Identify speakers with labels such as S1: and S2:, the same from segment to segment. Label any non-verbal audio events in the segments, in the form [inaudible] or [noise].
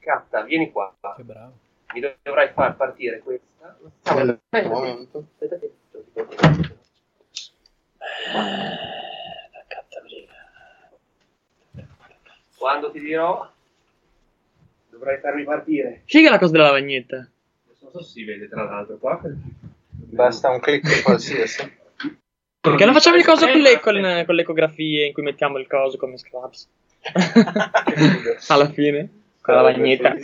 S1: scatta, vieni qua,
S2: Che bravo.
S1: mi dov- dovrai far partire questa. Cavolo,
S3: Nel
S1: aspetta,
S3: momento.
S1: aspetta che lo ricordo.
S4: La Caterina.
S1: Quando ti dirò, dovrai farmi partire.
S5: Figa la cosa della lavagnetta.
S6: Non so se si vede tra l'altro qua.
S3: Basta
S5: [laughs]
S3: un click qualsiasi.
S5: Perché Eh, non facciamo il coso con le, con- con le ecografie in cui mettiamo il coso come [laughs] scraps? Alla fine, con la lavagnetta.
S3: Eh,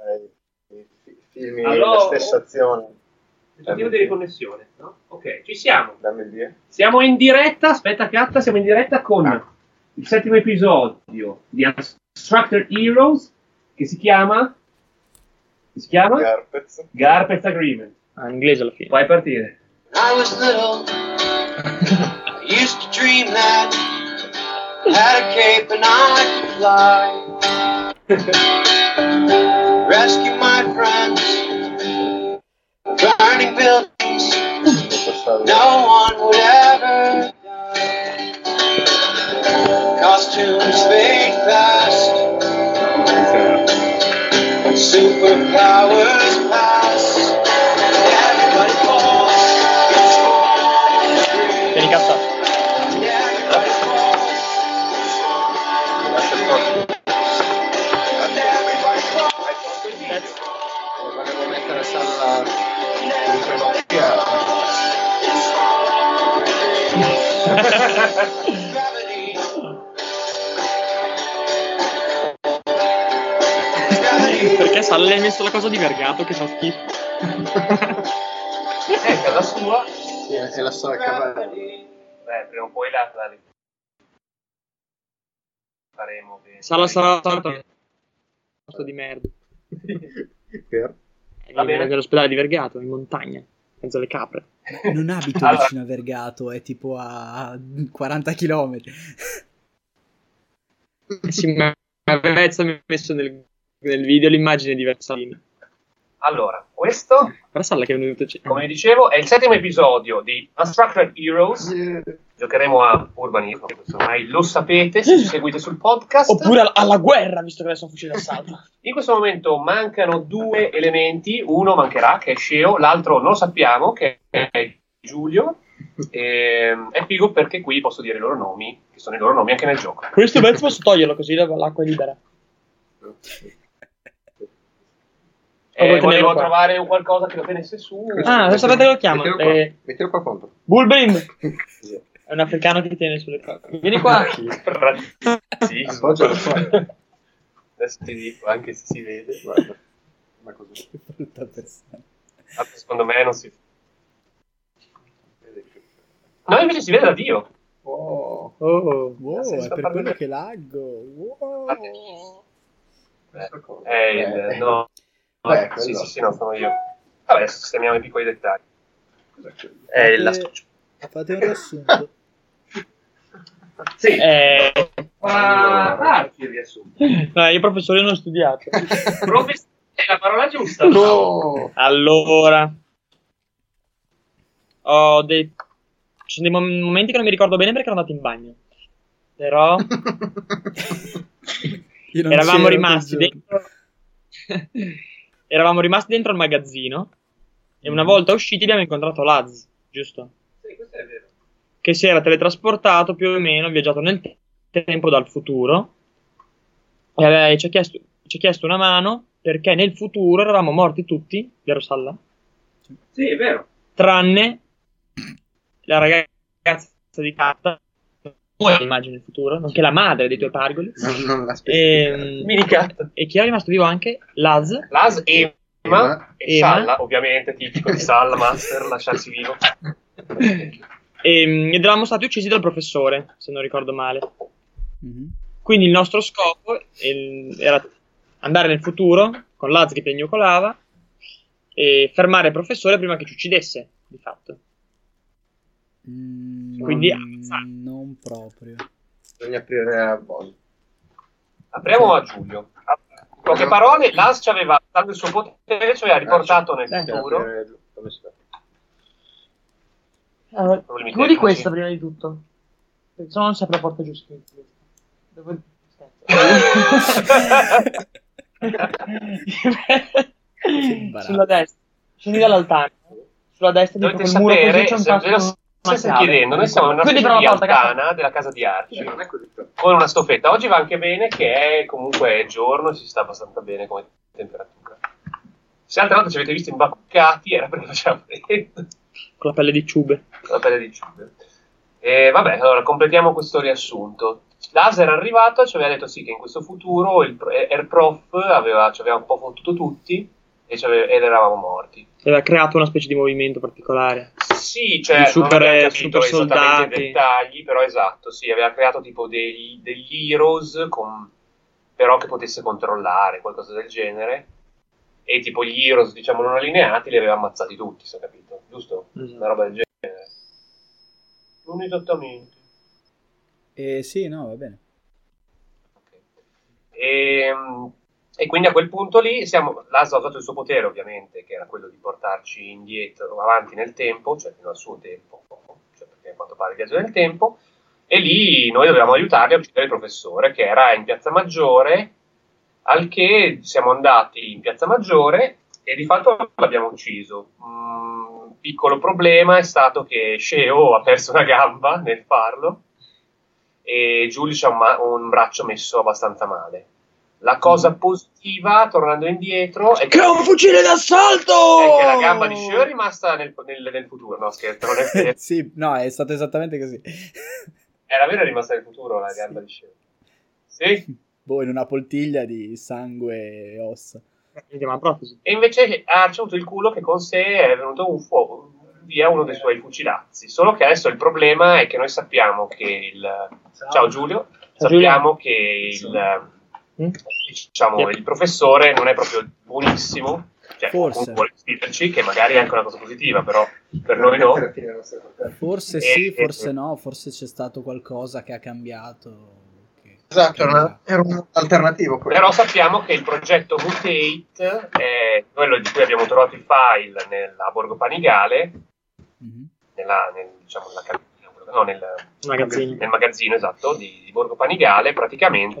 S3: i fi- Filmi
S1: Allora-
S3: la stessa azione.
S1: Tentativo di riconnessione, no? Ok, ci siamo.
S3: Dammi il via.
S1: Siamo in diretta, aspetta che atta, siamo in diretta con il settimo episodio di Abstracted Heroes che si chiama che si chiama
S3: Garpez.
S1: Garpet Agreement.
S5: Ah, in inglese alla fine.
S1: Puoi partire.
S7: I was little. I used to dream that I had a cape and I could fly. Rescue my friends. Burning buildings. No one would ever die. Costumes fade fast. Superpowers pass. Everybody falls. It's all
S5: Vieni cazzato.
S7: Everybody falls. Everybody falls.
S3: Volevo mettere sala in prima
S7: Gravity. Gravity.
S5: Perché Sal le hai messo la cosa di vergato che fa schifo?
S1: Ecco, la sua.
S3: Sì, è la sala cavallo.
S7: Gravity.
S1: Beh, prima o poi la, la faremo. che-
S5: Sala sarà tanto di merda.
S3: Per-
S1: Va
S5: Eh, Va
S1: bene.
S5: bene. Nell'ospedale di Vergato, in montagna, in mezzo alle capre.
S2: Non abito
S1: Allora.
S2: vicino a Vergato, è tipo a 40 km.
S5: Sì, [laughs] ma ma Vezza mi ha messo nel, nel video l'immagine di Versalina.
S1: [laughs] Allora, questo,
S5: Però Sal che è venuto... c-
S1: come vi dicevo, è il settimo episodio di Abstracted Heroes. Giocheremo a Urbanismo, questo ormai lo sapete se ci seguite sul podcast.
S5: Oppure alla, alla guerra, visto che adesso è un fucile d'assalto.
S1: In questo momento mancano due elementi, uno mancherà che è Sceo, l'altro non lo sappiamo che è Giulio. E, è figo perché qui posso dire i loro nomi, che sono i loro nomi anche nel gioco.
S5: Questo pezzo posso toglierlo così la- l'acqua è libera.
S1: Eh,
S5: Lo vuoi tenere
S1: volevo
S5: qua?
S1: trovare un qualcosa che lo tenesse su.
S5: Ah, lo sapete che lo chiamo?
S3: Mettilo qua,
S5: Eh,
S3: mettilo qua contro.
S5: Bulbin!
S3: Sì.
S5: È un africano che tiene sulle cose.
S1: [laughs]
S5: Vieni qua.
S1: Razzismo.
S3: Appoggialo qua.
S1: Adesso ti dico, anche se si vede.
S3: Guarda. Ma così.
S2: [laughs] Che brutta persona.
S1: ma Secondo me non si No, invece si vede da Dio.
S5: [laughs]
S3: Oh.
S5: Oh,
S2: Wow,
S1: Sì,
S2: è
S1: sto
S2: per
S1: parlando-
S2: quello che laggo. Wow.
S1: Eh, il- no. no,
S3: Beh,
S1: sì,
S3: quello.
S1: sì, sì, no, sono io. Vabbè, sistemiamo i piccoli dettagli.
S3: Cos'è quello?
S1: Eh, È
S2: Fate-
S1: la
S2: Fate un riassunto.
S1: [laughs] Sì,
S5: Eh,
S1: ma
S5: Ah,
S1: parti il riassunto.
S5: no, io professore non ho studiato.
S1: Professore, è la parola giusta.
S5: Oh.
S3: No!
S5: Allora, ho dei... ci sono dei mom- momenti che non mi ricordo bene perché ero andato in bagno. Però
S2: Io non c'ero
S5: eravamo
S2: quel
S5: rimasti
S2: giorno.
S5: dentro... eravamo rimasti dentro il magazzino e una volta usciti abbiamo incontrato Laz, giusto?
S1: Sì, questo è vero.
S5: Che si era teletrasportato più o meno, viaggiato nel te- tempo dal futuro e aveva- ci, ha chiesto, ci ha chiesto una mano perché nel futuro eravamo morti tutti, vero Salla?
S1: Sì, è vero.
S5: tranne la ragazza di carta immagino il futuro, nonché la madre dei tuoi pargoli.
S3: Non, non la specifica.
S5: E, e chi era rimasto vivo anche? Laz.
S1: Las, Ema,
S3: Ema.
S1: e
S5: Ema.
S1: Salla, ovviamente, tipico di Salla, Master, lasciarsi vivo.
S5: E, Ehm, ed eravamo stati uccisi dal professore, se non ricordo male.
S2: Mhm.
S5: Quindi il nostro scopo eh, era andare nel futuro con Laz che piagnucolava e fermare il professore prima che ci uccidesse, di fatto.
S2: Mm,
S5: Quindi avanzare.
S2: non, non proprio.
S3: Bisogna aprire la bolla.
S1: Apriamo a Giulio. In poche parole, Las ci aveva dato il suo potere, ci aveva riportato nel
S5: Dai.
S1: futuro.
S3: Aprire- Come si fa?
S5: Allora,
S1: Problemi
S5: chiudi
S1: tecnici.
S5: questa prima di tutto. Perché se no non si apre la porta giusta. Dove... aspetta.
S1: [laughs]
S2: imbarazzo.
S5: sulla destra, scendi dall'altana, sulla destra dietro
S1: Dovete
S5: quel muro così
S1: sapere,
S5: c'è un
S1: se ve lo
S5: passo
S1: stesse
S5: macabro.
S1: chiedendo, noi siamo in una
S5: Quindi
S1: specie
S5: però
S1: di
S5: la porta, cazzo.
S1: altana della casa di Arci,
S6: non è così tanto.
S1: con una stofetta. Oggi va anche bene che è comunque giorno e si sta abbastanza bene come temperatura. Se altre volte ci avete visto imbacuccati era perché faceva freddo.
S5: con la pelle di ciube.
S1: la pelle di Giube. E vabbè, allora completiamo questo riassunto. Laser è arrivato, ci aveva detto sì che in questo futuro il pro- Air Prof aveva, ci aveva un po' fottuto tutti e ci aveva- ed eravamo morti.
S5: E Aveva creato una specie di movimento particolare.
S1: Sì, cioè,
S5: I super-
S1: non abbiamo capito
S5: super
S1: esattamente
S5: soldati.
S1: i dettagli, però esatto, sì, aveva creato tipo dei- degli heroes, con- però che potesse controllare, qualcosa del genere, e tipo gli heroes, diciamo, non allineati li aveva ammazzati tutti, se ho capito, giusto? Una roba del genere. Non esattamente.
S2: Eh, sì, no, va bene.
S1: Ok. E, mm, e quindi a quel punto lì siamo, l'ASA ha usato il suo potere ovviamente, che era quello di portarci indietro, avanti nel tempo, cioè fino al suo tempo, cioè perché a quanto pare il viaggio del tempo, e lì noi dovevamo aiutarli a uccidere il professore che era in Piazza Maggiore, al che siamo andati in Piazza Maggiore e di fatto l'abbiamo ucciso. Mm, piccolo problema è stato che Sheo ha perso una gamba nel farlo e Giulio ha un, ma- un braccio messo abbastanza male. La cosa positiva, tornando indietro, è che,
S5: fucile d'assalto!
S1: è che la gamba di Sheo è rimasta nel, nel- nel futuro. No, scherzo, non è vero.
S2: [laughs] sì, no, è stato esattamente così. [laughs]
S1: Era vero, è rimasta nel futuro la gamba di Sheo. Sì.
S2: boh, in una poltiglia di sangue e ossa.
S5: Mi chiama protesi.
S1: E invece ha avuto il culo che con sé è venuto un fuoco via uno dei suoi fucilazzi. Solo che adesso il problema è che noi sappiamo che il. Ciao Giulio,
S5: Ciao,
S1: sappiamo che il, ehm,
S5: Mm?
S1: diciamo, il professore non è proprio buonissimo. Cioè,
S2: Forse.
S1: comunque vuole spiegarci che magari è anche una cosa positiva, però per noi no.
S6: Alla fine non serve a te.
S2: Forse
S1: Eh,
S2: sì,
S1: eh,
S2: forse
S1: eh.
S2: no, forse c'è stato qualcosa che ha cambiato. che-
S3: Esatto, era,
S2: cambierà.
S3: una- era un alternativo quello.
S1: Però sappiamo che il progetto Mutate è quello di cui abbiamo trovato i file nella Borgo Panigale,
S2: Mhm.
S1: nella, nel, diciamo, nella cabina, no, nel,
S5: Una gazzina.
S1: nel magazzino esatto di, di Borgo Panigale praticamente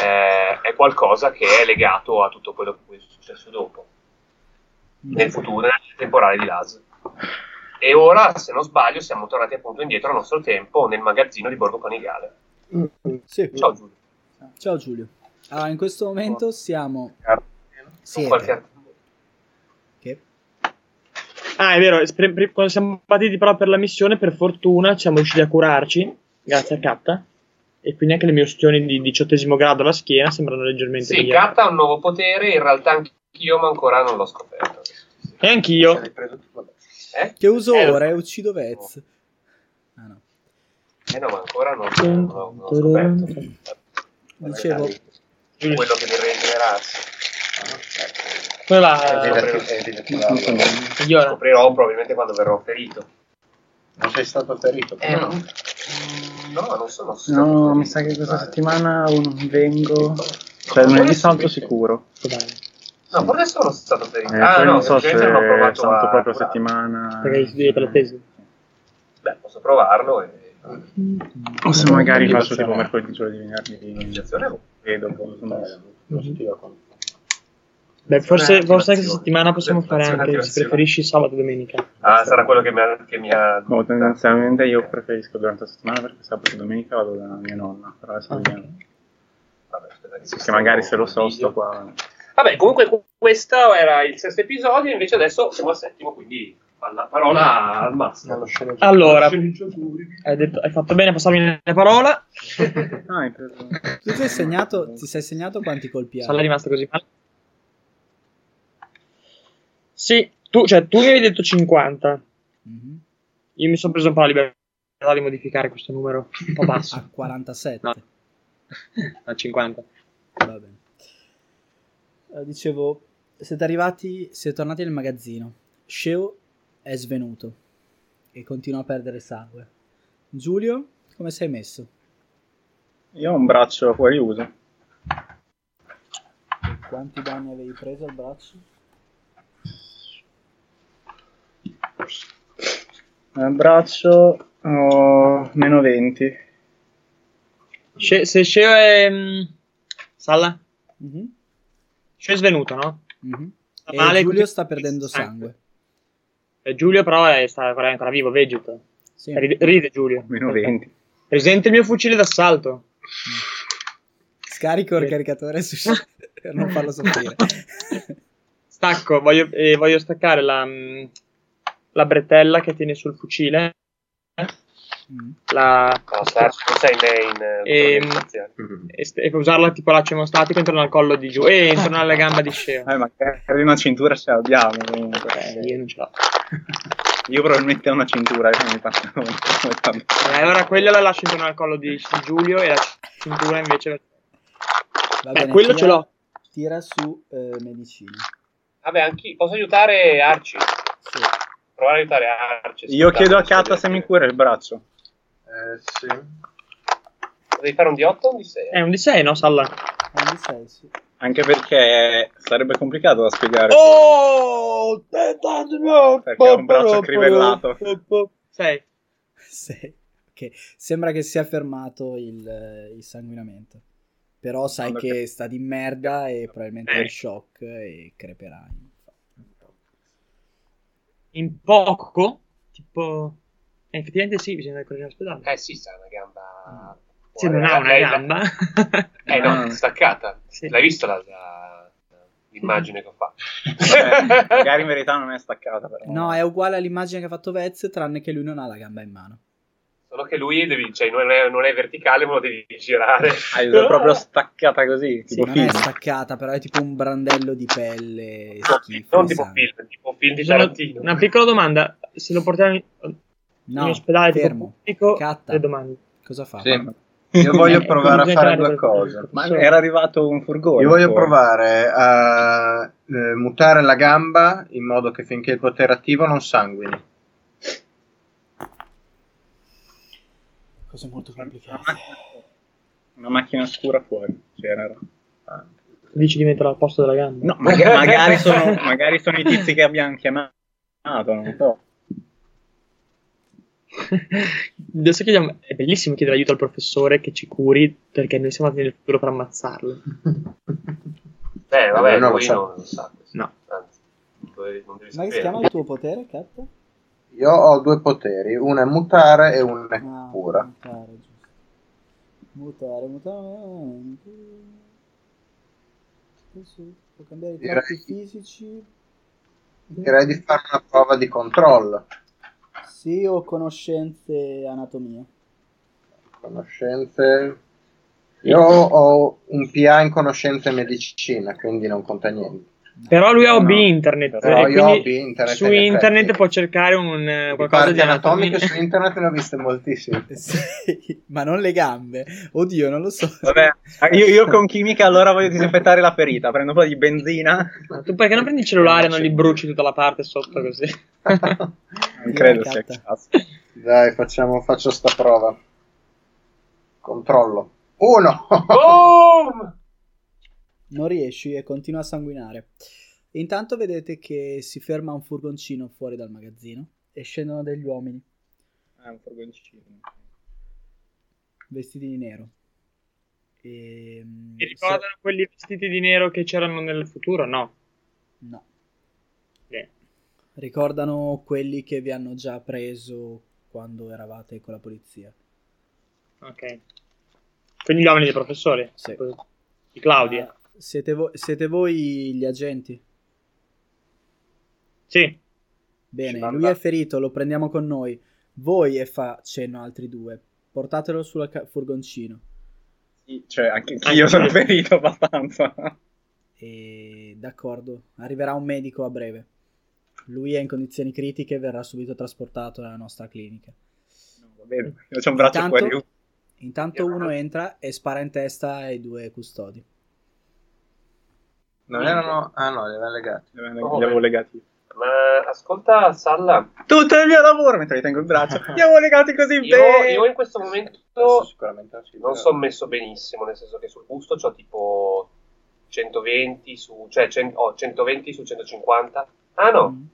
S1: eh, è qualcosa che è legato a tutto quello che poi è successo dopo nel futuro nella linea temporale di Las e ora se non sbaglio siamo tornati appunto indietro al nostro tempo nel magazzino di Borgo Panigale
S2: Sì.
S1: ciao Giulio
S2: Ciao Giulio. Allora, in questo momento siamo...
S1: Con
S2: Siete.
S1: qualche-
S2: Che?
S5: Ah, è vero, espre- pri- quando siamo partiti però per la missione, per fortuna siamo riusciti a curarci, grazie a Katta. E quindi anche le mie ustioni di diciottesimo grado alla schiena sembrano leggermente
S1: sì
S5: migliorate.
S1: Katta ha un nuovo potere in realtà anch'io ma ancora non l'ho scoperto
S5: E anch'io.
S3: L'hai preso tu, vabbè.
S1: eh?
S2: Che uso
S1: Eh,
S2: ora e uccido Vez. Ah no.
S1: eh no ma ancora non, non l'ho, non l'ho scoperto
S2: Dicevo,
S5: Giulio,
S1: quello che mi renderà
S5: come
S3: È
S5: va?
S3: diventato- è diventato-
S5: Migliora.
S1: scoprirò probabilmente quando verrò ferito
S3: Non sei stato ferito.
S1: Eh,
S3: però.
S1: mm, No, non sono stato
S8: No,
S1: ferito.
S8: mi sa che questa
S1: Ah,
S8: settimana o non vengo. Cioè, lunedì salto sicuro.
S1: No, forse sono stato ferito.
S8: Eh,
S1: ah,
S8: poi
S1: no,
S8: non so se
S1: semplicemente non ho provato
S8: salto
S1: a
S8: proprio
S1: curarlo.
S8: settimana.
S5: Perché devi studiare per la tesi.
S1: Beh, posso provarlo e...
S8: O se magari faccio tipo
S3: Indicazione.
S8: mercoledì, giovedì, venerdì.
S1: Indicazione.
S8: Vedo, boh, sono-
S3: Positiva con-
S5: Beh, forse,
S1: attivazione.
S5: forse anche settimana possiamo fare anche, se
S1: Attivazione.
S5: preferisci, sabato e domenica.
S1: Ah, sarà quello che mi ha... Che mi ha...
S8: Boh, tendenzialmente io preferisco durante la settimana perché sabato e domenica vado da mia nonna. Però adesso
S5: Ah,
S8: vediamo.
S1: Vabbè, aspetta che
S8: Perché magari se lo so
S1: video.
S8: sto qua.
S1: Vabbè, comunque cu- questo era il sesto episodio, invece adesso siamo al settimo, quindi la parola al master.
S3: Allo sceneggiatore.
S5: Allora, hai, detto- hai fatto bene a passarmi la parola.
S8: Ah, hai preso.
S2: tu ti sei segnato, ti sei segnato quanti colpi
S5: Sono
S2: hai?
S5: rimasto così male. Sì, tu, cioè, tu mi avevi detto 50.
S2: Mhm.
S5: Io mi sono preso un po' la libertà di modificare questo numero un po'
S2: A [laughs]
S5: basso.
S2: 47.
S5: No. a 50.
S2: Va bene. Eh, dicevo, siete arrivati, siete tornati nel magazzino. Sheo è svenuto e continua a perdere sangue. Giulio, come sei messo?
S8: Io ho un braccio fuori uso.
S2: Quanti danni avevi preso al braccio?
S8: Nel braccio ho meno 20.
S5: Sce- se Sceo è, mm, Salla?
S2: Mhm,
S5: Scio è svenuto, no?
S2: mhm.
S5: Sta
S2: E Giulio
S5: perché-
S2: sta perdendo sangue.
S5: Eh, Giulio però è, sta- è ancora vivo, vegeta.
S2: Sì.
S5: Ride, ride Giulio.
S8: Meno 20.
S5: Presente il mio fucile d'assalto.
S2: Scarico il caricatore
S5: [laughs]
S2: su- per non farlo soffrire.
S5: Stacco, voglio, eh, voglio staccare la, mm, la bretella che tiene sul fucile.
S2: [laughs] Mm.
S5: La,
S1: No, Star, non sei main. eh,
S5: Ehm,
S1: spaziale.
S8: Mhm.
S5: e, st- e usarla tipo laccio emostatico intorno al collo di giù [laughs] e intorno alla gamba di Sceo.
S8: Eh, magari una cintura ce l'abbiamo comunque.
S5: Eh, io non ce l'ho.
S8: Io probabilmente ho una cintura che mi pantaloni.
S5: Eh, allora quella la lascio intorno al collo di, di Giulio e la cintura invece.
S2: Va
S5: Beh, quello
S2: tira-
S5: ce l'ho.
S2: Tira su eh, medicina.
S1: Vabbè, anch'io. Posso aiutare Arci?
S2: Sì.
S1: Provare a aiutare Arci.
S8: Io
S1: ascoltando
S8: chiedo a
S1: questo
S8: Katta se mi
S1: direttivo.
S8: cura il braccio.
S3: Eh, sì.
S1: Devi fare un D8 o un D6?
S5: È un D6, no, Salla?
S2: Quindi sei, sì.
S8: Anche perché sarebbe complicato da spiegare.
S5: Oh!
S8: Perché ho un braccio crivellato.
S5: 6.
S2: [laughs] Sei. Ok. Sembra che sia fermato il, eh, il sanguinamento. Però sai
S8: Allora,
S2: che
S8: che-
S2: sta di merda e probabilmente
S5: Eh.
S2: è in shock e creperà.
S5: In poco, tipo... eh, effettivamente sì, bisogna andare in all'ospedale.
S1: Eh sì, sta una gamba.
S5: Se non ha una
S1: Lei-
S5: gamba. [laughs]
S1: Eh no,
S8: Ah.
S1: staccata.
S5: Sì.
S1: L'hai vista la- la- l'immagine che ho fatto?
S8: Vabbè, Eh, magari in verità non è staccata però.
S2: No, è uguale all'immagine che ha fatto Vez, tranne che lui non ha la gamba in mano.
S1: [laughs] Solo che lui devi- cioè, non, è, non è verticale, ma lo devi girare.
S8: Ah, è proprio staccata così,
S2: Sì,
S8: tipo
S2: non
S8: film.
S2: è staccata, però è tipo un brandello di pelle schifo.
S1: non
S5: Esatto.
S2: di
S1: tipo
S2: sangue.
S1: film, tipo film di
S5: Sono-
S1: Tarantino.
S5: una piccola domanda, se lo portiamo in, in
S2: No,
S5: ospedale tipo
S2: fermo.
S5: pubblico,
S2: Catta.
S5: le domande.
S2: Cosa fa?
S3: Sì. Io voglio
S5: Eh,
S3: provare a
S5: bisogna
S3: fare
S5: entrare
S3: due
S5: per-
S3: cose.
S8: Ma era arrivato un furgone.
S3: Io voglio
S8: poi.
S3: provare a eh, mutare la gamba in modo che finché il potere è attivo non sanguini.
S2: Cose molto
S8: Una
S2: complicate.
S8: macchina- Una macchina scura fuori. C'era.
S5: Dici di metterla al posto della gamba?
S8: No, maga-
S3: [laughs]
S8: magari, sono, magari sono i tizi che abbiamo chiamato. Non so.
S5: Adesso chiediamo, è bellissimo chiedere aiuto al professore che ci curi perché noi siamo andati nel futuro per ammazzarlo.
S1: Eh, vabbè,
S3: Eh, no,
S1: lui
S3: lo sa.
S1: non lo sa. questo.
S5: No.
S1: Anzi, dove- non devi
S2: Ma che si
S1: sapere.
S2: chiama il tuo potere, Kat?
S3: Io ho due poteri, uno è mutare e uno è
S2: Ah,
S3: cura.
S2: Mutare, giusto. Mutare, mutamento. Sì, Può cambiare i
S3: Direi-
S2: tratti fisici.
S3: Direi di fare una prova di controllo.
S2: Sì, o conoscenze anatomia.
S3: Conoscenze. Io ho un PA in conoscenze e medicina, quindi non conta niente.
S5: Però lui ha OB
S8: No,
S5: internet.
S3: Però
S5: e
S3: io ho
S5: Eh, quindi
S3: B internet.
S5: su
S3: in effetti.
S5: internet può cercare un eh,
S3: Di
S5: qualcosa
S3: parti
S5: di
S3: anatomiche
S5: anatomico.
S3: su internet ne ho
S5: [laughs]
S3: viste moltissime.
S2: [laughs] Sì, ma non le gambe. Oddio, non lo so.
S8: Vabbè, io, io con chimica allora voglio disinfettare la ferita. Prendo un po' di benzina.
S5: Tu perché non prendi il cellulare e non gli bruci tutta la parte sotto così?
S8: Non credo sia
S2: Catta.
S8: caso.
S3: Dai, facciamo, faccio sta prova. Controllo. Uno!
S1: Boom!
S2: Non riesci e continua a sanguinare. Intanto vedete che si ferma un furgoncino fuori dal magazzino e scendono degli uomini
S8: Ah, un furgoncino.
S2: vestiti di nero. E, mm,
S5: Mi ricordano quelli vestiti di nero che c'erano nel futuro? No.
S2: se- No.
S5: Beh,
S2: Ricordano quelli che vi hanno già preso quando eravate con la polizia.
S5: ok. Quindi gli uomini dei professori?
S2: Sì.
S5: Di Claudia?
S2: Ah, siete, vo- siete voi gli agenti?
S5: Sì.
S2: Bene,
S3: Ci manda-
S2: lui è ferito, lo prendiamo con noi. Voi e fa cenno a altri due. Portatelo sul ca- furgoncino.
S8: Sì, Cioè, anche io sono ferito abbastanza. [laughs]
S2: E d'accordo, arriverà un medico a breve. Lui è in condizioni critiche e verrà subito trasportato nella nostra clinica.
S8: No, va bene, io c'ho un braccio
S2: Intanto-
S8: fuori.
S2: Intanto uno entra e spara in testa ai due custodi.
S3: [laughs] Non erano... Ah no, li aveva legati.
S8: Li avevo legati.
S1: Ma ascolta, Salla,
S8: Tutto il mio lavoro mentre li tengo il braccio. Li avevo legati così
S1: io,
S8: bene.
S1: io in questo momento
S3: Adesso sicuramente eh. la fibra-
S1: non sono messo benissimo, nel senso che sul busto c'ho tipo 120 su, cioè cen- ho 120 su 150. Ah no,
S2: Mm.
S3: Oh.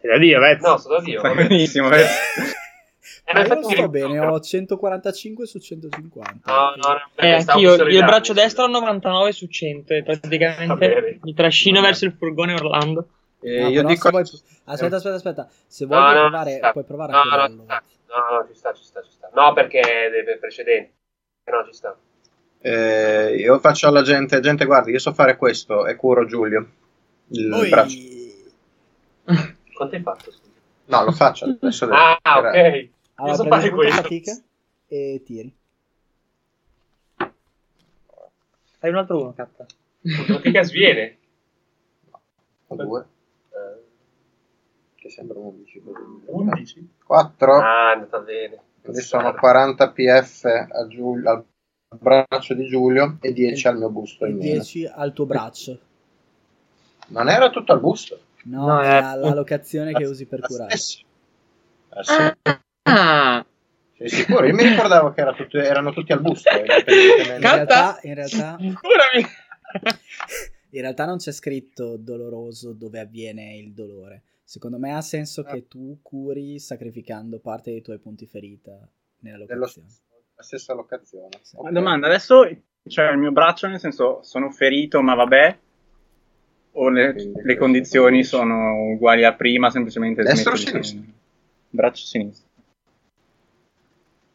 S5: Sei da Dio, Vez.
S1: no, sono da Dio.
S8: Fai
S1: vabbè.
S8: benissimo. eh.
S1: Eh,
S2: Ma
S1: ma
S2: io non
S1: infatti mi
S2: sto
S1: ricordo,
S2: bene,
S1: però.
S2: ho 145 su 150.
S1: No, no, no,
S5: Eh,
S1: perché stavo
S5: anch'io,
S1: per
S5: io il braccio
S1: solidarmi.
S5: destro ho 99 su 100 e praticamente
S1: Vabbè.
S5: mi trascino
S3: Vabbè.
S5: verso il furgone urlando.
S3: Eh,
S2: No,
S3: io
S2: però
S3: dico...
S2: se vuoi- Aspetta, aspetta, aspetta. Se vuoi
S1: No, no,
S2: provare,
S1: ci sta.
S2: puoi provare
S1: No,
S2: a
S1: no, ci
S2: chiuderlo.
S1: sta. No, no, ci sta, ci sta, ci sta. No, perché è dei precedenti. No, ci sta.
S3: Eh, io faccio alla gente, gente guardi, io so fare questo e curo Giulio. Il
S2: Oi.
S3: braccio.
S1: Quanto hai fatto? scusa?
S3: No, lo faccio adesso.
S1: Ah, ok.
S2: Allora,
S1: so fare
S2: prendi punto
S1: questo.
S2: fatica e tiri.
S5: Fai un altro uno, catta.
S1: Fatica sviene.
S3: Ho due. [laughs] Eh, Che sembra 11.
S1: 11.
S3: 4.
S1: Ah, è andata bene.
S3: Quindi sono 40 PF a Giul- al braccio di Giulio e 10 al mio busto.
S2: E
S3: in meno.
S2: 10 al tuo braccio.
S3: Non era tutto al busto.
S2: No,
S5: No,
S2: è
S1: eh.
S5: è-
S2: la, la locazione che
S3: La-
S2: usi per
S3: la
S2: curare.
S3: stessa. Ah, sì.
S5: Ah,
S3: Sei sicuro? Io mi ricordavo che era tutto- erano tutti al busto. eh,
S2: In
S3: indipendentemente.
S5: Cazzo.
S2: realtà, in realtà,
S5: curami!
S2: in realtà non c'è scritto doloroso dove avviene il dolore. Secondo me ha senso
S1: Ah.
S2: che tu curi sacrificando parte dei tuoi punti ferita nella
S3: Dello
S2: locazione.
S3: stesso- la stessa locazione.
S2: Sì.
S3: Ok.
S8: Domanda, adesso c'è il mio braccio, nel senso sono ferito, ma vabbè. O le,
S3: Quindi
S8: le
S3: questo
S8: condizioni
S3: capisci.
S8: sono uguali a prima, semplicemente
S3: Destro o
S8: smetto di-
S3: sinistro?
S8: Braccio sinistro.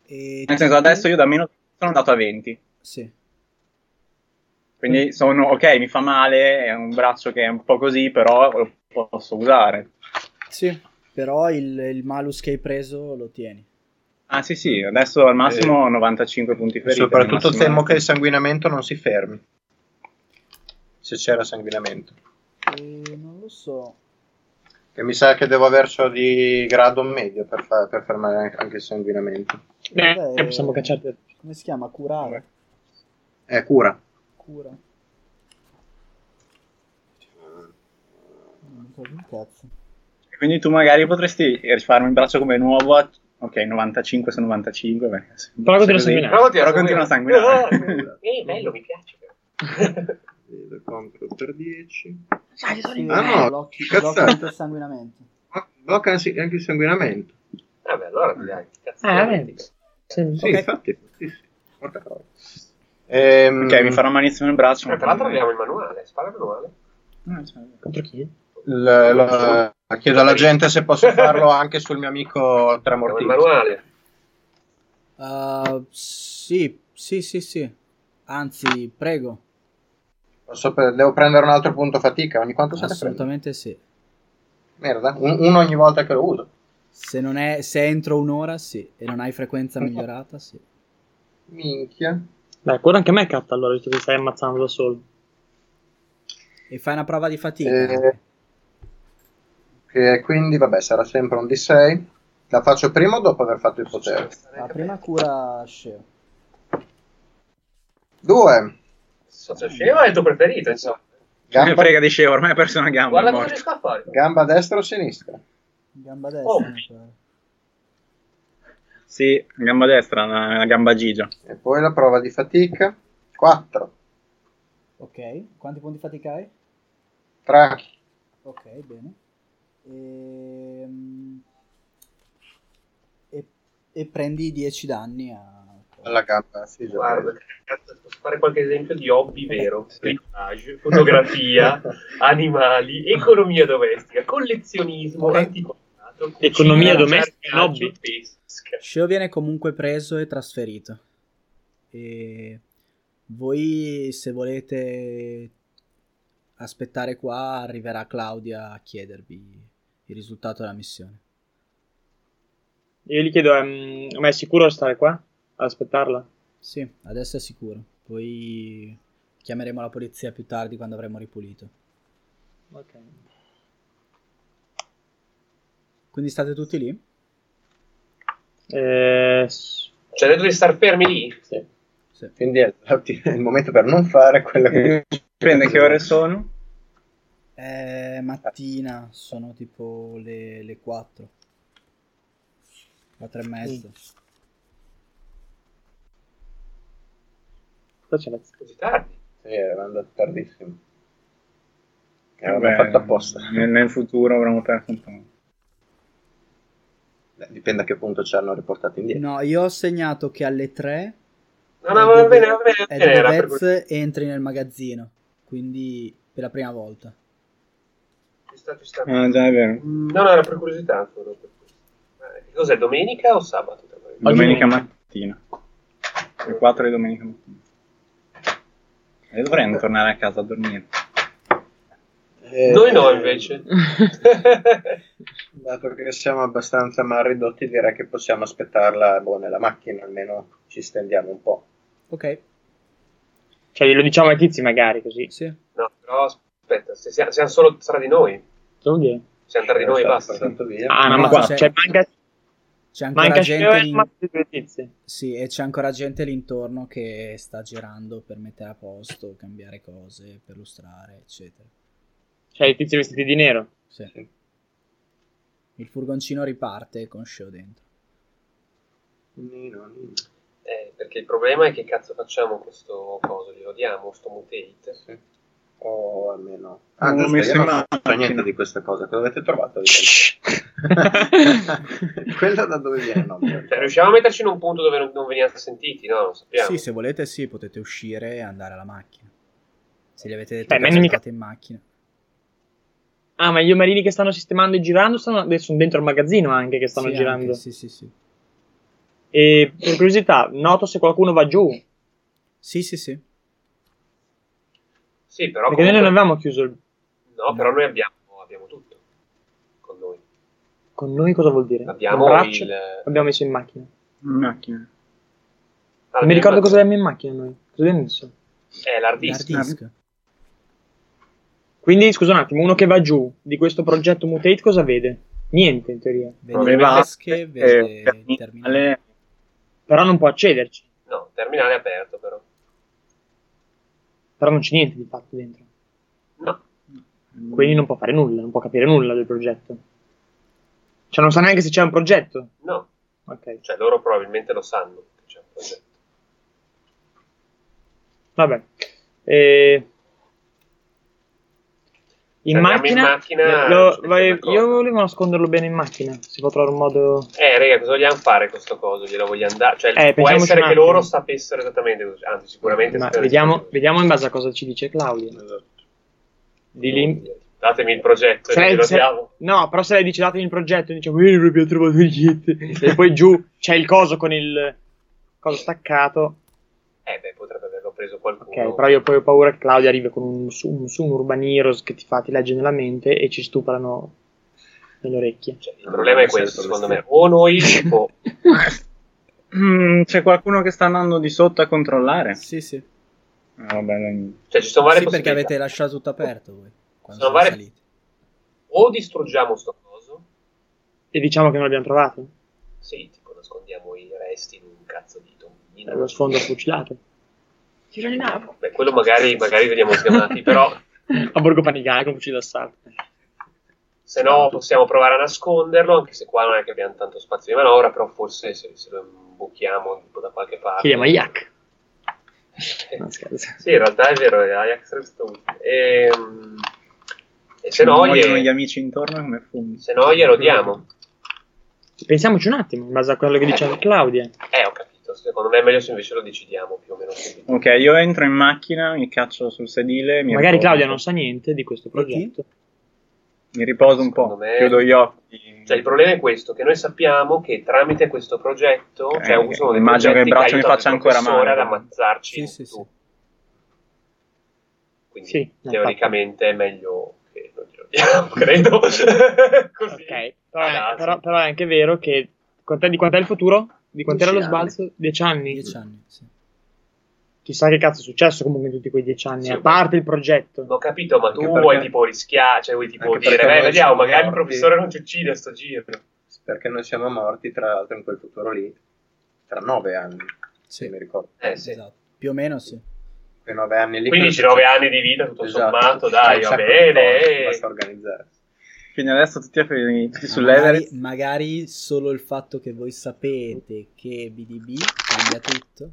S2: E
S8: Nel senso adesso io da meno sono andato a 20.
S2: Sì.
S8: Quindi sono ok, mi fa male, è un braccio che è un po' così, però lo posso usare.
S2: Sì, però il, il malus che hai preso lo tieni.
S8: Ah sì sì, adesso al massimo ho 95 punti
S3: E
S8: feriti.
S3: soprattutto
S8: al massimo-
S3: temo che il sanguinamento non si fermi. Se c'era sanguinamento.
S2: E non lo so.
S3: Che mi sa che devo avercelo di grado medio per, fa- per fermare anche- anche il sanguinamento.
S5: Beh,
S2: Vabbè,
S5: Eh, possiamo cacciarti.
S2: Come si chiama? Curare.
S3: Eh, cura.
S2: Cura. Non mi ricordo un cazzo.
S8: Quindi tu magari potresti rifarmi il braccio come nuovo a... Ok, 95 su 95. Beh, se-
S5: Però continua a
S8: se così-
S5: sanguinare.
S1: Però ti
S8: Però continua a sanguinare.
S1: Eh, bello, mi piace. [laughs]
S3: Lo compro per 10.
S2: Sì,
S3: Ah, no,
S2: blocchi,
S3: cazzate.
S2: blocchi il sanguinamento.
S3: Blocca anche anche il sanguinamento.
S1: Vabbè, allora dai. Cazzo. Eh,
S5: Ah, vabbè. Sì.
S3: Sì,
S2: Mm, Ok.
S3: infatti. Sì, sì. Porca troia. Ehm,
S8: [laughs] ok, mi farò malissimo il braccio.
S5: Eh,
S1: Tra l'altro abbiamo il manuale, spara il manuale.
S8: No, cioè,
S5: Contro chi?
S3: l- la- chiedo alla gente se
S8: [laughs]
S3: posso farlo anche sul mio amico
S1: Abbiamo il
S3: Tramortino.
S1: manuale.
S2: Uh, sì, sì, sì, sì. Anzi, prego.
S3: Posso pre- devo prendere un altro punto fatica. Ogni quanto se ne prende?
S2: Assolutamente sì.
S3: Merda, un- uno ogni volta che lo uso.
S2: Se, non è, se è entro un'ora, sì. E non hai frequenza migliorata, sì.
S3: Minchia.
S5: Beh, cura anche me, catta, allora, visto che stai ammazzando da solo.
S2: E fai una prova di fatica.
S3: Eh,
S2: anche.
S3: Che quindi, vabbè, sarà sempre un D6. La faccio prima o dopo aver fatto il potere?
S2: La prima cura Sceo.
S3: Due.
S1: Sotto scema è il tuo preferito, insomma.
S8: Mi
S3: Gamba,
S8: frega di scemo, ormai ho perso una gamba.
S1: Guarda
S8: è
S1: cosa
S8: morto.
S1: riesco a fare.
S3: gamba destra o sinistra?
S2: Gamba destra. cioè.
S1: Oh.
S2: mi pare.
S8: Sì, gamba destra, una, una gamba gigia.
S3: E poi la prova di fatica. 4.
S2: Ok, quanti punti fatica hai?
S3: 3.
S2: Ok, bene. Ehm, E, e prendi 10 danni a...
S3: Alla gamba, sì, già.
S1: Guarda, cazzo, posso fare qualche esempio di hobby vero?
S3: Sì.
S1: Bricolage, fotografia, animali, economia domestica, collezionismo,
S2: Ok.
S1: antiquariato, cucina,
S5: Economia domestica,
S1: giardinaggio,
S5: hobby.
S1: pesca.
S2: Sceo viene comunque preso e trasferito. E voi, se volete aspettare qua, arriverà Claudia a chiedervi il risultato della missione.
S5: Io gli chiedo, ehm, ma è sicuro stare qua? Ad aspettarla?
S2: Sì, adesso è sicuro. Poi chiameremo la polizia più tardi quando avremo ripulito.
S5: Ok.
S2: Quindi state tutti lì?
S5: Eh, s-
S1: Ci ha Cioè, detto di star fermi lì?
S2: Sì.
S3: Quindi è [laughs] è il momento per non fare quello che...
S8: Dipende che ore sono.
S2: È Eh, mattina, sono tipo le, le 4. 4 e mezza.
S5: cosa c'è la-
S1: Così tardi.
S3: Sì, era andato tardissimo. E
S8: Vabbè, Eh,
S3: l'abbiamo fatto apposta.
S8: Nel, nel futuro avremo perso un po'.
S3: Beh, dipende a che punto ci hanno riportato indietro.
S2: No, io ho segnato che alle 3
S1: No,
S5: Eh,
S1: no, va bene, va bene.
S2: è
S1: era
S2: dove
S1: per
S2: Vez
S1: così.
S2: entri nel magazzino, quindi per la prima volta.
S1: Ci sta, ci sta.
S5: Eh,
S8: Ah, già, è vero.
S1: Mm, No, no, era per curiosità. solo per curiosità. Eh, Cos'è, domenica o sabato?
S8: Domenica mattina. Le 4 di domenica mattina. E
S5: Eh.
S8: dovremmo tornare a casa a dormire.
S3: Eh,
S1: Noi no,
S5: [laughs]
S1: invece.
S3: Dato che siamo abbastanza mal ridotti, direi che possiamo aspettarla boh, nella macchina, almeno ci stendiamo un po'.
S2: Ok,
S5: Cioè, lo diciamo ai tizi magari così.
S2: sì.
S1: no, però aspetta, se siamo, siamo solo tra di noi.
S5: Cosa vuol dire?
S1: Siamo tra di noi e
S5: Esatto,
S3: Era
S1: basta.
S3: stato portato via.
S5: Ah, no,
S2: No,
S5: ma qua
S2: c'è-
S5: cioè, manca,
S2: C'è ancora
S5: manca Sceo
S2: gente
S5: e
S2: lì-
S5: Max e due tizi.
S2: sì, e c'è ancora gente lì intorno che sta girando per mettere a posto, cambiare cose, perlustrare, eccetera.
S5: Cioè, i tizi vestiti di nero.
S2: Sì.
S3: Sì.
S2: Il furgoncino riparte con Show dentro.
S3: Nino, Nino.
S1: Eh, perché il problema è che cazzo facciamo questo coso, glielo diamo, sto mutate.
S3: Sì. O almeno... Ah,
S8: Non
S3: giusto,
S8: mi
S3: io non ho
S8: sembra-
S3: fatto niente di questa cosa. Cosa avete trovato? Quello da dove viene? No, mi ricordo.
S1: Cioè, riusciamo a metterci in un punto dove non, non veniate sentiti, no? Non sappiamo.
S2: Sì, se volete sì, potete uscire e andare alla macchina. Se gli avete detto
S5: Beh,
S2: che
S5: meno mica-
S2: aspettate in macchina.
S5: Ah, ma gli omarini che stanno sistemando e girando stanno, adesso sono dentro il magazzino anche che stanno
S2: Sì,
S5: girando.
S2: anche, sì, sì, sì.
S5: E per curiosità, noto se qualcuno va giù.
S1: Ah,
S2: Sì, sì, sì.
S1: Sì, però,
S5: Perché noi non
S1: comunque-
S5: avevamo chiuso il...
S1: no, però noi abbiamo, abbiamo tutto con noi.
S5: Con noi cosa vuol dire?
S1: Abbiamo
S5: Un braccio?
S1: il...
S5: L'abbiamo messo in macchina.
S8: In macchina.
S1: Ah,
S5: non mi ricordo cosa
S1: abbiamo-
S5: abbiamo in macchina noi. Cosa abbiamo messo?
S1: Eh, l'hard disk.
S2: Hard disk.
S5: Quindi, scusa un attimo, uno che va giù di questo progetto Mutate cosa vede? Niente, in teoria.
S2: Vede le
S8: Eh,
S2: vasche, vede il terminale.
S8: terminale.
S5: Però non può accederci.
S1: No, terminale aperto però.
S5: Però non c'è niente di fatto dentro.
S1: No,
S5: Quindi non può fare nulla, non può capire nulla del progetto. Cioè, non sa neanche se c'è un progetto.
S1: no.
S5: Ok.
S1: Cioè, loro probabilmente lo sanno diciamo. che c'è un progetto.
S5: Vabbè. Eh, In
S1: Andiamo
S5: macchina,
S1: in macchina,
S5: lo-
S1: ci mettiamo
S5: vai-
S1: d'accordo.
S5: io volevo nasconderlo bene in macchina. Si può trovare un modo.
S1: Eh, raga, cosa vogliamo fare con questo coso? Glielo vogliamo dare? Cioè,
S5: Eh,
S1: può
S5: pensiamoci
S1: essere
S5: un
S1: che
S5: attimo.
S1: loro sapessero esattamente cosa Anzi, sicuramente
S5: Ma
S1: sapevano
S5: vediamo,
S1: esattamente
S5: vediamo in base a cosa ci dice Claudio.
S3: Esatto.
S5: Di
S1: cosa-
S5: lì.
S1: Datemi il progetto
S5: Cioè,
S1: e lo
S5: se-
S1: diamo.
S5: No, però se lei dice datemi il progetto, dice "Eh, non abbiamo trovato niente. e poi giù c'è il coso con il coso staccato.
S1: Eh, beh, potrebbe averlo preso qualcuno.
S5: Ok, però io poi ho paura che Claudio arrivi con un, su, un, su, un Urban Heroes che ti fa, ti legge nella mente e ci stuprano
S1: [laughs]
S5: nelle orecchie.
S1: Cioè, il problema è
S3: Non
S1: questo,
S3: serve
S1: secondo me.
S3: vestire.
S1: O
S5: [laughs]
S1: noi, tipo,
S8: Mm, c'è qualcuno che sta andando di sotto a controllare?
S2: Sì, sì.
S8: Ah, vabbè, non-
S1: cioè, ci sono varie
S2: Sì, perché
S1: possibilità.
S2: avete lasciato tutto aperto voi. Quando
S1: Sono
S2: sono
S1: varie-
S2: saliti.
S1: O distruggiamo sto coso,
S5: E diciamo che non l'abbiamo trovato.
S1: sì, tipo, nascondiamo i resti in un cazzo di tombino.
S5: È lo sfondo fucilato. Tiro di navo.
S1: Beh, quello magari, magari veniamo chiamati, però
S5: [laughs] a Borgo Panigale con fucile d'assalto.
S1: Se no, possiamo provare a nasconderlo, anche se qua non è che abbiamo tanto spazio di manovra, però forse se, se lo imbuchiamo tipo da qualche parte.
S5: Chiediamo
S1: [laughs]
S5: a Yak. No,
S1: sì,
S5: scherzo.
S1: in realtà è vero, è Ajax sarebbe stato utile. Ehm, E, se no,
S8: vogliono
S1: gli-
S8: gli amici intorno come fumi.
S1: se no glielo diamo.
S5: Pensiamoci un attimo, in base a quello che diceva Claudia.
S1: Eh, ho capito, secondo me è meglio se invece lo decidiamo più o meno subito.
S8: Ok, io entro in macchina, mi caccio sul sedile. Mi
S5: Magari
S8: riposo.
S5: Claudia non sa niente di questo
S2: chi?
S5: progetto.
S8: Mi riposo un po',
S1: Secondo me-
S8: chiudo gli occhi.
S1: Cioè, il problema è questo, che noi sappiamo che tramite questo progetto,
S8: Eh,
S1: cioè uso uno dei
S8: immagino che il
S1: progetti
S8: braccio mi
S1: aiuta
S8: faccia
S1: il
S8: ancora male.
S1: professore ad ammazzarci
S2: Sì,
S1: in
S2: sì, sì.
S1: tutto. Quindi
S5: Sì,
S1: teoricamente è meglio che non glielo diamo, [laughs] credo. Così.
S5: Ok, però
S1: Ah,
S5: è,
S1: sì.
S5: però- però è anche vero che quant'è, di quant'è il futuro? Di quant'era lo
S8: Dieci anni.
S5: sbalzo? Dieci anni.
S2: Dieci anni, sì.
S5: Chissà che cazzo è successo comunque in tutti quei dieci anni,
S1: Sì,
S5: a parte il progetto.
S1: Non ho capito, ma
S8: Anche
S1: tu
S8: perché-
S1: vuoi tipo rischiare, cioè vuoi tipo
S3: anche
S1: dire,
S3: perché
S1: beh,
S3: noi
S1: vediamo,
S3: siamo
S1: magari il
S3: morti."
S1: professore non ci uccide a sto giro.
S3: Perché noi siamo morti, tra l'altro, in quel futuro lì, tra nove anni, se
S2: Sì,
S3: mi ricordo.
S1: Eh sì.
S2: esatto. Più o meno sì.
S3: Quei nove anni lì...
S1: 15-9 anni di vita, tutto
S3: Esatto.
S1: sommato, dai,
S3: Un
S1: va
S3: sacco di
S1: bene.
S3: cose,
S1: eh.
S3: Basta organizzarsi.
S8: Quindi adesso tutti, a- tutti
S5: Ah,
S2: Ma
S8: sull'Everest.
S2: magari, magari solo il fatto che voi sapete che BDB cambia tutto.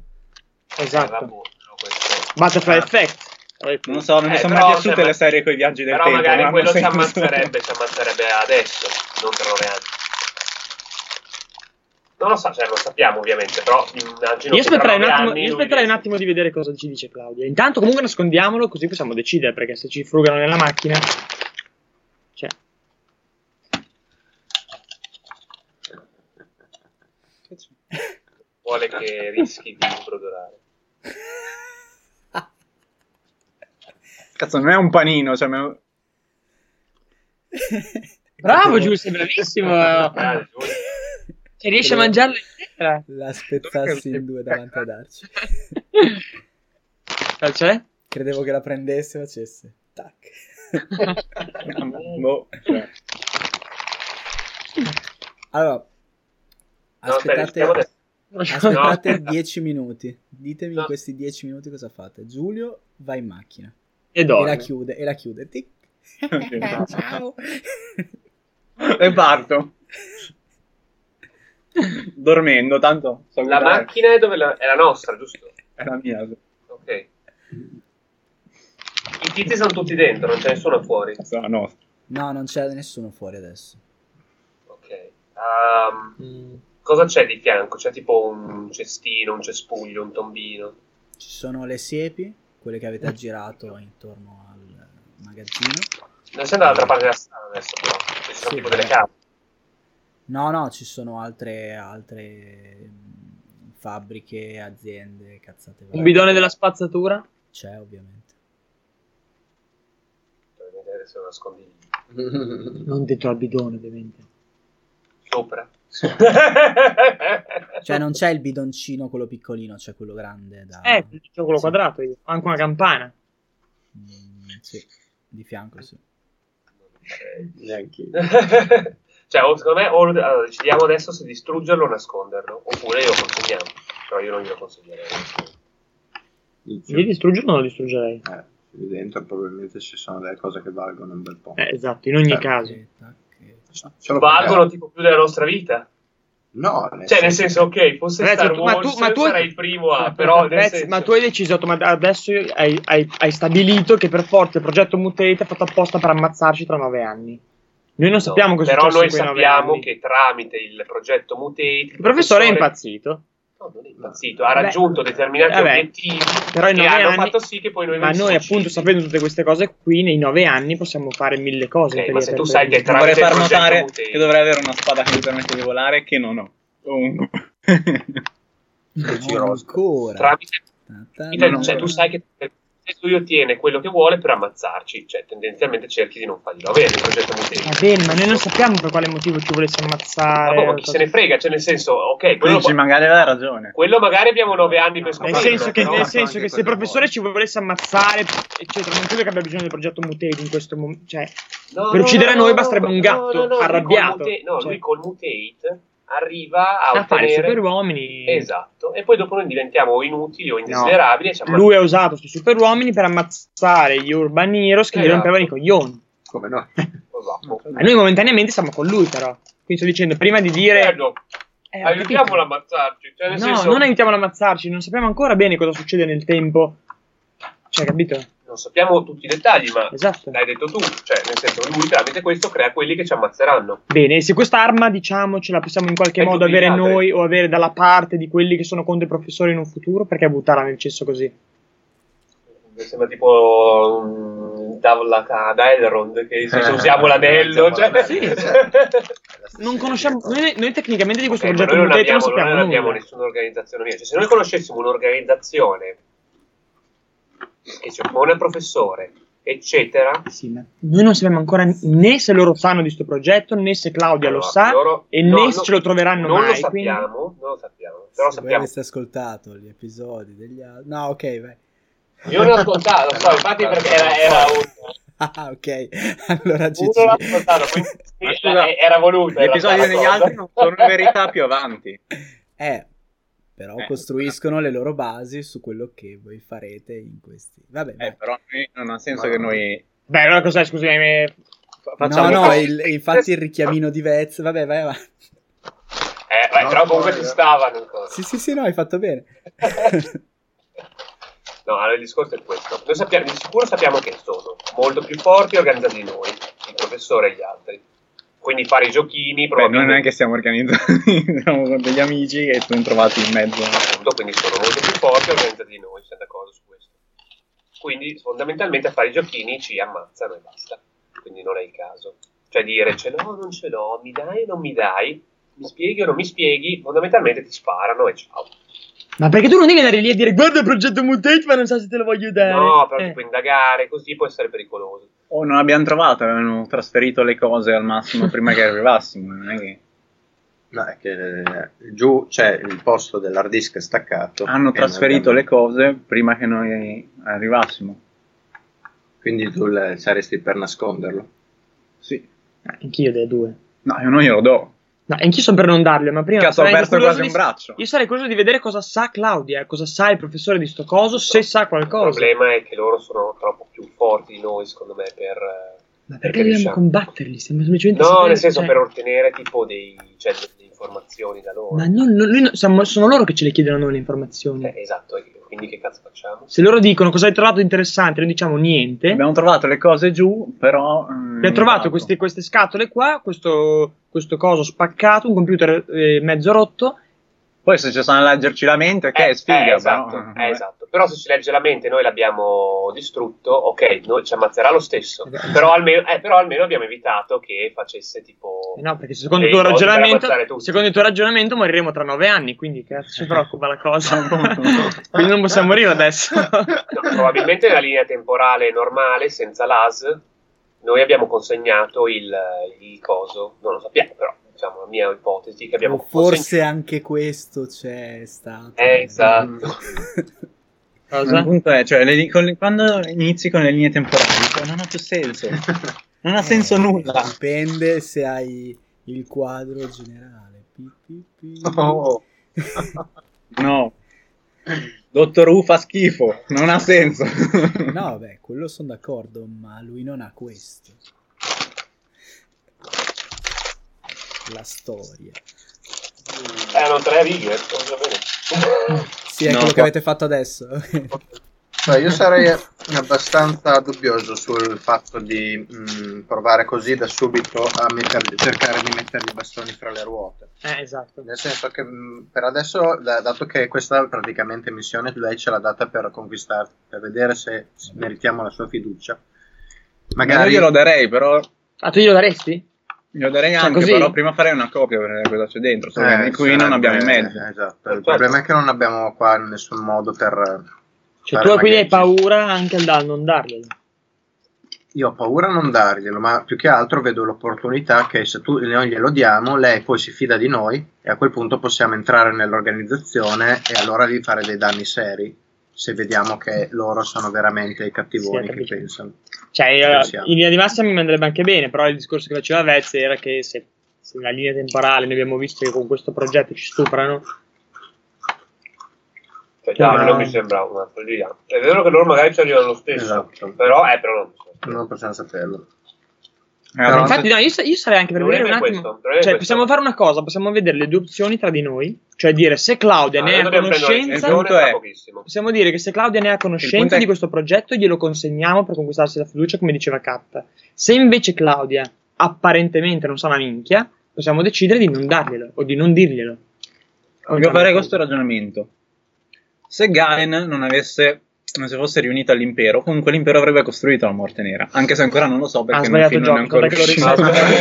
S1: Eh, vabbè,
S5: Esatto.
S1: no, questo-
S5: Butterfly
S8: Ah.
S5: Effect.
S8: Non so, non mi
S1: Eh,
S8: sono
S1: però
S8: mai
S1: se
S8: piaciute
S1: ma-
S8: le serie con i viaggi del
S1: Però
S8: tempo.
S1: magari
S8: non hanno
S1: quello ci
S8: senso.
S1: ammazzerebbe, ci ammazzerebbe adesso, non tra nove anni. Non lo so, cioè, lo sappiamo ovviamente, però immagino
S5: Io
S1: che
S5: aspetterei, un
S1: tra nove
S5: attimo,
S1: anni
S5: io
S1: lui
S5: aspetterei un
S1: dice-
S5: attimo di vedere cosa ci dice Claudia. Intanto, comunque, nascondiamolo così possiamo decidere. Perché se ci frugano nella macchina, cioè,
S1: Vuole che rischi di brodolare.
S8: [laughs]
S5: [laughs]
S8: Cazzo, non è un panino, cioè... me lo-
S5: bravo, Giulio, sei [laughs] bravissimo.
S1: Ah,
S5: Cioè,
S1: Giulio.
S5: riesci a mangiarlo intera.
S2: La spezzassi in due davanti ad Arci.
S5: Cioè?
S2: Credevo che la prendesse e facesse. Tac.
S8: boh, cioè.
S2: Allora,
S1: No, aspetta,
S2: aspettate,
S1: rischiamo adesso.
S5: Ah,
S1: No,
S2: aspettate
S1: aspetta.
S2: 10 minuti. Ditemi in
S1: No.
S2: questi 10 minuti cosa fate. Giulio va in macchina
S5: E
S2: e la
S5: dorme.
S2: chiude e la chiude. Tic.
S8: Ok.
S2: Ciao.
S8: E parto. Dormendo, tanto... so
S1: La
S8: guidare.
S1: macchina è, dove la... è la nostra, giusto?
S8: È la mia.
S1: Ok. I tizi sono tutti dentro, non c'è nessuno fuori.
S8: Cazzo, la nostra.
S2: No, non c'è nessuno fuori adesso.
S1: Ok. Ehm,
S5: Mm.
S1: cosa c'è di fianco? C'è tipo un cestino, un cespuglio, un tombino.
S2: Ci sono le siepi, quelle che
S1: Eh.
S2: avete aggirato intorno al magazzino.
S1: Non siamo dall'altra parte della strada adesso, però. Ci sono
S2: Sì,
S1: tipo delle
S2: vabbè.
S1: case.
S2: No, no, ci sono altre, altre mh, fabbriche, aziende, cazzate varie.
S5: Un bidone della spazzatura?
S2: C'è ovviamente.
S1: Per vedere se lo nascondi
S5: Non dentro al bidone, ovviamente.
S1: sopra.
S2: Cioè non c'è il bidoncino quello piccolino, c'è quello grande da...
S5: Eh, c'ho quello
S2: sì.
S5: quadrato io. Ho Anche una campana.
S2: Mm, sì, di fianco sì.
S1: Ok.
S8: Neanche
S1: [laughs] cioè, o secondo me, o lo- allora, decidiamo adesso se distruggerlo o nasconderlo. Oppure glielo consegniamo. Però io non glielo consiglierei.
S5: Io distruggerlo non lo distruggerei.
S3: Eh, dentro probabilmente ci sono delle cose che valgono un bel po'.
S5: Eh, esatto, in ogni
S3: Eh.
S5: caso.
S2: E tac, eh. e-
S3: Ce lo
S1: Valgono tipo più della nostra vita.
S3: No, nel
S1: Cioè, nel senso, ok, fosse
S5: Eh, Ragazzi,
S1: Star
S5: tu- ma
S1: Wars,
S5: tu- ma tu-
S1: sarei il primo a, però nel
S5: Pezzi,
S1: senso...
S5: ma tu hai deciso, automa- adesso hai, hai- hai stabilito che per forza il progetto Mutate è fatto apposta per ammazzarci tra nove anni. Noi non sappiamo
S1: No,
S5: cosa è
S1: Però
S5: successo
S1: noi
S5: in quei nove
S1: sappiamo
S5: anni.
S1: che tramite il progetto Mutate...
S5: il professore è impazzito.
S1: No, non è impazzito, ha raggiunto
S5: Beh,
S1: determinati
S5: vabbè,
S1: obiettivi
S5: però in
S1: che
S5: nove
S1: hanno
S5: anni-
S1: fatto sì che poi noi
S5: Ma
S1: venissimo
S5: noi, appunto,
S1: uccisi.
S5: sapendo tutte queste cose qui, nei nove anni possiamo fare mille cose.
S1: Ok,
S5: per
S1: ma se
S5: dire, per-
S1: tu sai che
S8: Vorrei
S1: tramite il
S8: far
S1: progetto
S8: notare
S1: Mutate...
S8: che dovrei avere una spada che mi permette di volare, che non ho. Comunque.
S2: Non
S3: giro.
S2: ancora.
S1: Tramite...
S2: Ta- ta-
S1: Cioè,
S2: ta-
S1: tu sai che se lui ottiene quello che vuole per ammazzarci, cioè tendenzialmente cerchi di non farglielo avere il progetto Mutate.
S5: Va bene, ma noi non sappiamo per quale motivo ci volesse ammazzare.
S1: Ma boh, ma chi
S5: cosa-
S1: se ne frega, cioè nel senso, ok, [laughs] quello,
S8: Luigi, magari aveva ragione.
S1: quello magari abbiamo nove anni per
S5: Nel
S1: scoprirlo.
S5: senso che,
S1: però-
S5: nel
S8: fatto
S5: senso
S8: anche
S5: che se il
S8: cosa
S5: professore
S8: vuole.
S5: ci volesse ammazzare, eccetera, non credo che abbia bisogno del progetto Mutate in questo momento. Cioè,
S1: No,
S5: Per
S1: no,
S5: uccidere
S1: no,
S5: noi
S1: no,
S5: basterebbe un
S1: no,
S5: gatto
S1: no, no, lui col
S5: arrabbiato.
S1: muta- no,
S5: Cioè.
S1: lui col mutate arriva a
S5: a fare i
S1: ottenere...
S5: superuomini.
S1: Ah, Esatto, e poi dopo noi diventiamo inutili o indesiderabili. e siamo-
S5: Lui ha usato questi superuomini per ammazzare gli urban heroes che gli
S1: Esatto.
S5: rompevano i coglioni.
S3: Come no?
S1: Esatto.
S5: Ma noi momentaneamente siamo con lui, però. Quindi sto dicendo, prima di dire.
S1: Bello,
S5: Eh, ho
S1: aiutiamolo a
S5: capito.
S1: ammazzarci. Cioè, nel
S5: No,
S1: senso,
S5: non aiutiamolo ad ammazzarci, non sappiamo ancora bene cosa succede nel tempo. Cioè, capito?
S1: non sappiamo tutti i dettagli, ma
S5: Esatto.
S1: l'hai detto tu. Cioè, nel senso, lui tramite questo crea quelli che ci ammazzeranno.
S5: Bene, se quest'arma, diciamo, ce la possiamo in qualche
S1: E
S5: modo
S1: tutti gli
S5: avere
S1: altri.
S5: noi o avere dalla parte di quelli che sono contro i professori in un futuro, perché buttarla nel cesso così?
S1: Mi sembra tipo un tavola ca- da Elrond che se
S3: Eh, [laughs]
S1: usiamo l'anello.
S3: usiamo
S1: cioè-
S3: l'anello,
S1: [laughs]
S3: sì. Cioè,
S5: Non conosciamo, noi, noi tecnicamente di questo
S1: Ok, Eh, ma
S5: progetto
S1: noi non
S5: Mutate non
S1: abbiamo, noi
S5: sappiamo
S1: non abbiamo
S5: nulla.
S1: nessuna organizzazione mia. Cioè, se noi conoscessimo un'organizzazione che ci oppone al professore, eccetera,
S5: Sì, ma noi non sappiamo ancora né se loro sanno di questo progetto, né se Claudia lo
S1: allora,
S5: sa,
S1: loro-
S5: e
S1: no,
S5: né
S1: no,
S5: se ce lo troveranno
S1: non
S5: mai.
S1: Lo sappiamo,
S5: quindi-
S1: Non lo sappiamo, però
S2: Se voi
S1: sappiamo.
S2: aveste ascoltato gli episodi degli altri... No, ok, vai.
S1: Io non l'ho ascoltato,
S8: [laughs]
S1: so, infatti perché era, era un...
S2: [laughs] Ah, ok. Allora,
S1: Uno
S2: Gigi.
S1: l'ha ascoltato, quindi
S8: [laughs] Ma
S1: sì,
S8: scusa,
S1: eh, era voluto.
S8: Gli
S1: era
S8: episodi
S1: una
S8: degli
S1: cosa.
S8: altri non sono in verità più avanti.
S2: [laughs] Eh, però
S8: Eh,
S2: costruiscono le loro basi su quello che voi farete in questi... Vabbè,
S8: Eh,
S2: vai.
S8: però noi- non ha senso
S3: Ma-
S8: che noi
S5: Beh, allora cos'è, scusami, me- fa-
S2: No,
S5: facciamo...
S2: no, il- infatti il richiamino di Vez... Vabbè, vai avanti.
S1: [laughs] [laughs] Eh, beh,
S3: No,
S1: però comunque
S3: no,
S1: ci
S3: no.
S1: stavano. ancora.
S2: Sì, sì, sì, no, hai fatto bene.
S1: No, allora il discorso è questo. Noi sappiamo, di sicuro sappiamo che sono molto più forti e organizzati di noi, il professore e gli altri. Quindi fare i giochini,
S8: Beh, non è
S1: probabilmente
S8: che siamo organizzati, [laughs] siamo con degli amici e sono trovati in mezzo.
S1: appunto, quindi sono molto più forti e organizzati di noi, siamo d'accordo su questo. Quindi fondamentalmente a fare i giochini ci ammazzano e basta. Quindi non è il caso. Cioè dire ce l'ho, non ce l'ho, mi dai o non mi dai, mi spieghi o non mi spieghi, fondamentalmente ti sparano e ciao.
S5: Ma perché tu non devi andare lì a dire guarda il progetto Mutate ma non so se te lo voglio dare.
S1: No, però
S5: Eh.
S1: ti puoi indagare, così può essere pericoloso.
S8: O non abbiamo trovato, avevano trasferito le cose al massimo prima che arrivassimo. Non è che...
S3: No, è che eh, giù c'è il posto dell'hard disk staccato.
S8: Hanno
S3: e Esatto.
S8: trasferito
S3: non
S8: le cose prima che noi arrivassimo.
S3: abbiamo- Quindi tu le- saresti per nasconderlo.
S8: Sì.
S5: Ah, Anch'io dei due.
S8: No, io non glielo do.
S5: No, anch'io sono per non darle, ma prima...
S8: Cazzo, ho
S5: sarei
S8: perso
S5: curioso
S8: quasi un
S5: di-
S8: braccio.
S5: Io sarei curioso di vedere cosa sa Claudia, eh, cosa sa il professore di sto coso, se sa
S1: Il
S5: qualcosa.
S1: problema è che loro sono troppo più forti di noi, secondo me, per... eh,
S5: Ma perché dobbiamo
S1: riusciamo-
S5: combatterli? Stiamo semplicemente...
S1: No,
S5: sapendo-
S1: nel senso
S5: cioè,
S1: per ottenere tipo dei, cioè, delle informazioni da loro.
S5: Ma non- non- noi no- siamo- sono loro che ce le chiedono a noi le informazioni.
S1: Eh, esatto, e quindi che cazzo facciamo?
S5: Se loro dicono cosa hai trovato interessante, noi diciamo niente.
S8: Abbiamo trovato le cose giù, però... mm,
S5: Abbiamo trovato queste, queste scatole qua, questo, questo coso spaccato, un computer eh, mezzo rotto.
S8: Poi se ci sono a leggerci la mente, ok,
S1: Eh,
S8: sfiga,
S1: eh, esatto,
S8: [laughs] però...
S1: eh, esatto. Però se ci legge la mente noi l'abbiamo distrutto, ok, noi ci ammazzerà lo stesso.
S5: Eh, beh.
S1: Però almeno, eh, però almeno abbiamo evitato che facesse tipo...
S5: Eh No, perché secondo il
S1: Dei
S5: tuo
S1: cosi per
S5: ragionamento,
S1: ammazzare tutti.
S5: secondo il tuo ragionamento moriremo tra nove anni, quindi cazzo ci preoccupa la cosa. quindi non possiamo morire adesso.
S1: No, probabilmente nella linea temporale normale, senza l'AS, noi abbiamo consegnato il, il coso, non lo sappiamo, però diciamo la mia ipotesi che [laughs] abbiamo
S2: O forse anche questo c'è stato. Mm.
S1: Eh, esatto.
S8: Ma
S5: Cosa?
S8: Il punto è, cioè, le- con- quando inizi con le linee temporali, dico, non ha
S5: [laughs]
S8: più senso. Non ha senso
S2: [laughs] Eh,
S8: nulla.
S2: Dipende se hai il quadro generale. Pi, pi, pi.
S3: Oh.
S5: Eh.
S8: No. Dottor U fa schifo, non ha senso.
S2: No, beh, quello sono d'accordo, ma lui non ha questo. La storia.
S1: consegnato. Erano tre righe, Eh, non so bene.
S2: Sì, è
S8: No,
S2: quello che
S8: qua-
S2: avete fatto
S8: [laughs]
S2: adesso.
S3: Beh, io sarei abbastanza dubbioso sul fatto di mh, provare così da subito a metter- cercare di mettergli i bastoni fra le ruote.
S5: Eh, esatto.
S3: Nel senso che mh, per adesso, da- dato che questa praticamente missione lei ce l'ha data per conquistarti, per vedere se meritiamo la sua fiducia,
S8: Magari
S3: magari
S8: io glielo darei, però
S5: Ah, tu glielo daresti?
S8: glielo darei
S5: Cioè,
S8: anche,
S5: così?
S8: però prima farei una copia per vedere cosa c'è dentro, solo
S3: Eh,
S8: che qui non
S3: sarebbe-
S8: abbiamo i mezzi.
S3: Esatto,
S1: Certo.
S3: il problema è che non abbiamo qua nessun modo per...
S5: Cioè,
S3: fare
S5: tu quindi hai
S3: magheggi.
S5: paura anche al da non darglielo.
S3: Io ho paura a non darglielo, ma più che altro vedo l'opportunità che se tu noi glielo diamo, lei poi si fida di noi e a quel punto possiamo entrare nell'organizzazione e allora lì fare dei danni seri, se vediamo che loro sono veramente i cattivoni
S5: Sì,
S3: che
S5: capito.
S3: pensano.
S5: Cioè, eh,
S3: Pensiamo.
S5: in linea di massima mi andrebbe anche bene, però il discorso che faceva Vez era che se, se la linea temporale noi abbiamo visto che con questo progetto ci stuprano,
S1: Cioè, già,
S5: No.
S1: a me non mi sembra una follia. È vero che loro magari ci arrivano lo stesso,
S3: Esatto.
S1: però, eh, però non lo so.
S3: Non possiamo saperlo.
S8: Eh, Allora,
S3: Però-
S5: infatti, no, io, sa- io sarei anche per
S1: Il
S5: vedere un
S1: problema è
S5: attimo.
S1: questo, il problema è
S5: Cioè,
S1: questo.
S5: possiamo fare una cosa: possiamo vedere le due opzioni tra di noi, cioè dire se Claudia
S1: Ah,
S5: ne
S1: noi
S5: ha
S1: dobbiamo prendere una
S5: conoscenza.
S1: decisione
S8: punto
S1: tra
S8: è-
S1: pochissimo.
S5: Possiamo dire che se Claudia ne ha
S8: Il punto
S5: conoscenza
S8: è-
S5: di questo progetto, glielo consegniamo per conquistarsi la fiducia, come diceva Kat. Se invece Claudia apparentemente non sa una minchia, possiamo decidere di non darglielo o di non dirglielo.
S8: Voglio fare questo ragionamento. Se Galen non avesse non si fosse riunito all'impero, comunque l'impero avrebbe costruito la morte nera. Anche se ancora non lo so
S5: Ha
S8: perché nel
S5: sbagliato
S8: film
S5: il
S8: non è
S5: gioco,
S8: ancora
S5: perché lo
S8: riuscito.
S1: ricordo.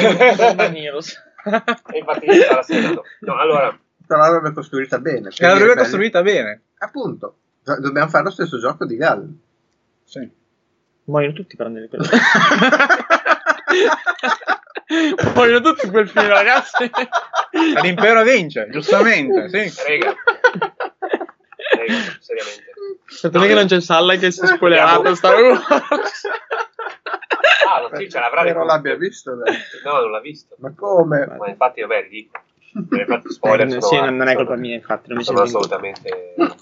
S5: ricordo.
S8: [laughs]
S1: E infatti mi sarà segnato. No, allora,
S3: Però l'avrebbe costruita bene.
S8: E l'avrebbe
S3: quindi-
S8: costruita bene.
S3: Appunto, Do- dobbiamo fare lo stesso gioco di Gall.
S8: Sì.
S5: Muoiono tutti per andare quello. [laughs] Muoiono tutti in quel film, ragazzi.
S8: L'impero vince, giustamente. Sì.
S1: rega, rega, seriamente.
S5: Certo che non c'è Salla che si è spoilerato
S1: Andiamo. [laughs]
S5: Star Wars.
S1: Ah, no, sì, ce l'avrà
S3: Spero
S1: ricordo.
S3: l'abbia visto adesso.
S1: No, non l'ha visto.
S3: Ma come?
S1: Ma infatti, vabbè, li dico. Me ne fatti spoiler.
S5: Eh,
S1: sono
S5: sì,
S1: altri,
S5: non, non è
S1: sono-
S5: colpa mia, infatti, non mi
S1: Sono
S5: sembra.
S1: assolutamente.
S8: Beh,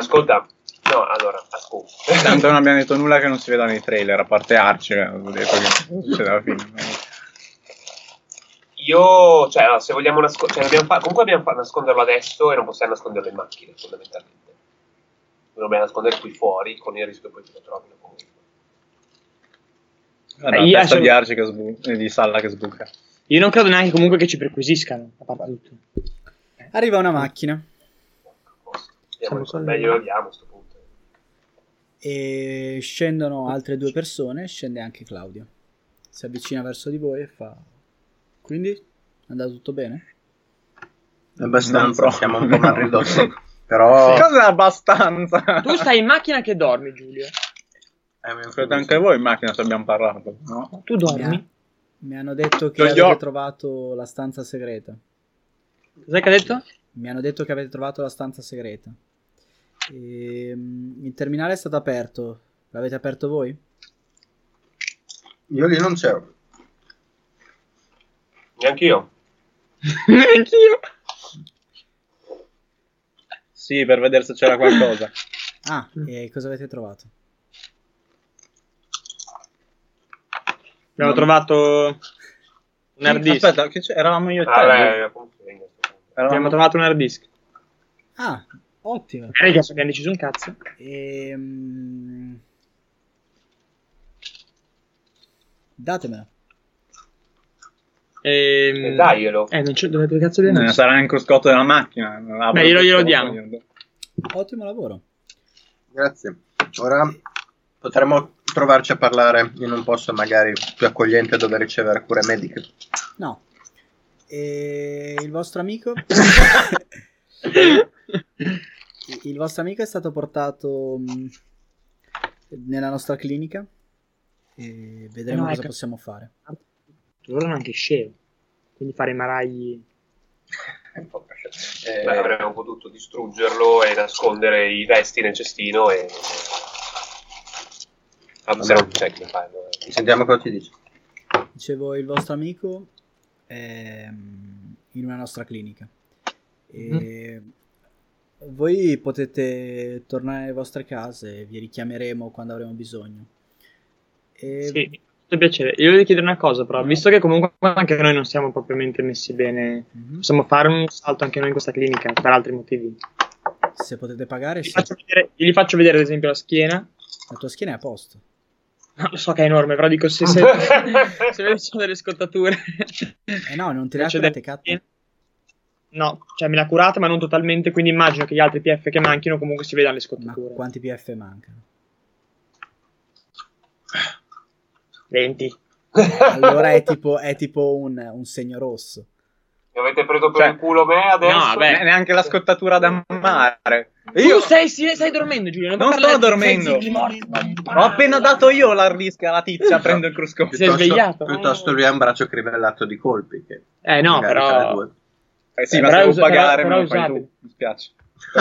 S1: Ascolta, no, allora, ascolta.
S8: tanto non abbiamo detto nulla che non si veda nei trailer, a parte Archer, avevo detto che non succede
S5: [laughs]
S8: alla fine.
S1: Io, cioè, allora, se vogliamo nasconderlo, comunque dobbiamo fa- nasconderlo adesso e non possiamo nasconderlo in macchina, fondamentalmente. Lo dobbiamo nascondere qui fuori con il rischio poi che lo trovino comunque.
S8: Guarda,
S5: Eh, io
S8: la testa
S5: sono-
S8: di Arce che sbu- eh, di Salla che sbuca.
S5: Io non credo neanche comunque che ci perquisiscano, a parte tutto.
S2: Arriva una macchina
S5: Siamo
S1: Andiamo,
S5: con-
S1: meglio lo diamo a questo punto.
S2: e scendono altre due persone, scende anche Claudio. Si avvicina verso di voi e fa... Quindi? È andato tutto bene?
S8: Non
S3: Abbastanza,
S8: proprio.
S3: siamo un po' mal ridossi.
S5: Oh.
S3: Però
S8: Cosa abbastanza? [laughs]
S5: Tu stai in macchina che dormi, Giulio.
S3: Eh, mi
S8: Ascolta,
S3: influenza.
S8: anche voi in macchina ci abbiamo parlato, no?
S5: Tu dormi?
S2: Mi hanno detto che
S8: Lo
S2: avete
S8: io-
S2: trovato la stanza segreta.
S5: Cos'è che ha detto?
S2: Mi hanno detto che avete trovato la stanza segreta. Ehm, il terminale è stato aperto. L'avete aperto voi?
S3: Io lì non c'ero.
S1: Neanche io.
S5: Neanch'io.
S8: Sì, per vedere se c'era qualcosa.
S2: Ah, e cosa avete trovato?
S8: Mm.
S5: Abbiamo trovato un hard disk.
S8: Aspetta, che c'è? eravamo
S5: Eh,
S8: io e te.
S1: Vabbè, Ah, appunto, venga, sto punto.
S5: Abbiamo
S8: Eravamo-
S5: trovato un hard disk.
S2: Ah, ottimo.
S5: Eh, Raga, abbiamo deciso un cazzo.
S2: Ehm... Datemela.
S5: Ehm...
S1: Eh, daglielo.
S5: Eh, non c'è... Dove, dove cazzo abbiamo
S8: Eh,
S5: messo?
S8: sarà nel cruscotto della macchina. Ah, non l'avrò
S5: Beh, glielo- glielo
S8: cruscotto,
S5: diamo.
S8: io-
S2: Ottimo lavoro.
S3: Grazie. Ora potremmo trovarci a parlare in un posto magari più accogliente dove ricevere cure mediche.
S2: No. E il vostro
S5: [laughs]
S2: amico? il vostro amico è stato portato mh, nella nostra clinica e
S5: Eh
S2: vedremo
S5: no,
S2: cosa
S5: ecco.
S2: possiamo fare.
S5: Loro erano anche scemo. Quindi fare i maragli...
S1: Eh, avremmo potuto distruggerlo e nascondere i resti nel cestino e... Ah, ma se non c'è chi lo fa, allora.
S3: Sentiamo cosa ti dice.
S2: Dicevo, il vostro amico è mh, in una nostra clinica. E
S5: Mm.
S2: Voi potete tornare alle vostre case, vi richiameremo quando avremo bisogno. E
S5: Sì, tutto piacere. Io voglio chiedere una cosa, però. Visto che comunque anche noi non siamo propriamente messi bene...
S2: Mhm.
S5: Possiamo fare un salto anche noi in questa clinica, per altri motivi.
S2: se potete pagare,
S5: Gli
S2: sì.
S5: faccio vedere, gli faccio vedere, ad esempio, la schiena.
S2: la tua schiena è a posto.
S5: No, lo so che è enorme, però dico se, se, se vedo ci sono delle scottature.
S2: Eh no, non ti
S5: Faccio
S2: raccurate,
S5: vedere-
S2: cazzo.
S5: Cioè, No, cioè me l'ha curata, ma non totalmente, quindi immagino che gli altri PF che manchino comunque si vedano le
S2: Ma
S5: scottature.
S2: quanti PF mancano?
S1: [laughs]
S5: 20.
S2: Allora è tipo, è tipo un, un segno rosso.
S1: Mi avete preso per
S8: Cioè,
S1: il culo me adesso?
S5: no, vabbè.
S8: Ne- neanche la scottatura da mare.
S5: Io
S8: Io
S5: stai, sì, stai dormendo, Giulio. Non,
S8: non
S5: parlare-
S8: sto dormendo.
S5: Sei,
S8: Ho appena dato io la rischia alla
S5: Eh,
S8: tizia, prendo il cruscotto.
S5: Si è svegliato.
S3: Piuttosto lui ha un braccio crivellato di colpi. Che
S5: Eh no,
S3: magari tra le
S5: però...
S3: due. [laughs]
S8: Eh sì,
S5: Eh,
S8: ma
S5: però
S8: se devo
S5: usa- però-
S8: pagare
S5: però
S8: me lo fai
S5: usate.
S8: tu, mi spiace.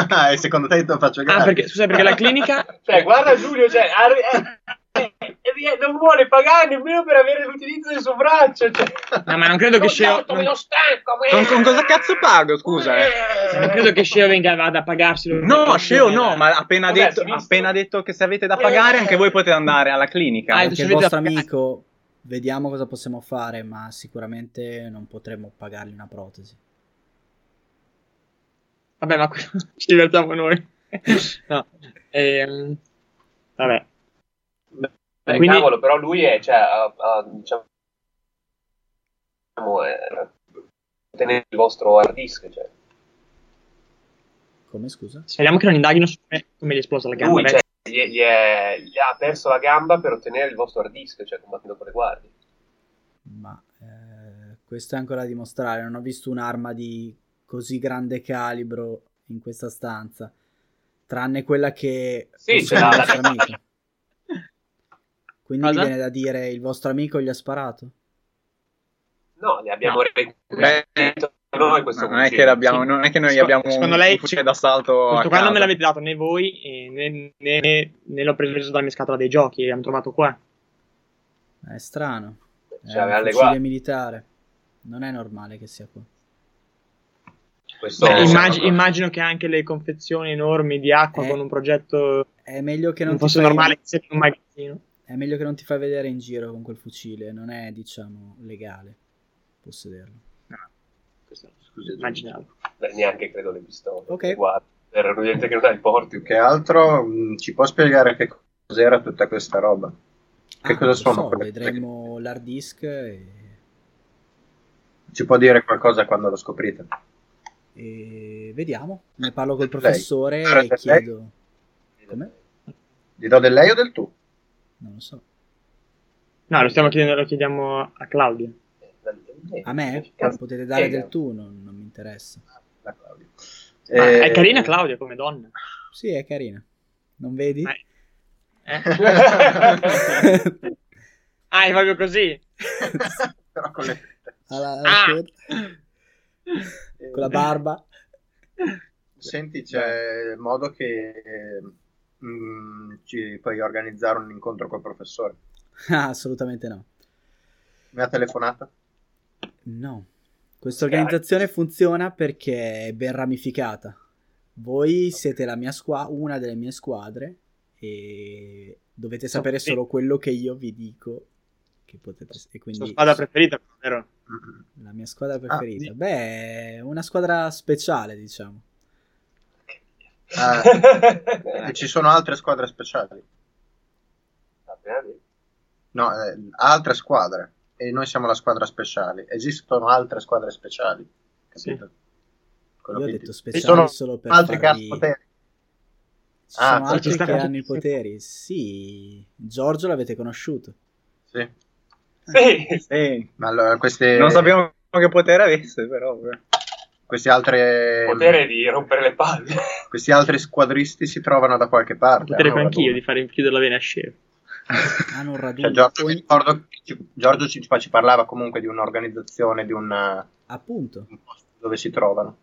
S3: Ah, e secondo te te lo faccio
S5: Ah,
S3: gratis?
S5: perché, scusa, perché la clinica...
S1: Cioè, guarda Giulio, cioè, arri- eh, eh, eh, eh, non vuole pagare nemmeno per avere l'utilizzo del suo braccio. Cioè.
S5: No, ma non credo che Sceo...
S1: Giotto, me lo
S5: Non,
S1: stanco, eh.
S8: Con, con cosa cazzo pago, scusa? eh?
S5: non credo che Sceo venga vada a pagarselo.
S8: No, Sceo no, ma ha appena,
S1: Vabbè,
S8: detto,
S1: si è visto.
S8: appena detto che se avete da pagare anche voi potete andare alla clinica.
S1: Eh,
S5: Ah,
S2: Perché
S5: ci
S2: il
S5: vede
S2: vostro
S5: la-
S2: amico, vediamo cosa possiamo fare, ma sicuramente non potremo pagargli una protesi.
S5: Vabbè, ma [laughs] ci divertiamo noi. [laughs] no. Ehm, vabbè.
S1: Eh,
S5: Quindi-
S1: cavolo, però lui è, cioè, ha- ha, diciamo, eh, tenere il vostro hard disk, cioè.
S2: Come scusa?
S5: Speriamo che non indaghino su come, come gli è esplosa la gamba.
S1: Lui,
S5: beh.
S1: cioè, gli, gli è- gli ha perso la gamba per ottenere il vostro hard disk, cioè, combattendo con le guardie.
S2: Ma eh, questo è ancora da dimostrare. Non ho visto un'arma di così grande calibro in questa stanza, tranne quella che
S1: Sì,
S2: possiede
S1: ce l'ha
S2: il
S1: la-
S2: vostro
S1: [laughs]
S2: amico. Quindi mi
S5: Cosa?
S2: viene da dire, il vostro amico gli ha sparato?
S1: No, le abbiamo
S5: No.
S1: recuperate noi questo
S8: non, è
S1: fucile.
S8: che l'abbiamo- non è che noi abbiamo
S5: esatto. Secondo
S8: un
S5: lei-
S8: un fucile d'assalto a
S5: Questo qua non
S8: casa.
S5: me l'avete dato né voi eh, né, né- né- né l'ho preso dalla mia scatola dei giochi. L'abbiamo trovato qua.
S2: È strano. È
S1: Cioè,
S2: Eh, un
S1: alle
S2: fucile
S1: guardie.
S2: militare. Non è normale che sia qua.
S1: Questo-
S5: Beh, Cioè, immag-
S1: questo-
S5: immagino che anche le confezioni enormi di acqua
S2: Eh,
S5: con un progetto
S2: È meglio che non,
S5: non
S2: ti
S5: fosse
S2: fai-
S5: normale che sia in un magazzino.
S2: È meglio che non ti fai vedere in giro con quel fucile, non è, diciamo, legale possederlo.
S5: Questo
S3: Scusi,
S5: immaginavo.
S1: Beh, neanche credo le pistole.
S2: Ok.
S1: le guardie. Erano gente che non ha il porti.
S3: mm, Più che altro mh, ci può spiegare che cos'era tutta questa roba? Che cosa
S2: non
S3: sono
S2: Ah, so,
S3: quelle-
S2: vedremo l'hard disk e,
S3: Ci può dire qualcosa quando lo scoprite?
S2: e vediamo. Ne parlo col
S3: Lei.
S2: professore
S3: Allora,
S2: e
S3: lei-
S2: chiedo... Come?
S3: Gli do del lei o del tu?
S2: Non lo so.
S5: No, lo stiamo chiedendo, lo chiediamo a Claudio.
S2: A me?
S3: Cazzo,
S2: Potete dare
S3: spiega.
S2: del tu, non, non mi interessa.
S3: Da Claudio.
S5: Ma
S3: Eh,
S5: Ah, è carina
S3: [laughs]
S5: Claudio come donna.
S2: Sì, è carina. Non vedi? [laughs]
S5: Ma- Eh? Ah, è proprio così.
S3: Però con le...
S2: Alla-
S5: Ah!
S2: Con la barba.
S3: [laughs] Senti, c'è modo che mm, ci puoi organizzare un incontro col professore?
S2: Ah, [laughs] assolutamente no.
S3: Una telefonata?
S2: No, questa organizzazione funziona perché è ben ramificata. Voi siete la mia squa- una delle mie squadre e dovete sapere
S5: sì.
S2: solo quello che io vi dico. Che potete... E
S5: La
S2: quindi
S5: spada preferita, vero?
S3: Mm.
S2: la mia squadra preferita. Beh, è una squadra speciale, diciamo.
S3: Ah, e ci sono altre squadre speciali? No, eh, altre squadre. E noi siamo la squadra speciali. Esistono altre squadre speciali. Capito? Quello
S2: Io ho
S3: che
S2: detto
S3: ti-
S2: speciali
S3: Ci sono
S2: solo per
S3: altri che hanno
S2: farvi...
S3: poteri.
S2: Ci
S3: Ah,
S2: sono
S3: ci
S2: altri
S5: sta-
S2: che hanno i poteri. Sì, Giorgio l'avete conosciuto.
S3: Sì.
S1: Sì.
S8: Sì.
S3: Ma allora, queste,
S5: Eh.
S8: Non sappiamo che potere avesse, però.
S3: questi,
S5: Ehm,
S3: altre,
S1: Potere di rompere le palle. [laughs]
S3: questi altri squadristi si trovano da qualche parte.
S5: Potere
S3: hanno
S5: anch'io
S3: raduno.
S5: di fare chiuderla bene a scemo.
S2: Hanno un raduno.
S3: Cioè, Giorgio, mi
S2: Ogni-
S3: ricordo che ci- Giorgio ci, ci parlava comunque di un'organizzazione, di un, eh,
S2: Appunto,
S3: un posto dove si trovano.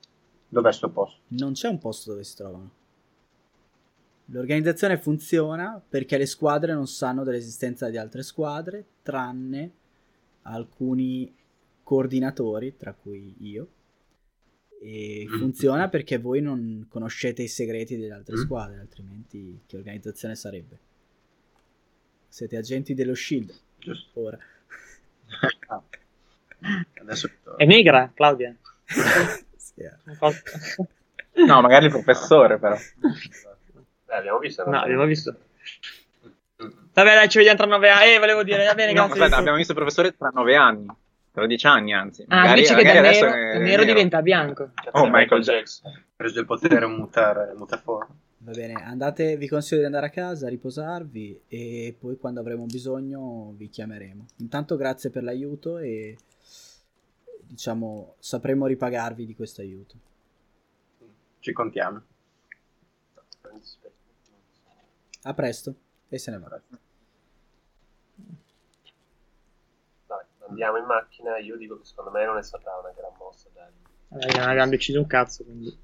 S3: Dov'è sto posto?
S2: non c'è un posto dove si trovano. L'organizzazione funziona perché le squadre non sanno dell'esistenza di altre squadre, tranne alcuni coordinatori, tra cui io. E
S3: Mm.
S2: funziona perché voi non conoscete i segreti delle altre
S3: Mm.
S2: squadre, altrimenti che organizzazione sarebbe? Siete agenti dello Shield
S8: [laughs]
S3: Giusto.
S2: ora.
S3: Ah. Adesso
S5: È negra, Claudia.
S2: Sì, eh.
S5: Non fa-
S8: No, magari il professore, però.
S1: Eh, abbiamo visto.
S5: No, abbiamo visto. Vabbè, dai, ci vediamo tra nove anni. Eh, volevo dire, va bene,
S8: No,
S5: grazie.
S8: aspetta, abbiamo visto il professore tra nove anni, tra dieci anni anzi.
S5: Ah, invece che da
S8: magari
S5: nero,
S8: è
S5: il nero, diventa bianco.
S8: Oh, Michael
S1: Jackson.
S3: ho preso il potere mutare, mutaforma.
S2: Va bene, andate, vi consiglio di andare a casa, riposarvi e poi quando avremo bisogno vi chiameremo. Intanto grazie per l'aiuto e diciamo sapremo ripagarvi di questo aiuto.
S3: Ci contiamo.
S2: A presto e se ne va.
S1: Dai, andiamo in macchina. Io dico che secondo me non è stata una gran mossa. Dai.
S5: Vabbè, non Eh, abbiamo deciso un cazzo, quindi.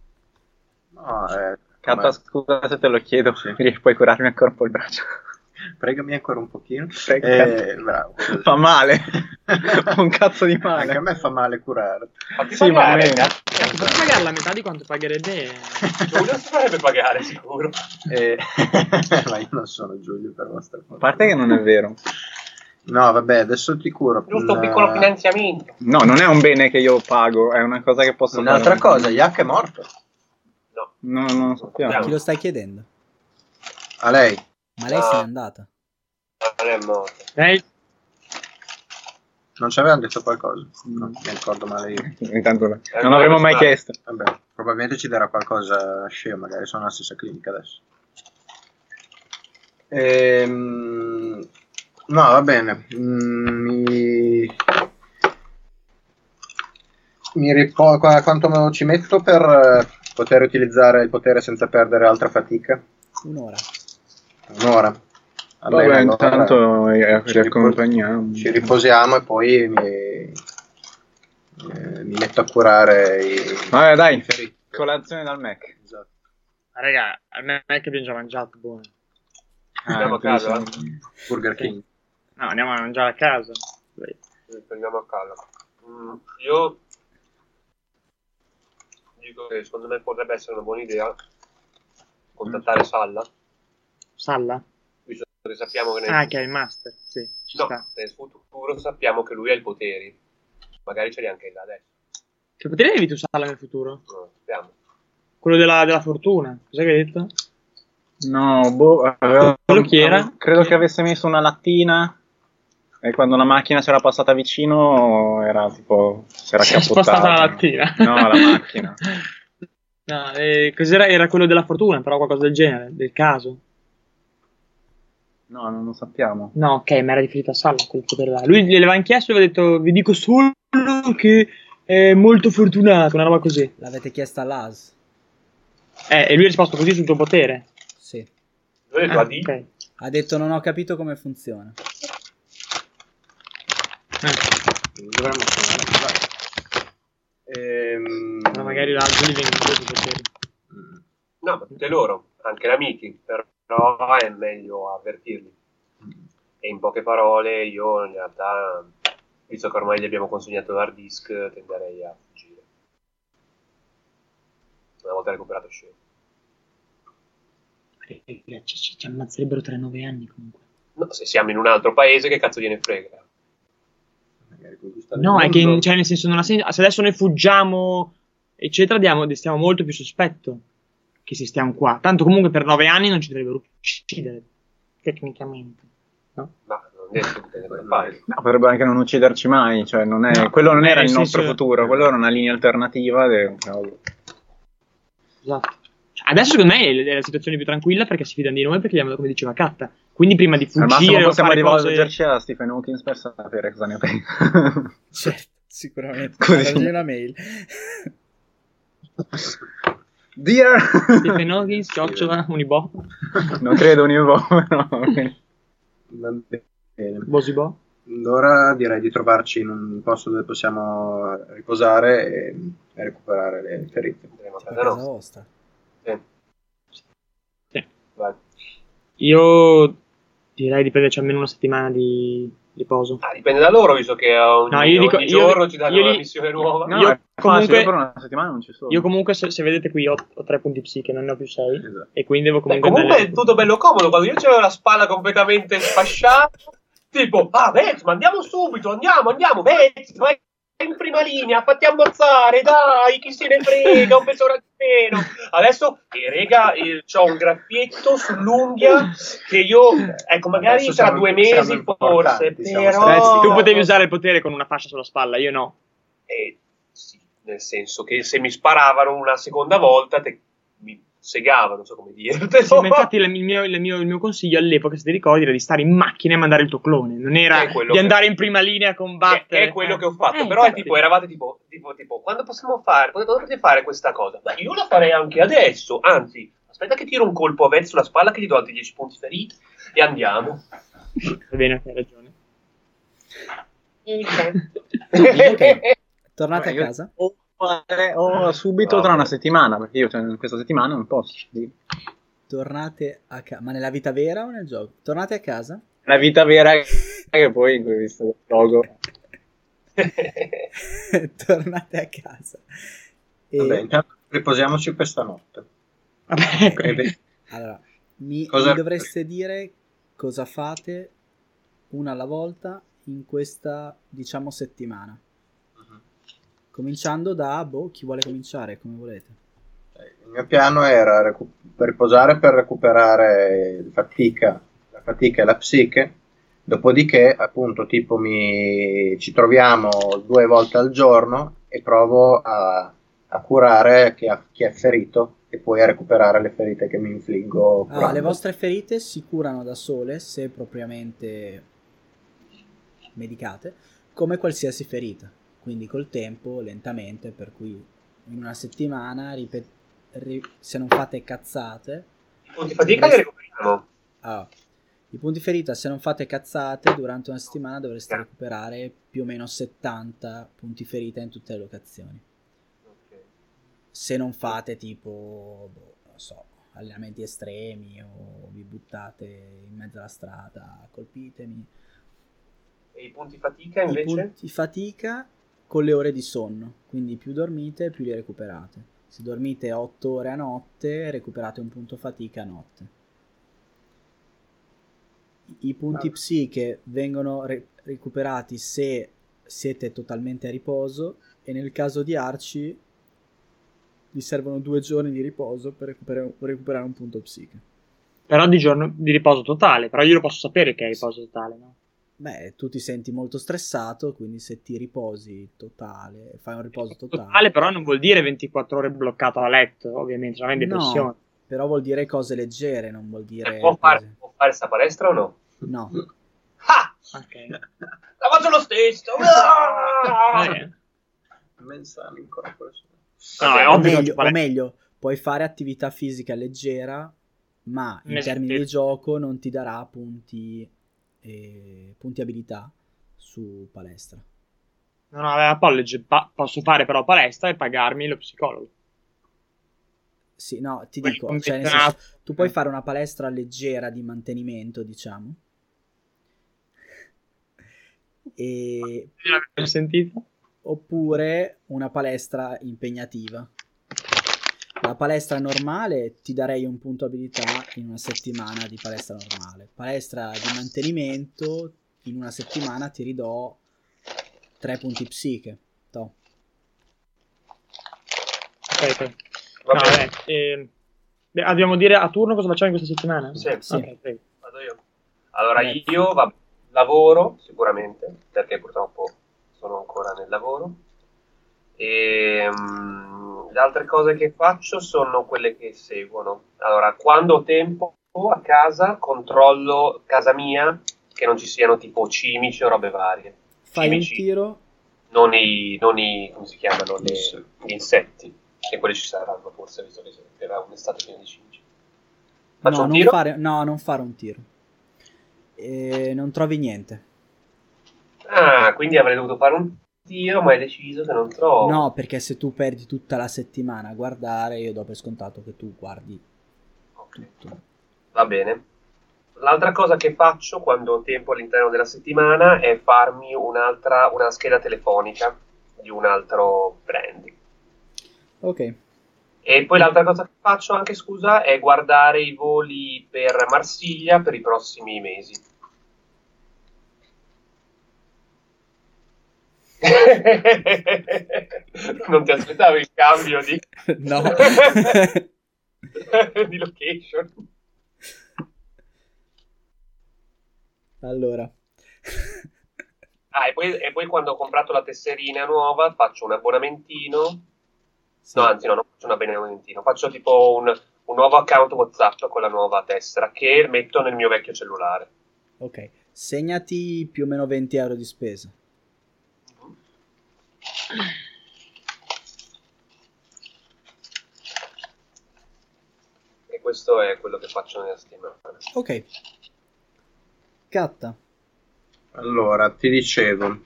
S3: No, eh,
S8: Catta,
S3: come-
S8: scusa se te lo chiedo, [laughs] puoi curarmi ancora un po' il braccio.
S3: Pregami ancora un [laughs] pochino. [laughs]
S8: Prego.
S3: Eh, bravo.
S8: [laughs] Fa male,
S3: [laughs]
S8: un cazzo di
S3: Anche a
S8: male.
S3: me fa male
S8: [laughs]
S3: curare.
S1: Fatti
S8: Sì, ma
S1: pagare,
S8: almeno.
S1: cazzo.
S5: Cazzo, posso pagare la metà di quanto [laughs] pagherebbe?
S1: Giulio si farebbe pagare sicuro.
S3: Eh, [laughs] ma io non sono Giulio per vostra
S8: A parte che non è vero.
S3: No, vabbè, adesso ti curo. eh,
S1: Giusto un
S3: Una-
S1: piccolo finanziamento.
S8: No, non è un bene che io pago, è una cosa che posso
S3: Un'altra
S8: fare.
S3: cosa, Jack è morto.
S1: No.
S8: No, non lo sappiamo.
S2: Chi lo stai chiedendo?
S3: A lei.
S2: Ma lei se n'è andata.
S1: Non è morto.
S5: Eh,
S3: Non ci avevano detto qualcosa? No, mi ricordo male io.
S8: Intanto,
S3: Cioè,
S8: non l'avremmo mai chiesto.
S3: Vabbè, probabilmente ci darà qualcosa scemo, magari sono alla stessa clinica adesso. Ehm, no, va bene. Mm, mi mi ripo- qua- quanto me- ci metto per eh, poter utilizzare il potere senza perdere altra fatica?
S2: Un'ora.
S3: Un'ora. Va
S8: Vabbè,
S3: bene, allora
S8: intanto eh, ci
S3: ci ripo-
S8: accompagniamo.
S3: ci riposiamo e poi mi, eh, mi metto a curare i...
S8: Vabbè, dai,
S3: i feriti.
S8: colazione dal Mac.
S3: Esatto.
S5: raga, a me è che abbiamo già mangiato, buono.
S8: Ah,
S1: Andiamo a casa,
S8: quindi sono-
S3: Burger King.
S5: No, andiamo a mangiare a casa. Dai.
S1: Prendiamo a caldo. Mm, io dico che secondo me potrebbe essere una buona idea contattare Salla,
S5: Salla?
S1: visto che sappiamo che nel,
S5: Ah, che è il master, sì, ci
S1: no,
S5: sta.
S1: nel futuro sappiamo che lui ha i poteri. Magari ce li ha anche là adesso.
S5: Che potere avevi tu Salla nel futuro?
S1: Non lo sappiamo.
S5: Quello della, della fortuna, cos'è che hai detto?
S8: No, boh, aveva-
S5: Quello chi era?
S8: Credo che avesse messo una lattina E quando una macchina c'era passata vicino, era tipo. Si era
S5: Si è
S8: capottata.
S5: spostata la lattina.
S8: cioè. No, la macchina.
S5: [laughs] No, eh, cos'era? Era quello della fortuna, però qualcosa del genere, del caso.
S8: No, non lo sappiamo.
S5: No, ok, ma era di Frita Salla quel potere là. Lui gliel'aveva chiesto e aveva detto: Vi dico solo che è molto fortunato, una roba così.
S2: L'avete chiesta all'AS?
S5: Eh, e lui ha risposto così sul tuo potere.
S2: Sì.
S1: Dove
S5: Ah,
S1: la D?
S5: ok.
S2: Cioè, Ha detto non ho capito come funziona.
S5: Dovremmo
S3: Ehm,
S5: Ma magari l'altro gli viene il suo potere.
S1: No, ma tutte loro, anche la Miki, però è meglio avvertirli. E in poche parole, io in realtà, visto che ormai gli abbiamo consegnato l'hard disk, tenderei a fuggire. Una volta recuperato Sheo.
S5: Cioè, Ci, ci- ci ammazzerebbero tra i nove anni comunque.
S1: No, se siamo in un altro paese, che cazzo gliene frega?
S3: magari conquistare il
S5: No, è che
S3: mondo.
S5: cioè, nel senso, non ha senso- se adesso noi fuggiamo, eccetera, diamo, destiamo molto più sospetto che se stiamo qua. Tanto comunque per nove anni non ci dovrebbero uccidere, tecnicamente.
S1: Ma non è detto che te ne puoi fare.
S8: No, potrebbe anche non ucciderci mai. Cioè, non è-
S5: No,
S8: quello non
S5: eh,
S8: era il
S5: nel
S8: nostro
S5: senso-
S8: futuro, quello era una linea alternativa. de-
S5: Esatto. Cioè, Adesso secondo me è è la situazione più tranquilla perché si fidano di noi perché abbiamo, come diceva Katta. Quindi prima di
S8: Al massimo
S5: fuggire o
S8: possiamo
S5: fare cose...
S8: rivolgerci a Stephen Hawking per sapere cosa ne pensa. [laughs]
S2: Certo, sicuramente.
S8: Così.
S2: Mandagli una mail.
S8: Dear...
S5: Stephen Hawking, Ciocciola, Unibo,
S8: non credo un uomo,
S5: [laughs]
S8: no.
S3: Va bene.
S5: Bosibo.
S3: Allora direi di trovarci in un posto dove possiamo riposare e, e recuperare le ferite.
S1: Andremo a
S2: A
S1: casa
S2: casa
S1: nostra.
S2: vostra.
S1: Sì.
S5: Sì.
S1: Vai.
S5: Io direi di prenderci almeno una settimana di riposo.
S1: Ah, dipende da loro, visto che ogni,
S5: No, io dico-
S1: ogni
S5: io-
S1: giorno ci danno
S5: io
S1: una
S5: li-
S1: missione nuova.
S8: No,
S5: Io
S8: è
S5: comunque-
S8: facile, per una settimana non ci sono.
S5: Io comunque, se, se vedete qui, ho, ho tre punti psiche, non ne ho più sei.
S3: Esatto.
S5: E quindi devo
S1: Beh,
S5: comunque...
S1: comunque
S5: andare-
S1: è tutto bello comodo quando io c'avevo la spalla completamente sfasciata tipo ah Vez ma andiamo subito andiamo andiamo Vez vai in prima linea fatti ammazzare dai chi se ne frega un peso meno adesso eh, rega ho un graffietto sull'unghia che io ecco magari
S3: Adesso
S1: tra
S3: siamo-
S1: due
S3: siamo
S1: mesi forse
S3: importanti, siamo
S1: però
S5: Beh,
S3: stretti.
S5: sì, tu potevi usare il potere con una fascia sulla spalla, io no.
S1: Eh, sì, nel senso che se mi sparavano una seconda volta te- mi segavano non so come dirtelo
S5: Sì, ma
S1: [laughs]
S5: infatti il mio, il mio- il mio consiglio all'epoca, se ti ricordi, era di stare in macchina e mandare il tuo clone. Non era
S1: È quello
S5: di
S1: che-
S5: andare in prima linea a
S1: che,
S5: combattere.
S1: che è quello che ho fatto.
S5: Eh,
S1: però è
S5: infatti.
S1: tipo, eravate tipo, tipo, tipo, quando possiamo fare, quando potete fare questa cosa? Ma io la farei anche adesso. Anzi, aspetta che tiro un colpo a Vez sulla spalla che gli do altri 10 punti feriti e
S5: [laughs]
S1: andiamo.
S5: Va bene, hai ragione.
S2: Ok. Tornate
S8: Vabbè,
S2: a
S8: io-
S2: casa.
S8: o fare-
S5: Ah,
S8: o subito
S1: Vabbè.
S8: tra una settimana, perché io cioè, questa settimana non posso. cioè, sì.
S2: Tornate a casa. Ma nella vita vera o nel gioco? Tornate a casa.
S8: La vita vera è che poi ho visto il
S5: Eh,
S8: logo.
S2: [laughs] Tornate a casa. E
S3: Vabbè, intanto riposiamoci questa notte.
S5: Vabbè, [laughs] ecco,
S3: Ok,
S2: allora, mi,
S3: Cosa-
S2: mi dovreste dire cosa fate una alla volta in questa, diciamo, settimana. Cominciando da, boh, chi vuole cominciare, come volete.
S3: Il mio piano era recu- per riposare per recuperare fatica, la fatica e la psiche, dopodiché appunto tipo mi- ci troviamo due volte al giorno e provo a, a curare chi, ha- chi è ferito e poi a recuperare le ferite che mi infliggo.
S2: Allora, Ah, le
S3: curando.
S2: vostre ferite si curano da sole se propriamente medicate, come qualsiasi ferita. Quindi col tempo, lentamente, per cui in una settimana, ripet- ri- se non fate cazzate,
S1: I punti fatica li recuperiamo.
S2: ah, i punti ferita, se non fate cazzate, durante una settimana dovreste recuperare più o meno 70 punti ferita in tutte le locazioni. Se non fate tipo, boh, non so, allenamenti estremi o vi buttate in mezzo alla strada, colpitemi.
S1: E i punti fatica
S2: I
S1: invece?
S2: punti fatica con le ore di sonno, quindi più dormite più li recuperate. Se dormite 8 ore a notte, recuperate un punto fatica a notte. I punti
S3: Ah.
S2: psiche vengono re- recuperati se siete totalmente a riposo e nel caso di Arci vi servono due giorni di riposo per recuperare, recuperare un punto psiche.
S5: Però di giorno di riposo totale, però io lo posso sapere che è riposo totale, no?
S2: Beh, tu ti senti molto stressato, quindi se ti riposi totale, fai un riposo totale.
S5: Totale però non vuol dire 24 ore bloccato a letto, ovviamente, cioè non è in
S2: No.
S5: depressione.
S2: Però vuol dire cose leggere, non vuol dire...
S1: Eh,
S5: Eh,
S1: Può fare,
S2: cose-
S1: può fare sta palestra o no?
S2: No.
S1: Ah!
S5: Ok.
S1: La faccio lo stesso!
S5: Ah,
S1: Ah!
S5: eh.
S3: Mensano ancora questo.
S5: No, è
S2: o,
S5: ovvio che
S2: meglio,
S5: vale-
S2: o meglio, puoi fare attività fisica leggera, ma in
S5: Nel
S2: termini
S5: senso-
S2: di gioco non ti darà punti, eh, punti abilità su palestra.
S5: Non aveva college, pa- posso fare però palestra e pagarmi lo psicologo.
S2: Sì, no, ti
S5: Quelli
S2: dico, cioè, nel
S5: convenzionati.
S2: senso, tu puoi fare una palestra leggera di mantenimento, diciamo. E-
S5: L'ho sentito?
S2: oppure una palestra impegnativa. La palestra normale ti darei un punto abilità in una settimana di palestra normale. Palestra di mantenimento in una settimana ti ridò 3 punti psiche. Toh.
S5: Aspetta.
S1: Va
S5: No,
S1: bene,
S5: vabbè, ehm, beh, dobbiamo dire a turno cosa facciamo in questa settimana?
S1: Sì.
S2: Sì.
S5: Ok, prego.
S1: vado io. Allora,
S2: Beh.
S1: io vabbè, lavoro sicuramente, perché purtroppo sono ancora nel lavoro. E mm, le altre cose che faccio sono quelle che seguono. Allora, quando ho tempo a casa, controllo casa mia che non ci siano tipo cimici o robe varie.
S2: Fai un
S1: Cimici.
S2: tiro,
S1: non i, non i- come si chiamano le-
S3: Insetti.
S1: gli insetti e quelli ci saranno forse visto che era un'estate piena di cimici faccio
S2: no
S1: un
S2: non,
S1: tiro
S2: fare, no, non fare un tiro. E non trovi niente.
S1: ah quindi avrei dovuto fare un tiro ma hai deciso che non trovo
S2: No, perché se tu perdi tutta la settimana a guardare, io do per scontato che tu guardi
S1: Ok,
S2: tutto.
S1: va bene l'altra cosa che faccio quando ho tempo all'interno della settimana è farmi un'altra una scheda telefonica di un altro brand
S2: Ok.
S1: e poi l'altra cosa che faccio anche scusa è guardare i voli per Marsiglia per i prossimi mesi non ti aspettavi il cambio di,
S2: [laughs]
S1: [laughs]
S2: No.
S1: di location.
S2: allora.
S1: Ah, e poi, e poi quando ho comprato la tesserina nuova faccio un abbonamentino.
S2: Sì.
S1: No, anzi, no, non faccio un abbonamentino. Faccio tipo un, un nuovo account WhatsApp con la nuova tessera che metto nel mio vecchio cellulare.
S2: Ok. Segnati più o meno 20 euro di spesa.
S1: E questo è quello che faccio nella settimana.
S2: Ok. Catta.
S3: Allora, ti dicevo,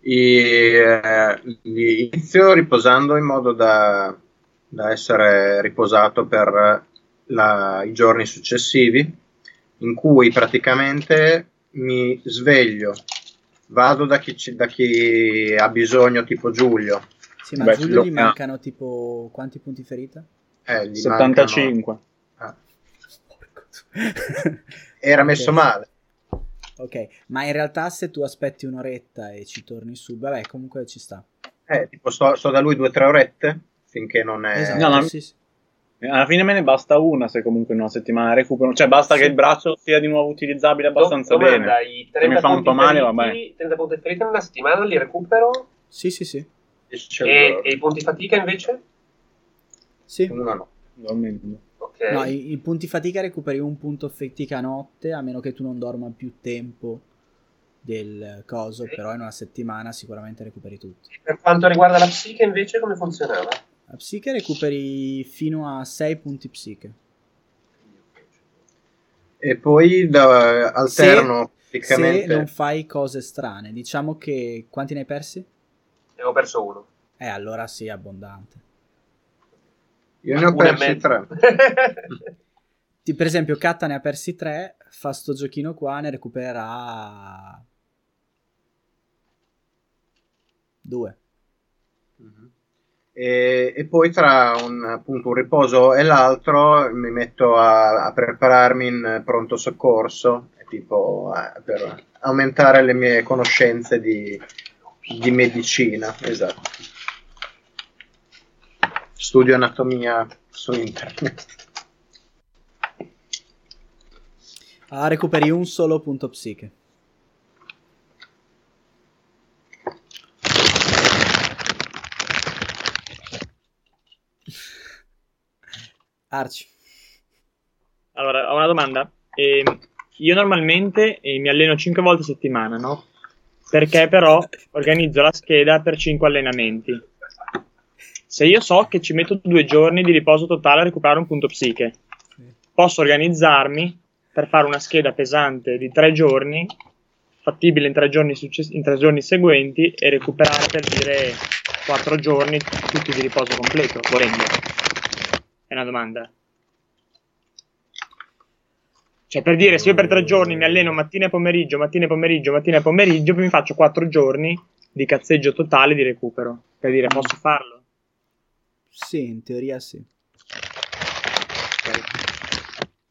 S3: i- eh, li- inizio riposando in modo da, da essere riposato per la- i giorni successivi, in cui praticamente mi sveglio, vado da chi, ci- da chi ha bisogno, tipo Giulio,
S2: Sì, ma
S8: Beh,
S2: a Giulio
S8: lo-
S2: gli mancano tipo quanti punti ferita?
S3: eh, gli mancano-
S8: 75.
S3: ah,
S2: Porco.
S8: [laughs]
S3: era
S2: Oh, Ok.
S3: messo male.
S2: Ok, ma in realtà se tu aspetti un'oretta e ci torni su, vabbè, comunque ci sta.
S3: Eh, tipo sto, sto da lui due o tre orette finché non è...
S2: Esatto,
S8: Eh. no, ma-
S2: sì, sì.
S8: Eh, Alla fine me ne basta una se comunque in una settimana recupero. Cioè basta
S2: Sì.
S8: che il braccio sia di nuovo utilizzabile abbastanza
S1: Domanda,
S8: bene.
S1: i
S8: Se mi
S1: 30
S8: fa un po'
S1: punti
S8: male,
S1: feriti-
S8: vabbè.
S1: 30 punti feriti in una settimana li recupero.
S2: Sì, sì, sì.
S1: E, e i punti fatica invece?
S2: Sì.
S3: Uno no.
S8: Dormendo.
S1: Ok.
S2: No, i, i punti fatica recuperi un punto fatica a notte, a meno che tu non dorma più tempo del coso,
S1: Ok.
S2: però in una settimana sicuramente recuperi tutto.
S1: Per quanto riguarda la psiche invece come funzionava?
S2: La psiche recuperi fino a 6 punti psiche.
S3: E poi da- alterno
S2: Se
S3: praticamente
S2: non fai cose strane, diciamo che quanti ne hai persi?
S1: Ne ho perso uno.
S2: Eh, allora sì, abbondante.
S3: Io ne ho
S1: Una e
S3: persi
S1: mezza.
S3: tre.
S2: Ti- per esempio, Katta ne ha persi 3, fa sto giochino qua, ne recupererà 2.
S3: E, e poi tra un, appunto, un riposo e l'altro mi metto a, a prepararmi in pronto soccorso, tipo eh, per aumentare le mie conoscenze di, di medicina. Esatto. Studio anatomia su internet.
S2: Ah, recuperi un solo punto psiche. Arci.
S5: Allora, ho una domanda. Ehm, io normalmente eh, mi alleno 5 volte a settimana, no? Perché però organizzo la scheda per 5 allenamenti. Se io so che ci metto due giorni di riposo totale a recuperare un punto psiche, posso organizzarmi per fare una scheda pesante di 3 giorni, fattibile in 3 giorni, success- in tre giorni seguenti e recuperare per dire 4 giorni tutti di riposo completo, volendo. È una domanda. Cioè, per dire, se io per tre giorni mi alleno mattina e pomeriggio, mattina e pomeriggio, mattina e pomeriggio, poi mi faccio quattro giorni di cazzeggio totale di recupero. Per dire, posso farlo?
S2: Sì, in teoria sì.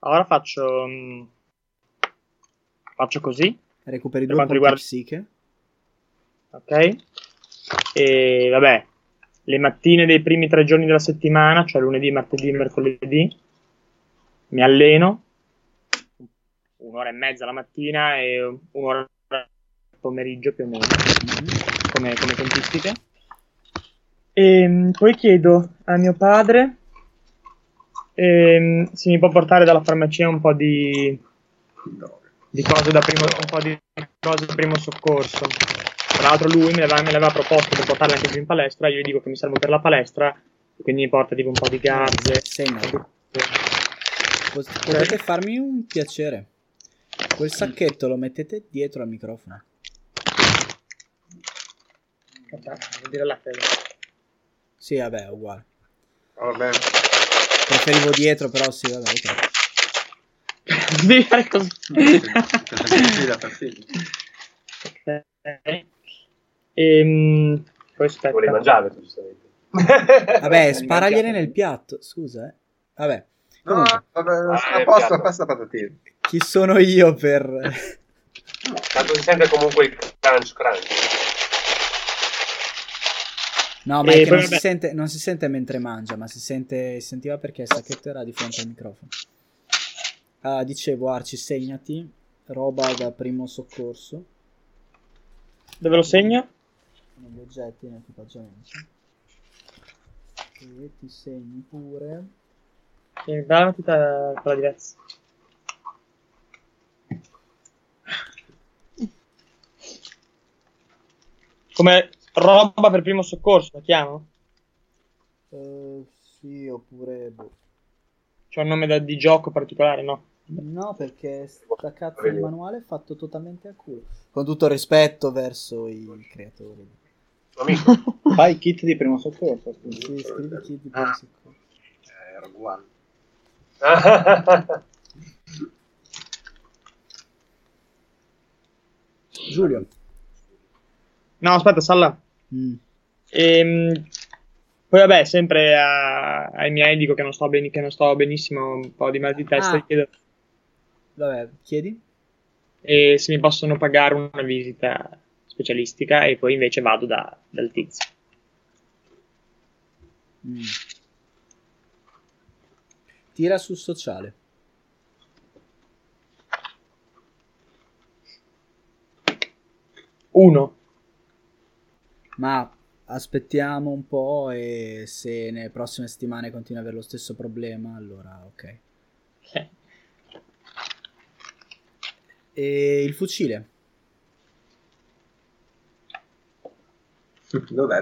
S5: Ora faccio. mm, faccio così,
S2: Recuperi
S5: Per
S2: due punti
S5: quanto riguarda-
S2: psiche.
S5: ok? E vabbè, le mattine dei primi tre giorni della settimana, cioè lunedì, martedì, mercoledì, mi alleno un'ora e mezza la mattina e un'ora al pomeriggio più o meno. come, come tempistiche. Ehm, poi chiedo a mio padre ehm, se mi può portare dalla farmacia un po' di, di cose da primo, un po' di cose da primo soccorso. Tra l'altro lui me l'aveva, me l'aveva proposto per portarle anche giù in palestra, io gli dico che mi servo per la palestra, quindi mi porta tipo un po' di gazze.
S2: Segna. Pos- Potete farmi un piacere. Quel
S5: Mm.
S2: sacchetto lo mettete dietro al microfono.
S5: Vuol dire la fede.
S2: Sì, vabbè, è uguale.
S3: Vabbè.
S2: Preferivo dietro, però sì, vabbè,
S5: Eh,
S2: ok.
S5: Devi fare così.
S3: Sfida per sfida.
S5: Ok. Ehm, poi
S1: [laughs]
S5: aspetta.
S1: Volevi mangiare, tu, giustamente.
S2: Vabbè, sparagliene nel piatto, scusa, eh. Vabbè.
S3: No,
S2: Comunque,
S3: vabbè,
S1: Ah,
S3: sono a
S1: è
S3: posto,
S1: piatto.
S3: pasta patatine.
S2: chi sono io per...
S1: Tanto si sente comunque il crunch crunch.
S2: [laughs] No, ma
S5: Eh,
S2: è che
S5: poi
S2: non si,
S5: vabbè.
S2: sente, non si sente mentre mangia, ma si, sente, si sentiva perché il sacchetto era di fronte al microfono. Ah, dicevo, Arci, segnati. Roba da primo soccorso.
S5: Dove lo segno?
S2: negli oggetti nell'equipaggiamento e ti segni pure
S5: Sì, dai una matita quella diversa. Come roba per primo soccorso, la chiamo?
S2: eh, sì oppure boh.
S5: C'è un nome da- di gioco particolare, no?
S2: no perché sta cazzo di manuale è fatto totalmente a culo con tutto il rispetto verso i creatori
S1: Amico,
S8: Fai kit di primo soccorso. scusa.
S2: sì, scrivi chi ti
S3: Ah.
S2: pensi qua.
S3: Eh, Rogue One.
S2: Giulio
S5: No, aspetta, Salla.
S2: Mm.
S5: Ehm, poi vabbè, sempre a- ai miei dico che non, sto bene, che non sto benissimo, un po' di mal di testa,
S2: Ah.
S5: e chiedo
S2: vabbè chiedi
S5: eh, se mi possono pagare una visita specialistica e poi invece vado da- dal tizio.
S2: Mm. tira sul sociale
S5: Uno.
S2: Ma aspettiamo un po' e se nelle prossime settimane continui ad avere lo stesso problema, allora ok.
S5: Eh.
S2: E il fucile?
S3: Dov'è?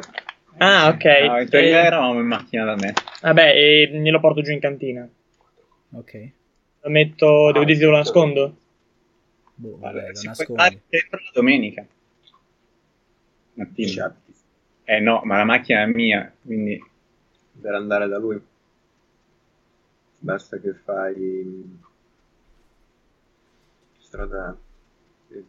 S5: Ah, ok.
S8: No, in teoria
S5: Eh.
S8: eravamo in macchina da me.
S5: Vabbè, e glielo porto giù in cantina.
S2: Ok.
S5: Lo metto.
S8: Ah,
S5: devo dire dove lo nascondo?
S2: Boh, vabbè,
S8: Allora,
S2: lo
S8: si può
S2: nascondi.
S8: fare sempre la domenica.
S3: Diciamo.
S8: Mattina. Eh no, ma la macchina è mia, quindi...
S3: Per andare da lui. Basta che fai mm, strada. sì.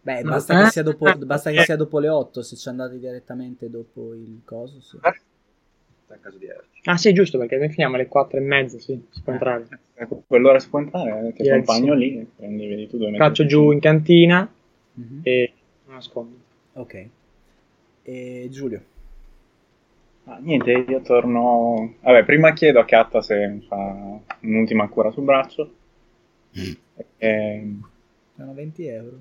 S2: Beh,
S5: No.
S2: basta che,
S5: Eh?
S2: sia dopo, basta che
S5: Eh.
S2: sia dopo le 8, se ci andate direttamente dopo il coso, sì.
S3: a caso di Erci.
S5: Ah, sì, giusto, perché noi finiamo alle 4 e mezza, sì, si può entrare.
S8: Ecco, [laughs] Quell'ora si può entrare,
S5: Direi
S8: ti
S5: di
S8: accompagno lì, prendi, vedi tu dove
S5: Caccio
S8: metterti.
S5: giù in cantina
S2: Mhm.
S5: e lo nascondo.
S2: Ok. E Giulio?
S8: Ah, niente, io torno... Vabbè, prima chiedo a Katta se mi fa un'ultima cura sul braccio. Ehm,
S2: Sono 20 euro.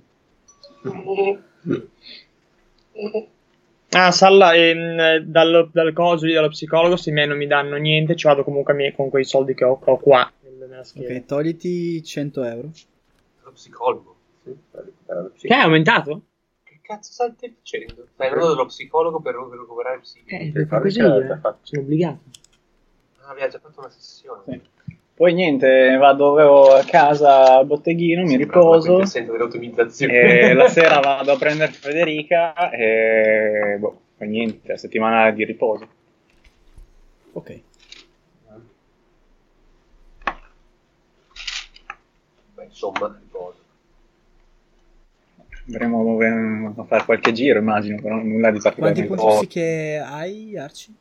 S5: Ah, Salla, ehm, dallo- dal coso lì, dallo psicologo, se me non mi danno niente, ci vado comunque a me con quei soldi che ho, ho qua nel- nella
S2: Ok,
S5: schiena.
S2: togliti 100 euro.
S1: Lo psicologo.
S6: Sì, per recuperare lo
S5: Che è
S6: psico.
S5: aumentato?
S1: Che cazzo stai facendo? Stai andando dallo psicologo per per recuperare il psichico.
S5: Eh,
S6: Devi fare
S5: così,
S6: che l'ha già
S5: eh.
S6: fatto.
S5: sono obbligato.
S1: Ah, abbiamo già fatto una sessione.
S8: Sì. Poi niente, vado a casa al botteghino, mi riposo.
S1: Sento dell'automatizzazione. [laughs]
S8: E la sera vado a prendere Federica e boh, e niente, la settimana di riposo.
S2: Ok.
S1: Beh, insomma, riposo.
S8: Andremo eh, a fare qualche giro, immagino, però nulla di
S2: Quanti
S8: particolare. Oh,
S2: punti psiche hai, Arci?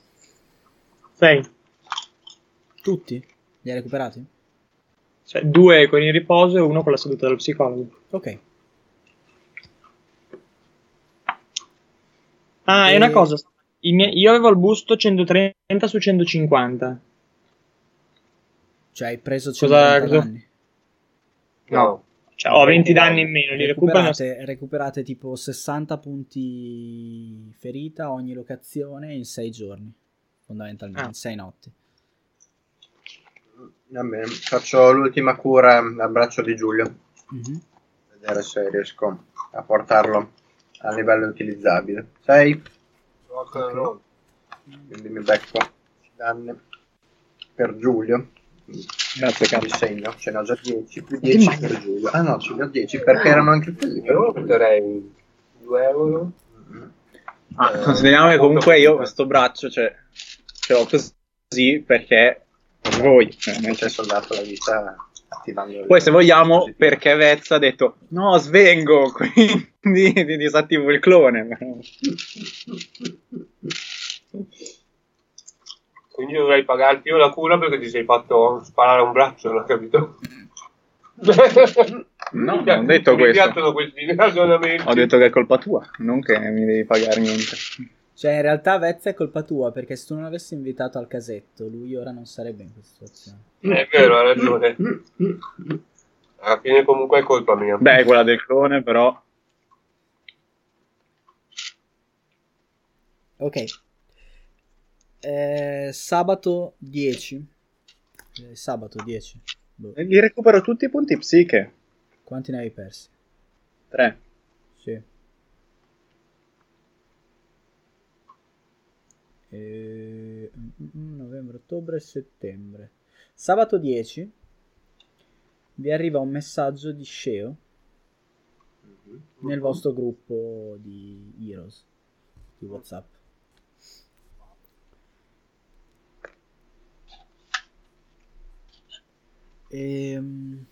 S5: Sei.
S2: Tutti? Li hai recuperati?
S5: Cioè, due con il riposo e uno con la seduta dello psicologo.
S2: Ok.
S5: Ah,
S2: E-
S5: e una cosa. i miei- io avevo al busto 130 su 150.
S2: Cioè hai preso
S5: Cosa-
S2: 130
S5: cosa-
S2: danni.
S1: No.
S5: Cioè, ho 20 danni in meno, li recuperano.
S2: Recuperate, recuperate tipo 60 punti ferita ogni locazione in 6 giorni, fondamentalmente,
S5: Ah.
S2: in 6 notti.
S3: Vabbè, faccio l'ultima cura al braccio di Giulio,
S2: Mhm.
S3: vedere se riesco a portarlo a livello utilizzabile. 6,
S1: Rock and roll.
S3: quindi mi becco danni per Giulio.
S8: Grazie,
S3: Che
S8: cazzo.
S3: segno, ce ne ho già 10 più 10 per Giulio. Ah no, ce ne ho 10 perché erano anche quelli. per
S1: Io
S3: Giulio.
S1: metterei 2 euro.
S3: Mm.
S8: Ah, consideriamo che comunque io questo braccio, cioè, ce l'ho così perché voi. cioè, nel
S3: Non c'è
S8: senso-
S3: soldato la vita attivando. le-
S8: Poi se vogliamo,
S3: così.
S8: perché Vezza ha detto no, svengo, [laughs] quindi ti disattivo il clone.
S1: Quindi io dovrei pagarti io la cura perché ti sei fatto sparare un braccio, non ho capito?
S8: [laughs] No, non ho detto
S1: mi
S8: questo.
S1: piacciono questi [laughs] ragionamenti.
S8: Ho detto che è colpa tua, non che mi devi pagare niente.
S2: Cioè in realtà Vezza è colpa tua perché se tu non avessi invitato al casetto lui ora non sarebbe in questa situazione.
S1: È vero, hai ragione. Alla fine comunque è colpa mia.
S8: Beh, quella del clone, però.
S2: Ok. Eh, sabato 10. Eh, sabato 10. Boh.
S8: Li recupero tutti i punti psiche.
S2: Quanti ne avevi persi?
S8: Tre.
S2: Sì. E... mm, mm, Novembre, ottobre, settembre. Sabato 10 vi arriva un messaggio di Sceo nel vostro gruppo di Heroes di WhatsApp. Ehm,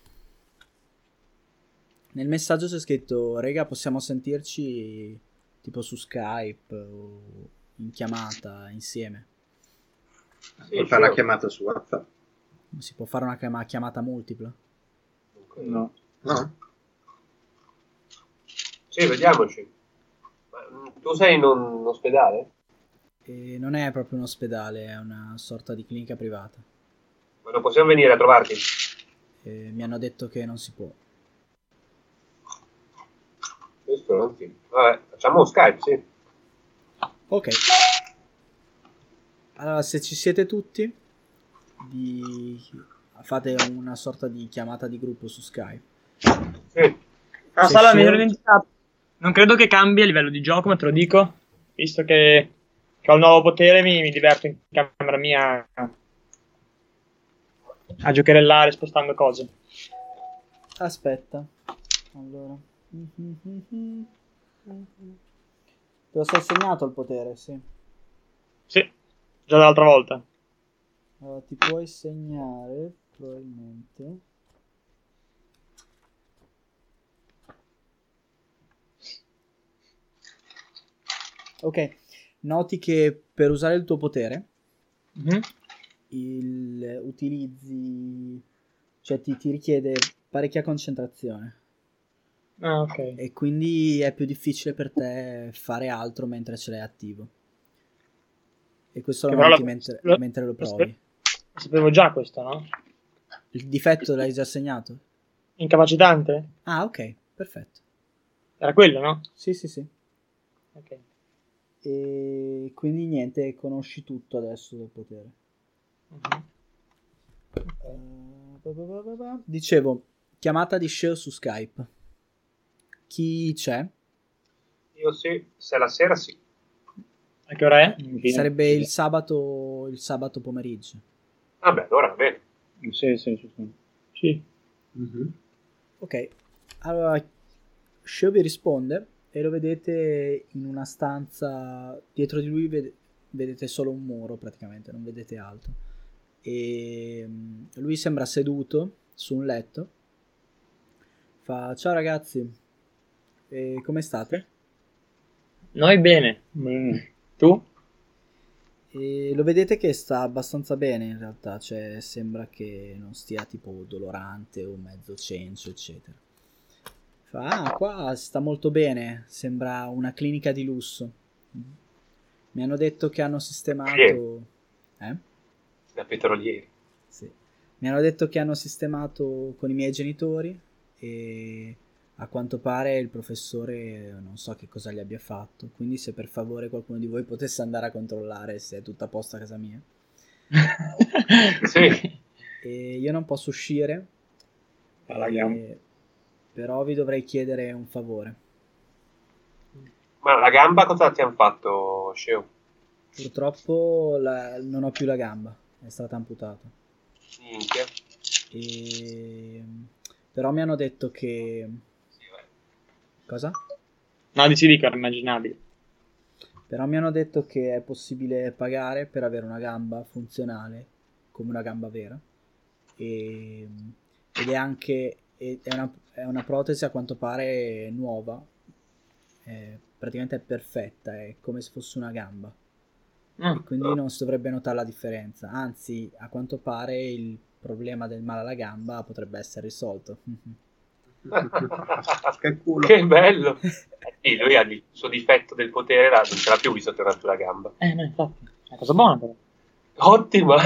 S2: nel messaggio c'è scritto: Rega, possiamo sentirci tipo su Skype o in chiamata insieme.
S1: Sì,
S3: Puoi
S1: sì,
S3: fare una
S1: io-
S3: chiamata su WhatsApp.
S2: Si può fare una chiama- chiamata multipla?
S8: No.
S3: No?
S1: Sì, vediamoci. Ma, mm, tu sei in un un ospedale?
S2: E non è proprio un ospedale, è una sorta di clinica privata.
S1: Ma non possiamo venire a trovarti?
S2: E mi hanno detto che non si può.
S1: Questo non si- Vabbè, facciamo un Skype, sì.
S2: Ok. Allora, se ci siete tutti, vi fate una sorta di chiamata di gruppo su Skype.
S1: Sì.
S5: Ah,
S2: Sì,
S5: Sala,
S2: sì.
S5: mi ero dimenticato. Non credo che cambi a livello di gioco, ma te lo dico. Visto che, che ho un nuovo potere, mi, mi diverto in camera mia a giocherellare, spostando cose.
S2: Aspetta. Allora. Te lo sei segnato il potere, sì.
S5: Sì, già dall'altra volta.
S2: Allora, ti puoi segnare, probabilmente. Ok, noti che per usare il tuo potere Mhm. il, utilizzi, cioè ti, ti richiede parecchia concentrazione
S5: Ah, ok.
S2: e quindi è più difficile per te fare altro mentre ce l'hai attivo. E questo lo
S5: Che però
S2: noti
S5: la-
S2: mentre,
S5: la-
S2: mentre lo
S5: la-
S2: provi.
S5: Lo sapevo già questo, no?
S2: Il difetto l'hai già segnato?
S5: Incapacitante?
S2: Ah, ok, perfetto.
S5: Era quello, no?
S2: Sì, sì, sì.
S5: Ok.
S2: E quindi niente, conosci tutto adesso del potere. Mhm. Eh, ba ba ba ba ba. Dicevo, chiamata di Sheo su Skype. Chi c'è?
S1: Io sì, se la sera sì.
S5: A che ora è?
S2: Sarebbe il sabato, il sabato pomeriggio.
S1: Vabbè, allora va bene.
S8: Sì, sì, sì, sì.
S5: Sì.
S2: Ok, allora Sheo vi risponde e lo vedete in una stanza, dietro di lui ved- vedete solo un muro praticamente, non vedete altro. E mm, lui sembra seduto su un letto, fa ciao ragazzi, e come state?
S5: Noi bene.
S2: Mm. [laughs]
S5: Tu?
S2: E lo vedete che sta abbastanza bene in realtà, cioè sembra che non stia tipo dolorante o mezzo cencio, eccetera. Fa, ah, qua sta molto bene, sembra una clinica di lusso. Mi hanno detto che hanno sistemato... Eh?
S1: Da petrolieri.
S2: Sì. Mi hanno detto che hanno sistemato con i miei genitori e a quanto pare il professore non so che cosa gli abbia fatto, quindi se per favore qualcuno di voi potesse andare a controllare se è tutto a posto a casa mia.
S1: [laughs] Sì.
S2: E io non posso uscire,
S8: Palaghiamo.
S2: eh, però vi dovrei chiedere un favore.
S1: Ma la gamba cosa ti hanno fatto, Sceo?
S2: Purtroppo la- non ho più la gamba, è stata amputata.
S1: Minchia.
S2: E... Però mi hanno detto che... Cosa?
S5: No, dici di era immaginabile.
S2: Però mi hanno detto che è possibile pagare per avere una gamba funzionale, come una gamba vera. E- ed è anche e- è una, è una protesi a quanto pare nuova, È- praticamente è perfetta, è come se fosse una gamba.
S5: Ah,
S2: E quindi non si dovrebbe notare la differenza. Anzi, a quanto pare il problema del male alla gamba potrebbe essere risolto. [laughs]
S1: [laughs]
S3: Ah, che culo.
S1: Che bello. Eh Sì, lui ha il suo difetto del potere, la- non ce l'ha più visto che era più la gamba.
S5: Eh, no, infatti. È una cosa buona però.
S1: [laughs] Ottima.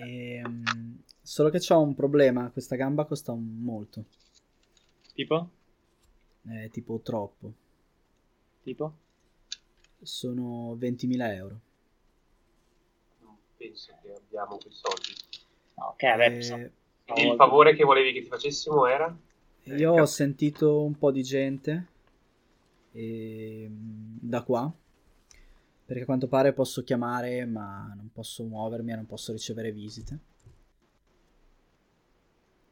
S2: Ehm, solo che c'ho un problema, questa gamba costa un- molto,
S5: Tipo?
S2: eh, tipo troppo.
S5: Tipo?
S2: sono 20.000 euro.
S1: non penso che abbiamo quei soldi.
S5: No, ok, vabbè.
S2: Eh,
S5: possiamo-
S1: Il favore che volevi che ti facessimo era?
S2: io ho sentito un po' di gente ehm, da qua, perché a quanto pare posso chiamare, ma non posso muovermi e non posso ricevere visite.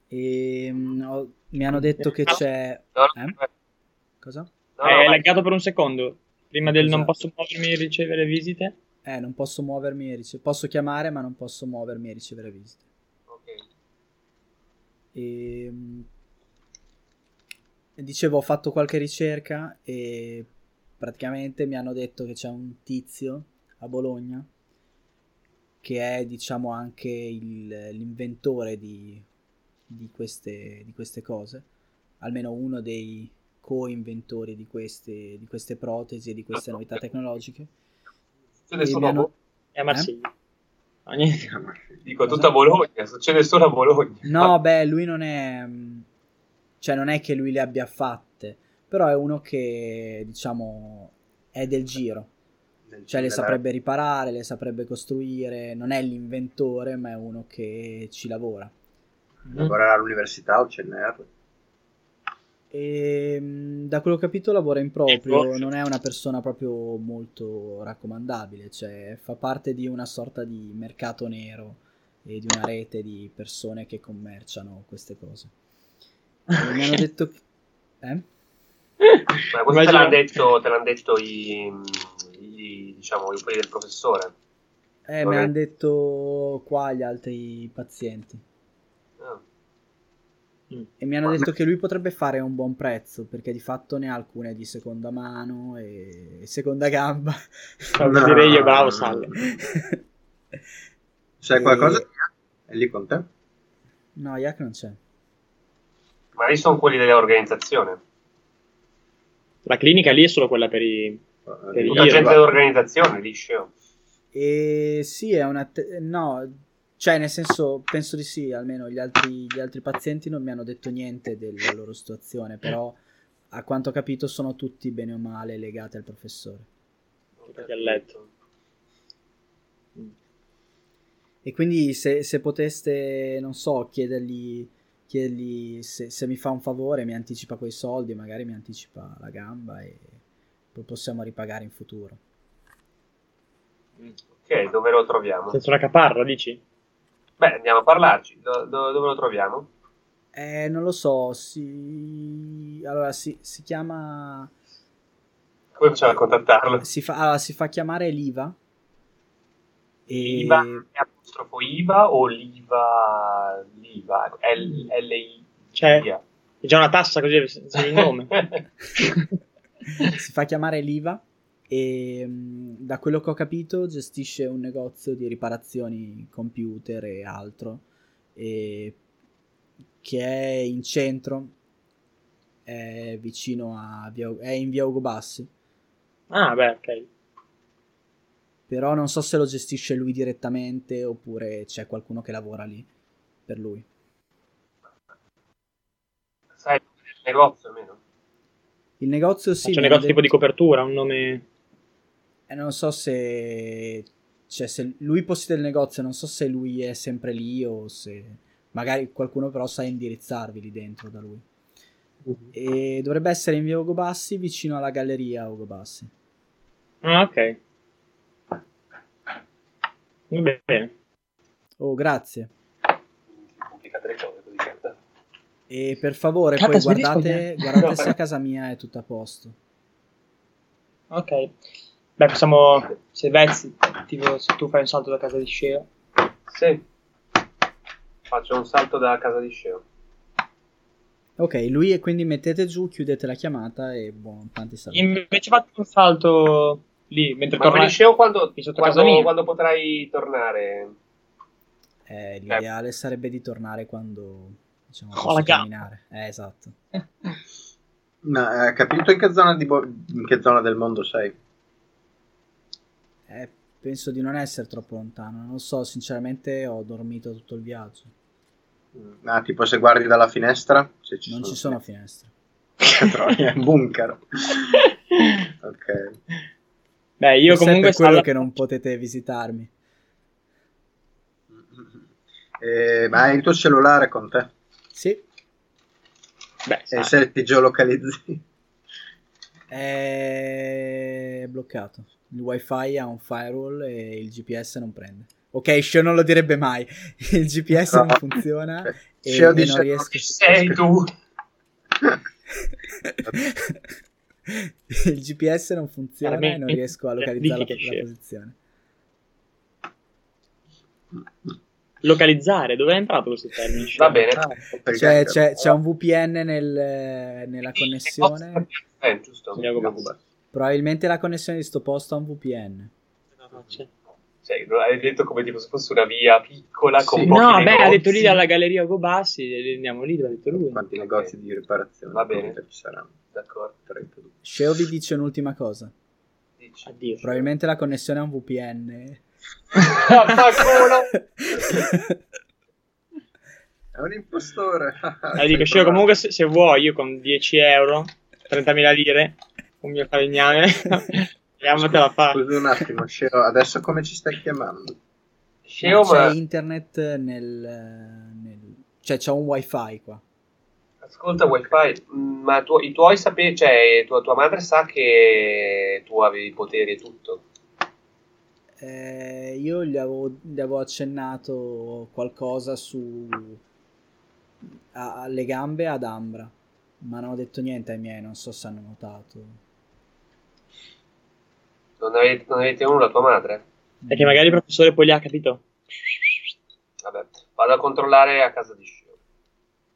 S2: E mm, mi hanno detto che c'è...
S1: No, no,
S2: Eh? Cosa?
S1: no,
S5: Eh, è
S1: vai.
S5: laggato per un secondo. Prima del non
S2: Esatto.
S5: posso muovermi e ricevere visite.
S2: Eh, non posso muovermi e ricevere... Posso chiamare, ma non posso muovermi e ricevere visite.
S1: Ok.
S2: E, mm, dicevo, ho fatto qualche ricerca e praticamente mi hanno detto che c'è un tizio a Bologna che è, diciamo, anche il- l'inventore di, di queste, di queste cose, almeno uno dei co-inventori di queste, di queste protesi e di queste novità tecnologiche.
S1: Succede
S2: E
S1: solo
S2: mi
S1: a
S2: hanno-
S1: Bo-
S5: È a Marsiglia. No, niente.
S1: Dico, tutta Bologna, succede solo a Bologna.
S2: No, beh, lui non è. mh, Cioè, non è che lui le abbia fatte. Però è uno che, diciamo, è del giro. Cioè,
S3: Eh,
S2: le saprebbe riparare, le saprebbe costruire. Non è l'inventore, ma è uno che ci lavora.
S3: Lavorare all'università o CNR.
S2: E mh, da quello che ho capito lavora in proprio,
S5: Ecco.
S2: non è una persona proprio molto raccomandabile, cioè fa parte di una sorta di mercato nero e di una rete di persone che commerciano queste cose. E mi hanno detto che- eh?
S1: Ma questo te l'hanno
S5: Immagino-
S1: detto, te l'han detto i, i- diciamo, i quelli del professore.
S2: Eh,
S1: Va bene.
S2: me l'hanno detto qua gli altri pazienti.
S1: Ah,
S2: E mi hanno
S3: Ma-
S2: detto che lui potrebbe fare un buon prezzo, perché di fatto ne ha alcune di seconda mano e e seconda gamba. [laughs]
S5: Cosa Cioè, direi io, bravo, salve.
S3: Sai qualcosa?
S2: E-
S3: È lì con te?
S2: No, Yak non c'è.
S1: Ma lì sono quelli dell'organizzazione.
S5: La clinica lì è solo quella per i...
S3: Eh,
S5: Per io,
S3: lì
S1: Tutta
S3: con te,
S1: gente
S3: va.
S1: dell'organizzazione, lì scemo.
S2: E sì, è una... te- no, cioè nel senso, penso di sì, almeno gli altri, gli altri pazienti non mi hanno detto niente della loro situazione, però a quanto ho capito, sono tutti bene o male legati al professore.
S5: Perché ha letto.
S2: E quindi se, se poteste, non so, chiedergli, chiedergli se, se mi fa un favore, mi anticipa quei soldi, magari mi anticipa la gamba e poi possiamo ripagare in futuro.
S1: Ok, dove lo troviamo?
S5: Senza una caparra, dici?
S1: Beh, andiamo a parlarci. Do- do- dove lo troviamo?
S2: Eh, non lo so, si... Allora, si, si chiama...
S1: Come facciamo a contattarlo?
S2: Si fa, allora, si fa chiamare l'IVA. E...
S1: IVA, è apostrofo IVA o l'IVA? L'IVA, L- LI.
S5: Cioè,
S1: via.
S5: C'è già una tassa così senza
S1: [laughs]
S5: il nome.
S2: [laughs] si fa chiamare l'IVA e mh, da quello che ho capito gestisce un negozio di riparazioni computer e altro e- che è in centro è vicino a via, è in via Ugo Bassi
S5: ah, beh, ok.
S2: però non so se lo gestisce lui direttamente oppure c'è qualcuno che lavora lì per lui
S1: Sai, il negozio almeno.
S2: il negozio sì
S5: C'è un
S2: mi hanno
S5: negozio tipo di
S2: detto-
S5: copertura, un nome...
S2: E non so se. Cioè, se lui possiede il negozio, non so se lui è sempre lì o se. Magari qualcuno però sa indirizzarvi lì dentro da lui. E dovrebbe essere in via Ugo Bassi, vicino alla galleria Ugo Bassi.
S5: Ah, ok. Va bene.
S2: Oh, grazie.
S1: Complicate le cose così. certo.
S2: E per favore,
S8: Cata,
S2: poi
S8: smetti di
S2: guardate,
S8: sbagliare.
S2: guardate
S1: No,
S2: se
S1: vai.
S2: a casa mia è tutto a posto.
S5: Ok. Beh, possiamo... Se Vezzi, tipo, se tu fai un salto da casa di Sceo.
S1: Sì. Faccio un salto da casa di Sceo.
S2: Ok, lui e quindi mettete giù, chiudete la chiamata e buon tanti saluti.
S5: Invece fate un salto lì, mentre
S1: Ma
S5: torna...
S1: quindi Sceo quando,
S5: Mi sono
S1: quando-
S5: toccato mia. [laughs]
S1: quando potrai tornare?
S2: Eh, l'ideale sarebbe di tornare quando diciamo
S5: Con la
S2: posso
S5: gamba.
S2: camminare. Eh, esatto.
S3: Ma eh, hai capito in che zona, di Bo- in che zona del mondo sei?
S2: Eh, penso di non essere troppo lontano. Non so, sinceramente ho dormito tutto il viaggio.
S3: Mm, Ah, tipo se guardi dalla finestra? Se ci
S2: Non ci sono finestre.
S3: Che troia, [laughs] è un bunker. ok.
S5: Beh, io
S2: Forse è
S5: comunque...
S2: per quello
S5: salgo-
S2: che non potete visitarmi.
S3: Eh, ma hai il tuo cellulare con te?
S2: Sì,
S5: Beh,
S3: E
S2: Ah.
S5: sai.
S3: se ti geolocalizzi?
S2: è bloccato. Il wifi ha un firewall e il GPS non prende. Ok, Shio non lo direbbe mai. Il GPS
S3: [laughs] No.
S2: non funziona. e-
S3: Sceo Cioè,
S2: e
S3: dice
S2: non riesco.
S3: ci
S1: Sei tu.
S2: [laughs] il GPS non funziona e non
S5: Veramente?
S2: riesco a localizzare la,
S5: Dici che
S2: la
S5: Sceo.
S2: posizione.
S5: Localizzare, dove è entrato questo termine? Sceo?
S1: Va bene.
S2: Cioè,
S3: Perché-
S2: C'è, c'è- c'è un VPN nel- nella connessione.
S1: Eh, giusto.
S5: Andiamo con-
S2: Probabilmente la connessione di sto posto ha un VPN.
S1: Cioè, lo hai detto come tipo se fosse una via piccola con
S3: Sì.
S1: pochi
S5: No,
S1: negozi.
S5: beh, ha detto lì dalla galleria Ugo Bassi, e andiamo lì, l'ha detto lui.
S3: Quanti negozi di riparazione
S1: Va bene.
S3: computer ci saranno?
S1: D'accordo.
S3: 32.
S2: Sceo vi dice un'ultima cosa.
S1: Dici. [laughs]
S5: Addio.
S2: Probabilmente la connessione ha un VPN.
S1: Ah,
S2: [laughs]
S3: È un impostore. [laughs]
S5: Allora, Eh, dico, Sceo, comunque se, se vuoi, io con 10 euro, 30.000 lire, un mio [laughs] falegname, vediamo te la fa.
S3: Scusa un attimo, Sceo, adesso come ci stai chiamando?
S1: Sceo, ma
S2: c'è internet nel, nel- Cioè c'è un wifi qua.
S1: ascolta wifi, mm, ma tu- i tuoi sapere, cioè tua, tua madre sa che tu avevi poteri e tutto.
S2: Eh, io gli avevo, gli avevo accennato qualcosa su... a- alle gambe ad Ambra. Ma non ho detto niente ai miei, non so se hanno notato.
S1: Non avete, non avete nulla tua madre?
S5: Perché magari il professore poi li ha capito.
S1: Vabbè, vado a controllare a casa di Sceo.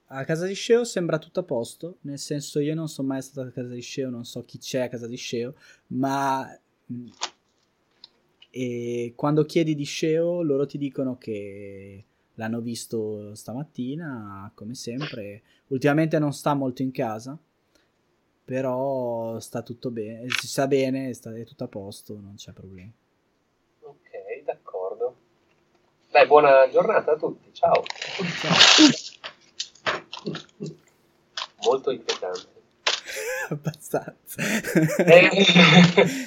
S2: A casa di Sceo sembra tutto a posto, nel senso io non sono mai stato a casa di Sceo, non so chi c'è a casa di Sceo, ma mh, e quando chiedi di Sceo loro ti dicono che l'hanno visto stamattina, come sempre. Ultimamente non sta molto in casa, però sta tutto bene, si sta bene, sta- è tutto a posto, non c'è [laughs] problema.
S1: Ok, d'accordo. Beh, buona giornata a tutti, ciao. Molto inquietante.
S2: abbastanza.
S5: [laughs] Eh,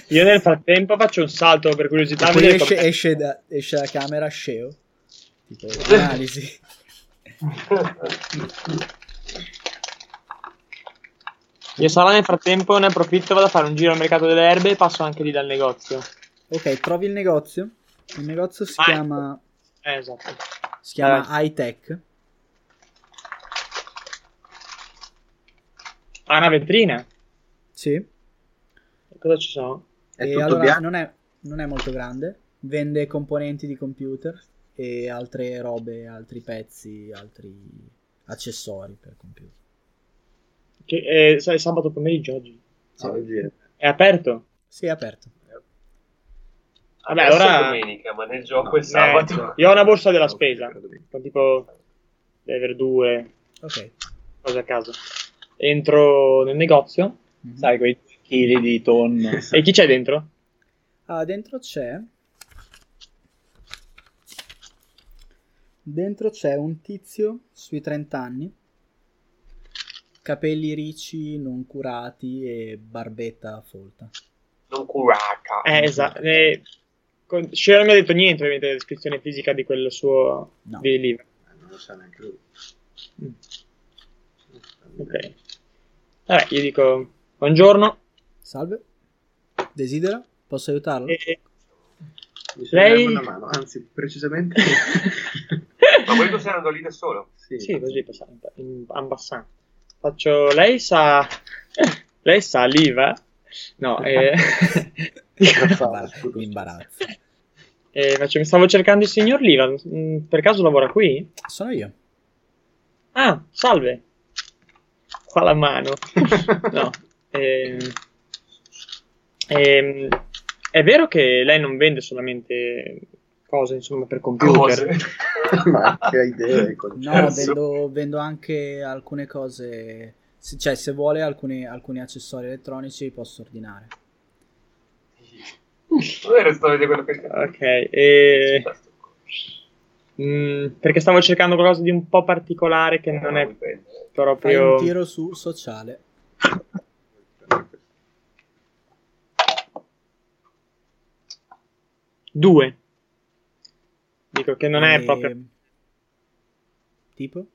S5: Io nel frattempo faccio un salto per curiosità.
S2: Cioè,
S3: Ah,
S2: Poi
S5: vedere
S2: esce,
S5: come-
S2: esce da, esce dalla camera Sceo. Tipo, analisi.
S5: Io sarà nel frattempo ne approfitto, vado a fare un giro al mercato delle erbe e passo anche lì dal negozio.
S2: Ok, trovi il negozio. Il negozio si
S5: Ah,
S3: ecco.
S2: chiama,
S5: Eh, esatto.
S2: si chiama
S3: Ah,
S2: High Tech.
S5: Ha Ah, una vetrina.
S2: Sì.
S5: Cosa ci sono?
S3: È
S2: E
S3: tutto
S2: allora
S3: bianco.
S2: non è, non è molto grande, vende componenti di computer e altre robe, altri pezzi, altri accessori per computer.
S5: Che, eh, sa- è sabato pomeriggio oggi.
S3: Ah, vuol dire.
S5: È aperto?
S2: Sì, è aperto.
S5: Vabbè,
S1: Adesso è
S5: ora...
S1: domenica, ma nel gioco è
S5: Eh,
S1: sabato.
S5: io ho una borsa della spesa, con tipo le verdure,
S2: Ok.
S5: cose a caso. Entro nel negozio.
S2: Mhm.
S8: Sai, quei chili di tonno.
S5: [laughs] E chi c'è dentro?
S2: Ah, dentro c'è. Dentro c'è un tizio sui 30 anni, capelli ricci, non curati e barbetta folta.
S1: Non curata.
S2: Ah,
S5: Eh, esatto. Eh, con- Shiro non mi ha detto niente, ovviamente, della descrizione fisica di quel suo...
S2: No.
S5: di libro.
S3: Eh, Non lo sa neanche lui.
S5: Ok. Vabbè, io dico buongiorno.
S2: Salve, desidera? Posso aiutarlo? [laughs]
S5: E...
S3: Mi sembra
S5: Lei-
S3: una mano, anzi,
S5: [laughs]
S3: precisamente.
S1: Ma voi due andando lì da
S3: [laughs]
S1: solo?
S3: sì.
S5: sì, così passa- in en passant. Faccio. Lei sa. Lei sa l'IVA? No, eh... [laughs]
S2: Imbar-
S3: scusa.
S2: Imbarazzo.
S5: eh, faccio, mi stavo cercando il signor Liva. mm, Per caso lavora qui?
S2: Sono io.
S5: Ah, salve. Qua la
S1: [laughs]
S5: mano. No. ehm, ehm, è vero che lei non vende solamente cose, insomma, per computer.
S1: Cose.
S3: Ma che ecco, idea di concerto.
S2: No, vendo, vendo anche alcune cose. se- Cioè, se vuole alcuni, alcuni accessori elettronici posso ordinare.
S1: Non è resto a vedere quello che...
S5: Ok, e... Mm, perché stavo cercando qualcosa di un po' particolare che non è
S2: Fai
S5: proprio...
S2: un tiro su sociale.
S5: Due. Dico che non è
S2: E-
S5: proprio...
S2: Tipo?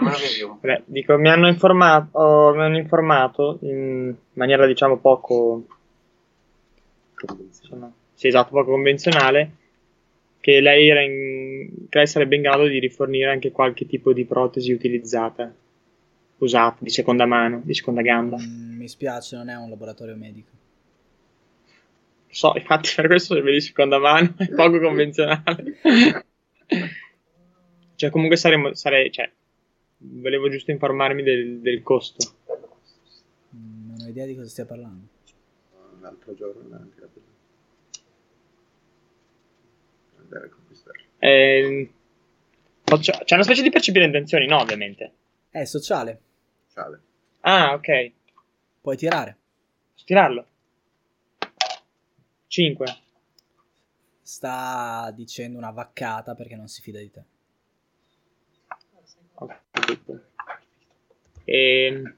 S5: Vabbè, dico, mi hanno informato, oh, mi hanno informato in maniera diciamo poco... insomma, sì, esatto, poco convenzionale, che lei, era in- che lei sarebbe in grado di rifornire anche qualche tipo di protesi utilizzata, usata, di seconda mano, di seconda gamba.
S2: Mm, mi spiace, non è un laboratorio medico.
S5: so, infatti per questo se vedi seconda mano è poco convenzionale. cioè, comunque saremmo, sarei, cioè, volevo giusto informarmi del, del costo.
S2: Mm, non ho idea di cosa stia parlando.
S3: Un altro giorno anche la prima. Andare a conquistare.
S5: Ehm, faccio- c'è una specie di percepire intenzioni, no, ovviamente.
S2: Eh, sociale.
S3: Sale.
S5: Ah, ok,
S2: Puoi tirare.
S5: posso tirarlo. 5.
S2: Sta dicendo una vaccata perché non si fida di te.
S5: Ehm.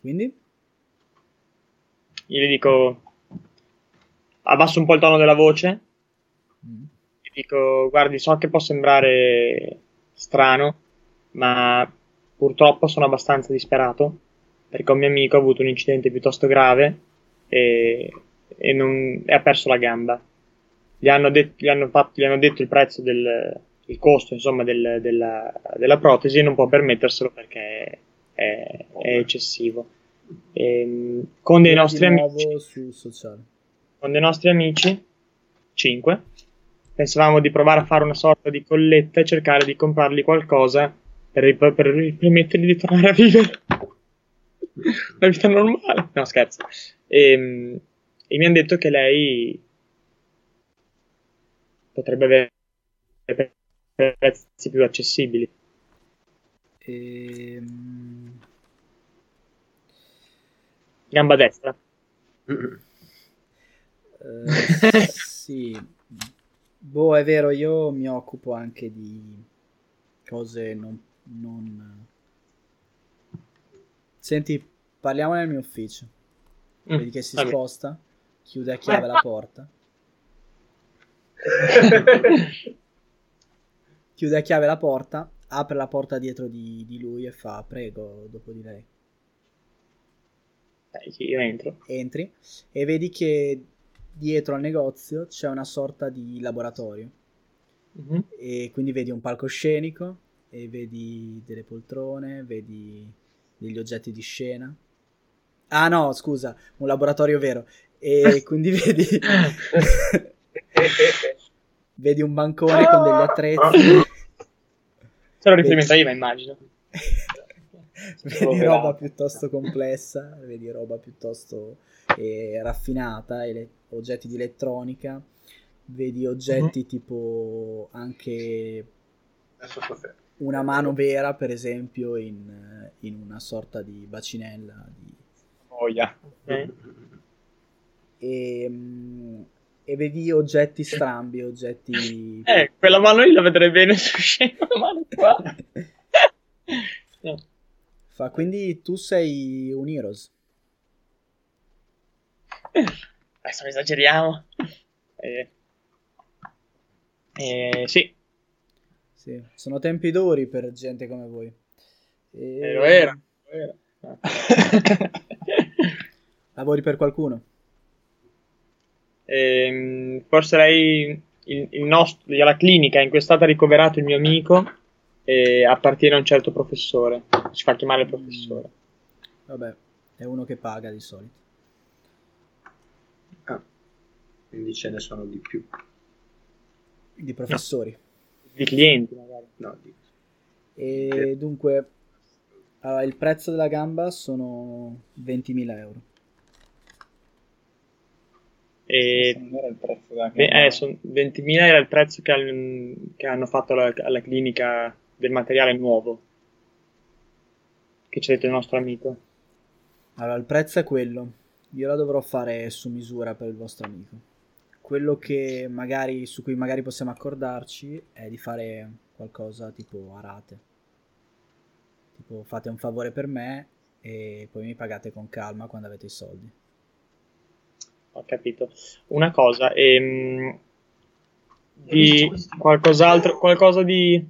S2: Quindi?
S5: Io gli dico, abbasso un po' il tono della voce,
S2: Mm.
S5: gli dico, guardi, so che può sembrare strano, ma purtroppo sono abbastanza disperato, perché un mio amico ha avuto un incidente piuttosto grave e, e non- e ha perso la gamba. Gli hanno, det- gli hanno fatto- gli hanno detto il prezzo del il costo, insomma, del- della, della protesi e non può permetterselo perché è, è eccessivo. Ehm, con dei
S2: Tira
S5: nostri
S2: di
S5: amici
S2: nuovo su sociale.
S5: con dei nostri amici, 5, pensavamo di provare a fare una sorta di colletta e cercare di comprargli qualcosa per, ri- per ri- permettergli di tornare a vivere la vita normale. No, scherzo. Ehm, E, mi hanno detto che lei potrebbe avere prezzi più accessibili.
S2: Ehm,
S5: Gamba destra. [laughs]
S2: eh, sì. Boh, è vero, io mi occupo anche di cose non... non... Senti, parliamo nel mio ufficio.
S5: Mm,
S2: Vedi che si
S5: va bene.
S2: sposta, chiude a chiave la porta. Chiude a chiave la porta, apre la porta dietro di, di lui e fa prego dopo di lei.
S5: Dai, sì, io entro.
S2: Entri e vedi che dietro al negozio c'è una sorta di laboratorio.
S5: Mhm.
S2: e quindi vedi un palcoscenico e vedi delle poltrone, vedi degli oggetti di scena. Ah no, scusa, un laboratorio vero. E quindi vedi vedi un bancone con degli attrezzi,
S5: Se lo riferimento io, ma immagino.
S2: [laughs] vedi roba piuttosto complessa, vedi roba piuttosto eh, raffinata, ele- oggetti di elettronica, vedi oggetti tipo anche
S3: Adesso sto fermo.
S2: una mano vera, per esempio, in, in una sorta di bacinella. Di...
S8: Boia.
S5: Ok.
S2: E, mm, e vedi oggetti strambi, oggetti...
S5: Eh, quella mano lì la vedrei bene su scena, la mano [laughs] qua. No.
S2: Fa, quindi tu sei un Heroes.
S5: Adesso non esageriamo. Eh, eh, sì,
S2: Sì. Sono tempi duri per gente come voi. E-
S5: eh, lo era. lo era. Ah. [laughs] No.
S2: Lavori per qualcuno?
S5: Ehm, forse lei, il, il nostro, alla clinica in cui è stato ricoverato il mio amico, eh, appartiene a un certo professore. Si fa chiamare il professore.
S2: Mm, Vabbè, è uno che paga di solito.
S3: Ah. Quindi ce ne sono di più.
S2: Di professori.
S5: Di clienti, magari.
S3: No, di...
S5: Eh.
S2: E dunque, allora, il prezzo della gamba sono 20.000 euro.
S5: E
S8: Questo non era il prezzo della
S5: Beh,
S8: gamba.
S5: eh, son- 20.000 era il prezzo che, al- che hanno fatto alla, alla clinica del materiale nuovo che ci ha detto il nostro amico.
S2: Allora, il prezzo è quello. Io la dovrò fare su misura per il vostro amico. Quello che magari, su cui magari possiamo accordarci è di fare qualcosa tipo a rate. Tipo, fate un favore per me e poi mi pagate con calma quando avete i soldi.
S5: Ho capito. Una cosa, ehm, di qualcos'altro, qualcosa di...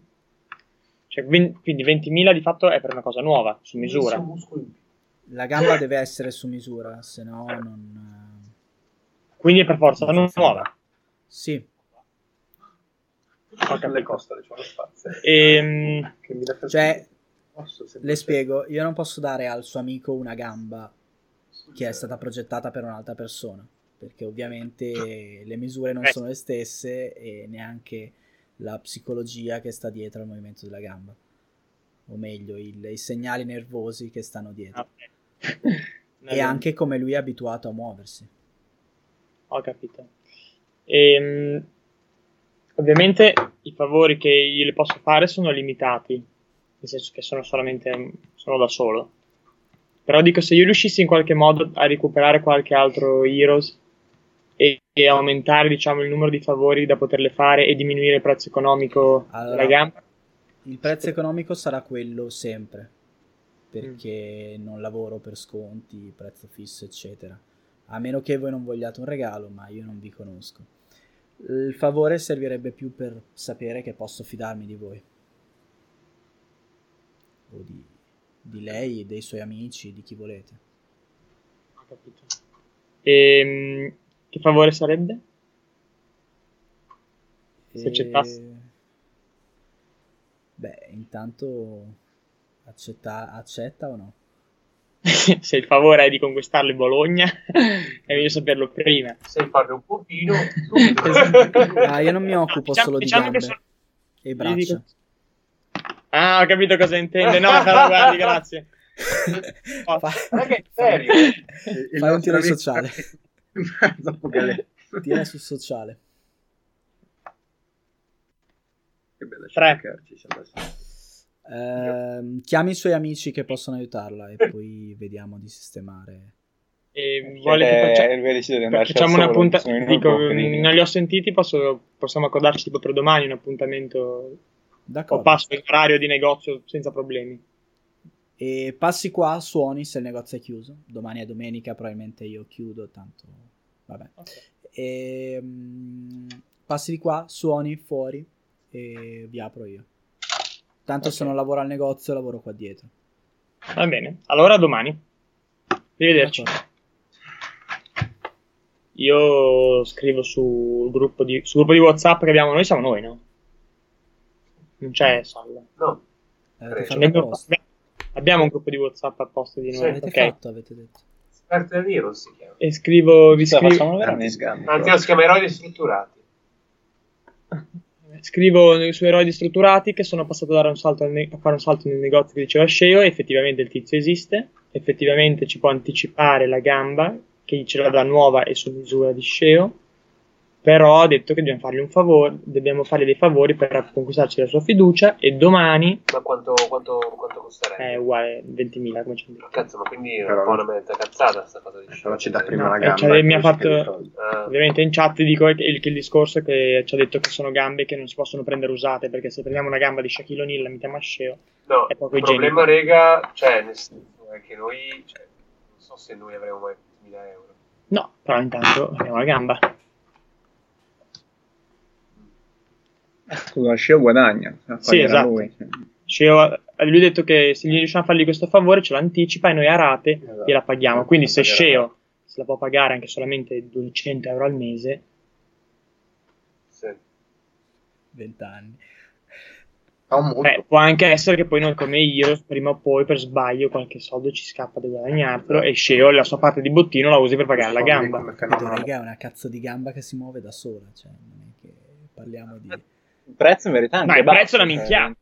S5: Cioè, ven- quindi 20.000 di fatto è per una cosa nuova, su misura.
S2: La gamba deve essere su misura, se no non... eh,
S5: Quindi è per forza
S2: non
S5: non
S2: funziona.
S5: nuova.
S2: Sì,
S3: Quanto le costa le ciò spazio?
S5: Ehm,
S3: Che mi dà fastidio.
S2: Cioè,
S3: Posso sempre-
S2: le spiego, io non posso dare al suo amico una gamba che è stata progettata per un'altra persona, perché ovviamente le misure non
S5: Eh.
S2: sono le stesse e neanche la psicologia che sta dietro al movimento della gamba, o meglio il- i segnali nervosi che stanno dietro,
S5: ok.
S2: e anche come lui è abituato a muoversi.
S5: Ho capito. Ehm, ovviamente i favori che io le posso fare sono limitati, nel senso che sono solamente sono da solo. Però dico, se io riuscissi in qualche modo a recuperare qualche altro Heroes e, e aumentare, diciamo, il numero di favori da poterle fare e diminuire il prezzo economico
S2: Allora,
S5: della gamba,
S2: Il prezzo economico sarà quello sempre, perché
S5: Mm.
S2: non lavoro per sconti, prezzo fisso, eccetera. A meno che voi non vogliate un regalo, ma io non vi conosco. Il favore servirebbe più per sapere che posso fidarmi di voi. O di, di lei, dei suoi amici, di chi volete.
S5: Ho capito. Ehm, che favore sarebbe? [laughs] Se
S2: E-
S5: accettasse.
S2: Beh, intanto accetta, accetta o no?
S5: se il favore è di conquistarlo in Bologna, [laughs] è meglio saperlo prima.
S1: Se farne un pochino,
S2: Ah, io non mi occupo
S5: Diciamo-
S2: solo di
S5: diciamo che
S2: gambe
S5: sono-
S2: e
S5: Gli dico-
S2: [laughs] braccia.
S5: Ah, ho capito cosa intende. No, però guardi, grazie.
S2: Fa-
S1: Ma che serio?
S3: Il- il
S2: Fai un
S3: nostro
S2: tiro
S3: amico-
S5: [laughs]
S3: [laughs]
S2: sociale.
S3: Dopo che le...
S2: Tira sul sociale.
S3: Che bella
S5: Tre.
S3: scaricarci, ci siamo adesso.
S2: Ehm, chiami i suoi amici che possono aiutarla e poi vediamo di sistemare.
S5: E
S9: Perché
S5: vuole Eh, che
S9: è-
S5: faccia-
S8: Eh,
S9: è il vertice deve andarci
S5: facciamo
S9: al
S5: una
S9: solo,
S5: punta-
S9: sono in una
S5: dico,
S9: bocca di-
S5: non li ho sentiti, posso- possiamo accordarci tipo per domani un appuntamento o
S2: D'accordo.
S5: passo in orario di negozio senza problemi.
S2: E passi qua, suoni se il negozio è chiuso. Domani è domenica, probabilmente io chiudo, tanto vabbè. E, mm, passi di qua, suoni fuori e vi apro io. Tanto se
S5: Ok.
S2: non lavoro al negozio, lavoro qua dietro.
S5: Va bene, allora a domani. Arrivederci.
S2: D'accordo.
S5: Io scrivo sul gruppo di, sul gruppo di WhatsApp che abbiamo noi, siamo noi, no? Non c'è Sal.
S1: No,
S2: Avete
S1: Cioè,
S2: fatto
S5: Abbiamo,
S2: Eh, apposta.
S5: abbiamo un gruppo di WhatsApp apposta di noi,
S1: Sì.
S2: Avete
S5: ok?
S2: fatto, avete detto.
S1: Spartan Heroes si chiama.
S5: E scrivo, vi
S9: Cioè,
S5: scrivo,
S9: facciamo
S3: Armi
S9: veramente.
S3: sgambi.
S1: Anzi, no, si chiama Eroi Destrutturati.
S5: scrivo su eroi distrutturati che sono passato a, dare un salto al ne- a fare un salto nel negozio che diceva Sceo, effettivamente il tizio esiste, effettivamente ci può anticipare la gamba, che ce l'ha da nuova e su misura di Sceo, però ha detto che dobbiamo fargli un favore, dobbiamo fargli dei favori per conquistarci la sua fiducia e domani
S1: Ma quanto, quanto, quanto costerebbe?
S5: è uguale 20.000 come ci hanno detto.
S1: Cazzo, ma quindi è
S3: Però-
S1: un po' una mezza cazzata sta cosa di
S3: Però ci dà prima
S5: No,
S3: la
S5: eh,
S3: gamba.
S5: cioè, mi ha
S3: così
S5: fatto-
S3: che li togli.
S1: Ah,
S5: Ovviamente in chat dico che il, che il discorso è che ci ha detto che sono gambe che non si possono prendere usate, perché se prendiamo una gamba di Shaquille O'Neal la mettiamo a Sceo,
S1: no,
S5: è
S1: il
S5: poco igienico.
S1: problema, rega, cioè, nel senso è che noi, cioè, non so se noi avremo mai 1000 euro.
S5: No, però intanto abbiamo la gamba.
S8: Scusa, Sceo guadagna. la
S5: Ah. Sì,
S8: pagherà
S5: esatto.
S8: lui.
S5: Sceo- eh, lui ha detto che se gli riusciamo a fargli questo favore ce l'anticipa e noi a rate
S3: Esatto.
S5: gliela paghiamo. Quindi se
S3: Pagherà.
S5: Sceo se la può pagare anche solamente 200 euro al mese,
S1: Sì.
S2: 20 anni.
S3: Fa un mutuo.
S5: beh, può anche essere che poi noi come io, prima o poi per sbaglio qualche soldo ci scappa da guadagnartelo e Sceo la sua parte di bottino la usi per pagare la
S3: Secondo me
S5: gamba.
S3: come
S2: Vedo,
S3: fenomeno-
S5: [laughs]
S2: raga, è una cazzo di gamba che si muove da sola. Cioè, non è che
S5: [laughs]
S2: parliamo di.
S8: Il prezzo in verità è anche
S5: Ma il
S8: basso,
S5: prezzo è una
S8: cioè,
S5: minchia.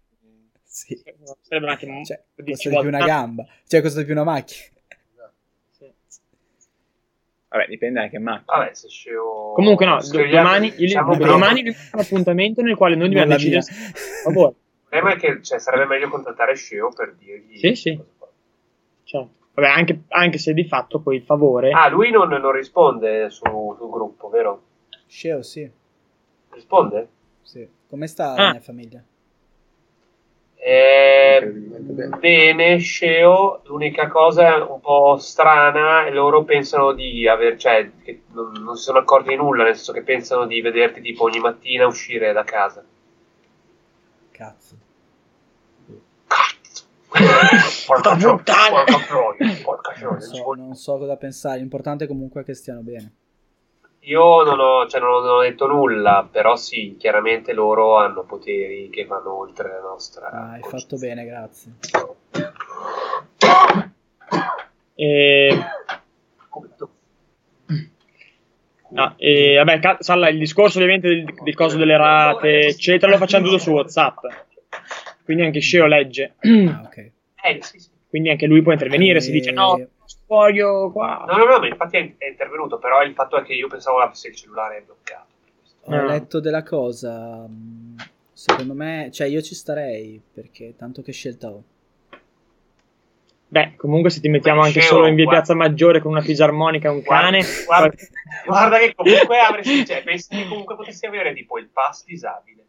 S2: Sì.
S5: Sarebbe un attimo...
S2: Cioè,
S5: dieci
S2: costa di più una
S5: volte-
S2: gamba. Cioè, costa di più una macchina.
S5: Sì.
S8: Vabbè, dipende anche ma
S1: Vabbè, se scemo...
S5: Comunque no, do-
S1: scriviamo-
S5: domani, io gli
S1: diciamo
S5: dico,
S1: che-
S5: domani gli faccio un appuntamento nel quale noi dobbiamo
S2: Nulla
S5: decidere...
S2: mia.
S5: se- Per favore,
S1: Il problema è che cioè, sarebbe meglio contattare Sceo per dirgli...
S5: Sì, sì.
S1: cosa fare.
S5: Cioè, vabbè, anche, anche se di fatto poi il favore...
S1: Ah, lui non, non risponde su- sul gruppo, vero?
S2: Sceo, sì.
S1: Risponde?
S2: sì. Come sta
S5: Ah.
S2: la mia famiglia?
S1: Eh,
S3: Incredibilmente bene.
S1: bene, Sceo, l'unica cosa un po' strana, loro pensano di aver, cioè, che non, non si sono accorti di nulla, nel senso che pensano di vederti tipo ogni mattina uscire da casa.
S2: Cazzo.
S1: Cazzo! [laughs] porca gioia,
S5: puttana!
S1: porca gioia, porca gioia,
S2: Non
S1: non ci
S2: so,
S1: vuole-
S2: non so cosa pensare. L'importante comunque è che stiano bene.
S1: Io non ho, cioè, non ho- non ho detto nulla, però sì, chiaramente loro hanno poteri che vanno oltre la nostra.
S2: Ah, hai
S1: coscienza.
S2: fatto bene,
S5: [clears throat]
S2: grazie.
S5: E,
S1: Come tu.
S5: no, e, vabbè, ca- Salla, il discorso ovviamente del, del coso delle rate, eccetera, lo facciamo tutto su WhatsApp. Quindi anche Sceo legge.
S2: Ah, ok.
S1: Eh, sì, sì.
S5: Quindi anche lui può intervenire se
S2: E-
S5: dice no, spoglio qua.
S1: No, no, no, ma infatti è, è intervenuto, però il fatto è che io pensavo avesse il cellulare bloccato.
S2: Ho
S5: No.
S2: letto della cosa. mh, Secondo me, cioè, io ci starei perché tanto che scelta ho.
S5: Beh, comunque se ti mettiamo
S1: Beh,
S5: anche
S1: Sceo,
S5: solo in via
S1: guarda.
S5: Piazza Maggiore con una fisarmonica e un cane...
S1: Guarda, guarda che comunque avresti,
S2: [laughs]
S1: cioè, pensi che comunque potessi avere tipo il pass disabile.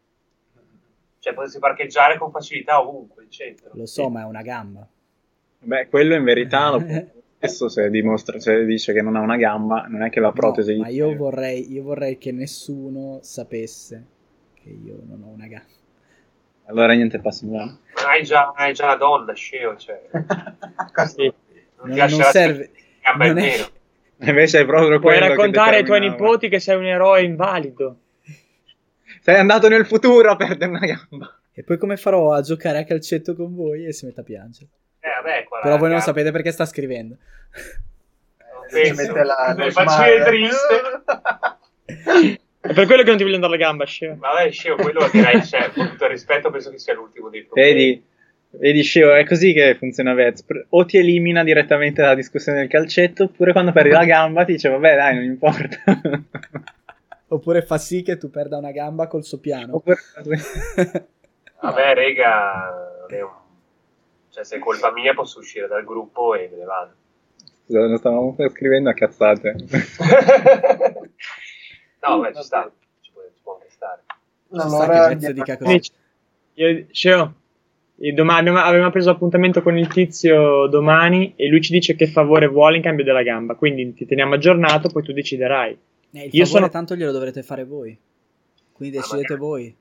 S1: Cioè, potessi parcheggiare con facilità ovunque in centro.
S2: Lo so, ma è una gamba.
S8: Beh, quello in verità
S5: [laughs]
S8: lo può- Adesso se, dimostra, se dice che non ha una gamba, non è che la protesi...
S2: No, ma io vorrei, io vorrei che nessuno sapesse che io non ho una gamba.
S8: Allora niente, passiamo.
S1: Ma Hai già, hai già la donna, sceo, cioè.
S2: [laughs]
S5: Sì.
S2: Non,
S1: ti
S2: non
S1: lascerà
S2: serve.
S1: Gamba in
S2: non è-
S1: meno.
S8: [laughs] Invece è proprio
S5: Puoi
S8: quello che
S5: raccontare ai tuoi
S8: determina-
S5: nipoti che sei un eroe invalido.
S8: Sei andato nel futuro a perdere una gamba.
S2: E poi come farò a giocare a calcetto con voi e si mette a piangere?
S1: Eh, vabbè, qua la
S2: Però voi non
S1: gamba.
S2: sapete perché sta scrivendo.
S1: Non
S3: Ci
S1: penso.
S3: mette la,
S1: Le
S3: lo
S1: faccine
S3: smile. [laughs]
S1: triste.
S5: È per quello che non ti voglio andare la gamba, Sceo.
S1: Vabbè, sceo, quello direi, cioè, con tutto il rispetto, penso che sia l'ultimo dei problemi.
S8: Vedi? Vedi, Sceo, è così che funziona Vez. Pr- O ti elimina direttamente dalla discussione del calcetto, oppure quando perdi la gamba ti dice, vabbè, dai,
S5: [laughs]
S8: non importa.
S2: Oppure fa sì che tu perda una gamba col suo piano.
S8: oppure... [laughs]
S1: Vabbè, rega, non è un- cioè, se è colpa mia posso uscire dal gruppo e me ne vado.
S8: scusa, non stavamo scrivendo a cazzate.
S1: No, beh, ci sta. Ci può, ci può anche stare.
S2: sa che
S9: Allora,
S2: mezzo di cacao.
S5: Quindi, io, Sceo, eh, domani, abbiamo- avevamo preso appuntamento con il tizio domani e lui ci dice che favore vuole in cambio della gamba. Quindi ti teniamo aggiornato, poi tu deciderai.
S2: Eh, il
S5: Io
S2: favore
S5: sono-
S2: tanto glielo dovrete fare voi. Quindi
S1: Ah,
S2: decidete
S1: magari.
S2: voi.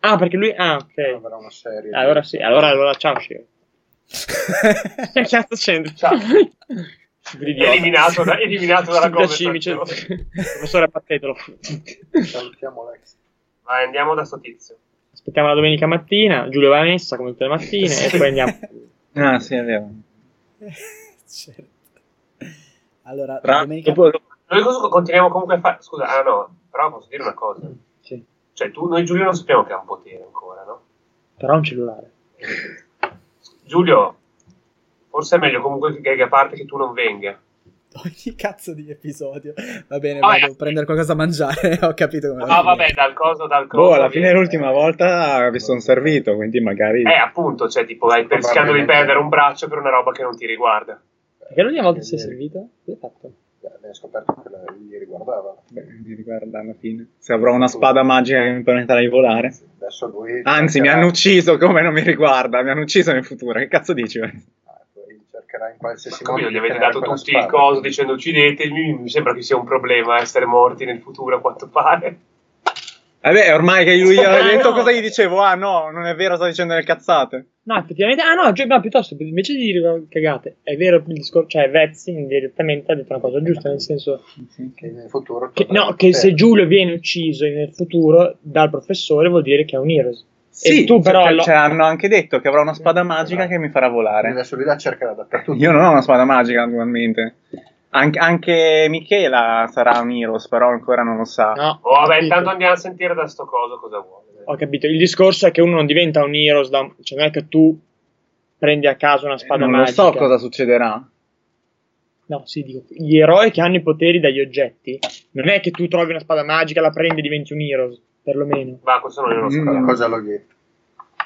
S5: Ah, perché lui. Ah, ok.
S3: Avrà una serie.
S5: Allora sì, allora, allora ciao Sceo. Che cazzo c'entra?
S1: Ciao.
S5: Super idiota.
S1: Eliminato, da- eliminato dalla
S5: Super
S1: conversazione.
S5: cimice. cioè, Professore Pattetelo.
S3: Salutiamo Alex.
S1: Vai, andiamo da sto tizio.
S5: Aspettiamo la domenica mattina. Giulio va a messa come tutte le mattine e poi andiamo.
S8: ah, sì, è vero.
S2: [laughs] certo. Allora,
S8: Tra-
S2: domenica...
S8: dopo-
S1: Noi cosa continuiamo comunque a fare? Scusa, ah no, però posso dire una cosa.
S5: Sì.
S1: Cioè, tu, noi Giulio non sappiamo che ha un potere ancora, no?
S5: Però un cellulare.
S1: Giulio, forse è meglio comunque che gag a parte che tu non venga.
S2: [laughs] Ogni cazzo di episodio. Va bene,
S1: Ah,
S2: vado
S1: eh.
S2: a prendere qualcosa da mangiare. [laughs] Ho capito come va
S1: Ah,
S2: a finire.
S1: vabbè, dal coso, dal coso.
S8: Boh, alla fine
S1: viene.
S8: l'ultima volta vi sono servito, quindi magari...
S1: Eh, appunto, cioè, tipo, hai rischiando di perdere un braccio per una roba che non ti riguarda.
S5: Perché l'ultima volta che sei servito? Cosa hai fatto?
S3: Abbiamo scoperto che la- gli riguardava.
S8: Beh, mi riguarda alla fine. Se avrò una spada magica che mi permetterà di volare.
S3: Adesso lui...
S8: Anzi, mi
S3: cercherà-
S8: hanno ucciso come non mi riguarda, mi hanno ucciso nel futuro. Che cazzo dici? Eh
S3: Ah, poi Cercherà in qualsiasi
S1: Come
S3: modo.
S1: gli
S3: di
S1: avete
S3: tenere
S1: dato
S3: quella
S1: tutti il
S3: spada.
S1: coso dicendo uccidetemi, mi sembra che sia un problema essere morti nel futuro, a quanto
S5: [laughs]
S1: pare.
S8: Vabbè, ormai che [laughs] lui
S5: Ah,
S8: ha detto
S5: no.
S8: cosa gli dicevo, ah no, non è vero, sto dicendo le cazzate.
S5: No, effettivamente. Ah, no, Gio- no, piuttosto, invece di dire cagate, è vero il discorso. Cioè, Vezzi indirettamente ha detto una cosa giusta, nel senso.
S3: Che nel futuro...
S5: Che, no, che se Giulio viene ucciso nel futuro dal professore vuol dire che è un heroes.
S8: Sì,
S5: tu però
S8: cioè,
S5: lo-
S8: cioè, hanno anche detto che avrò una spada magica che mi farà volare.
S3: Adesso lui la cercherà dappertutto.
S8: Io non ho una spada magica, naturalmente. Anche- anche Michela sarà un Heroes, però ancora non lo sa.
S5: No,
S1: Oh, vabbè,
S5: capito.
S1: intanto andiamo a sentire da sto coso cosa vuole.
S5: Ho capito. Il discorso è che uno non diventa un heroes, da... cioè non è che tu prendi a caso una spada
S8: Eh, non
S5: magica.
S8: lo so cosa succederà.
S5: No, sì, dico, gli eroi che hanno i poteri dagli oggetti, non è che tu trovi una spada magica, la prendi e diventi un heroes, perlomeno.
S1: Ma questo non lo sappiamo.
S8: Mm,
S1: Non
S3: Cosa l'ho detto?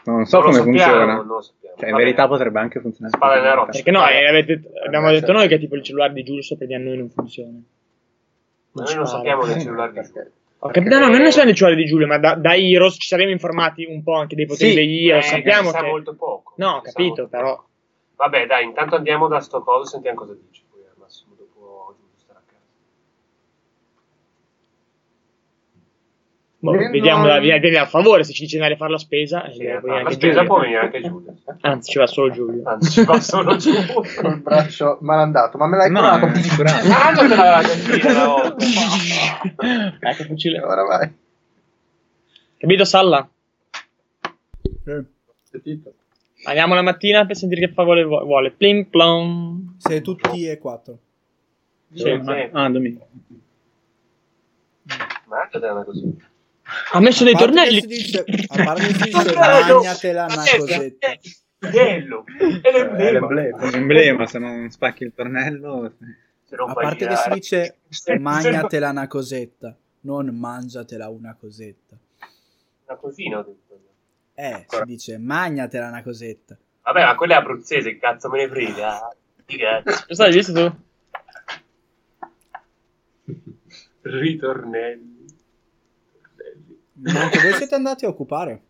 S8: Non so
S1: lo
S8: come
S1: sappiamo,
S8: funziona.
S1: non lo sappiamo.
S8: Cioè, in
S1: Va
S8: verità
S1: bene.
S8: potrebbe anche funzionare.
S1: Spada nella roccia.
S5: Perché no,
S1: Spada.
S5: eh, avete- abbiamo
S3: Vabbè,
S5: detto
S1: cioè-
S3: certo.
S5: noi che tipo il cellulare di Giulio sopra di a noi non funziona.
S1: Ma
S5: Non
S1: noi
S5: ci
S1: non
S5: parla.
S1: sappiamo del
S8: Sì,
S1: cellulare di
S3: Perché-
S5: Ho capito, Eh, no, non ne so del cellulare di Giulio, ma da, da Heroes ci saremo informati un po' anche dei poteri
S8: Sì,
S5: degli
S1: Eh,
S5: Heroes, sappiamo
S1: si sa
S5: che...
S1: molto poco.
S5: No, ho
S1: si sa
S5: capito,
S1: molto
S5: però-
S1: poco. Vabbè, dai, intanto andiamo da sto coso, sentiamo cosa dice. Poi al massimo dopo Giulio starà a casa.
S5: Boh,
S3: Meno-
S5: vediamo la via, via a favore se ci dice di andare a fare la spesa. eh,
S1: Sì,
S5: viene
S1: la
S5: anche
S1: spesa
S5: Giulio.
S1: può venire anche Giulio. eh.
S5: Anzi, ci va solo Giulio.
S1: Anzi, [laughs] ci va
S5: [laughs]
S1: solo Giulio.
S3: Col braccio malandato. Ma me l'hai
S8: No,
S3: curato?
S8: eh, sicuramente.
S1: Ah, non te l'aveva sentita la
S5: [laughs]
S1: volta.
S5: Ecco,
S3: E
S5: fucile.
S3: [laughs] Ora vai.
S5: Capito, Salla?
S2: Eh,
S3: Sentito.
S5: Andiamo la mattina per sentire che favore vu- vuole. Plim plom.
S2: Siete tutti e quattro.
S5: Sì,
S1: sì.
S8: Ah, domenica.
S1: Ma anche te l'aveva così.
S5: Ha messo dei
S2: A parte che
S5: tornelli.
S2: si dice, a parte che si
S1: [laughs]
S2: dice
S1: Bello!
S2: magnatela una
S1: Adesso,
S2: cosetta.
S1: eh, Bello. È
S3: Eh,
S1: l'emblema.
S3: l'emblema.
S8: È un emblema, se non spacchi il tornello.
S1: Se non
S2: A
S1: fai
S2: parte che si
S1: girare.
S2: dice
S1: Se- se-
S2: magnatela una cosetta, non mangiatela una cosetta.
S1: Una cosina ho detto io.
S2: Eh, si dice magnatela una cosetta.
S1: Vabbè, ma quella è abruzzese, che cazzo me ne frega. Di cazzo.
S5: Cosa hai visto tu?
S1: Ritornelli. Ritornelli.
S2: Ma anche voi siete andati a occupare.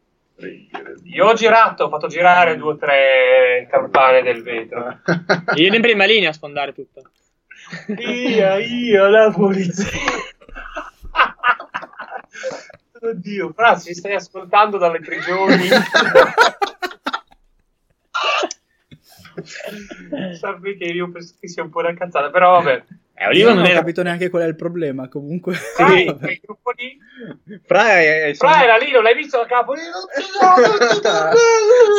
S1: Io ho girato, ho fatto girare due o tre campane del vetro.
S5: Io ero in prima linea a sfondare tutto.
S1: Via, io, la polizia. Oddio, Fra, ci stai ascoltando dalle prigioni. Sappi che io penso che sia un po' una cazzata, però vabbè.
S5: Eh,
S2: Io
S5: Oliva
S2: non
S5: non
S2: ho
S5: era.
S2: capito neanche qual è il problema, comunque.
S1: Dai,
S2: [laughs]
S8: Ah.
S2: Vabbè.
S1: quel gruppo lì.
S8: Fra, è- è-
S1: Fra
S8: sono,
S1: era lì, non l'hai visto a capo?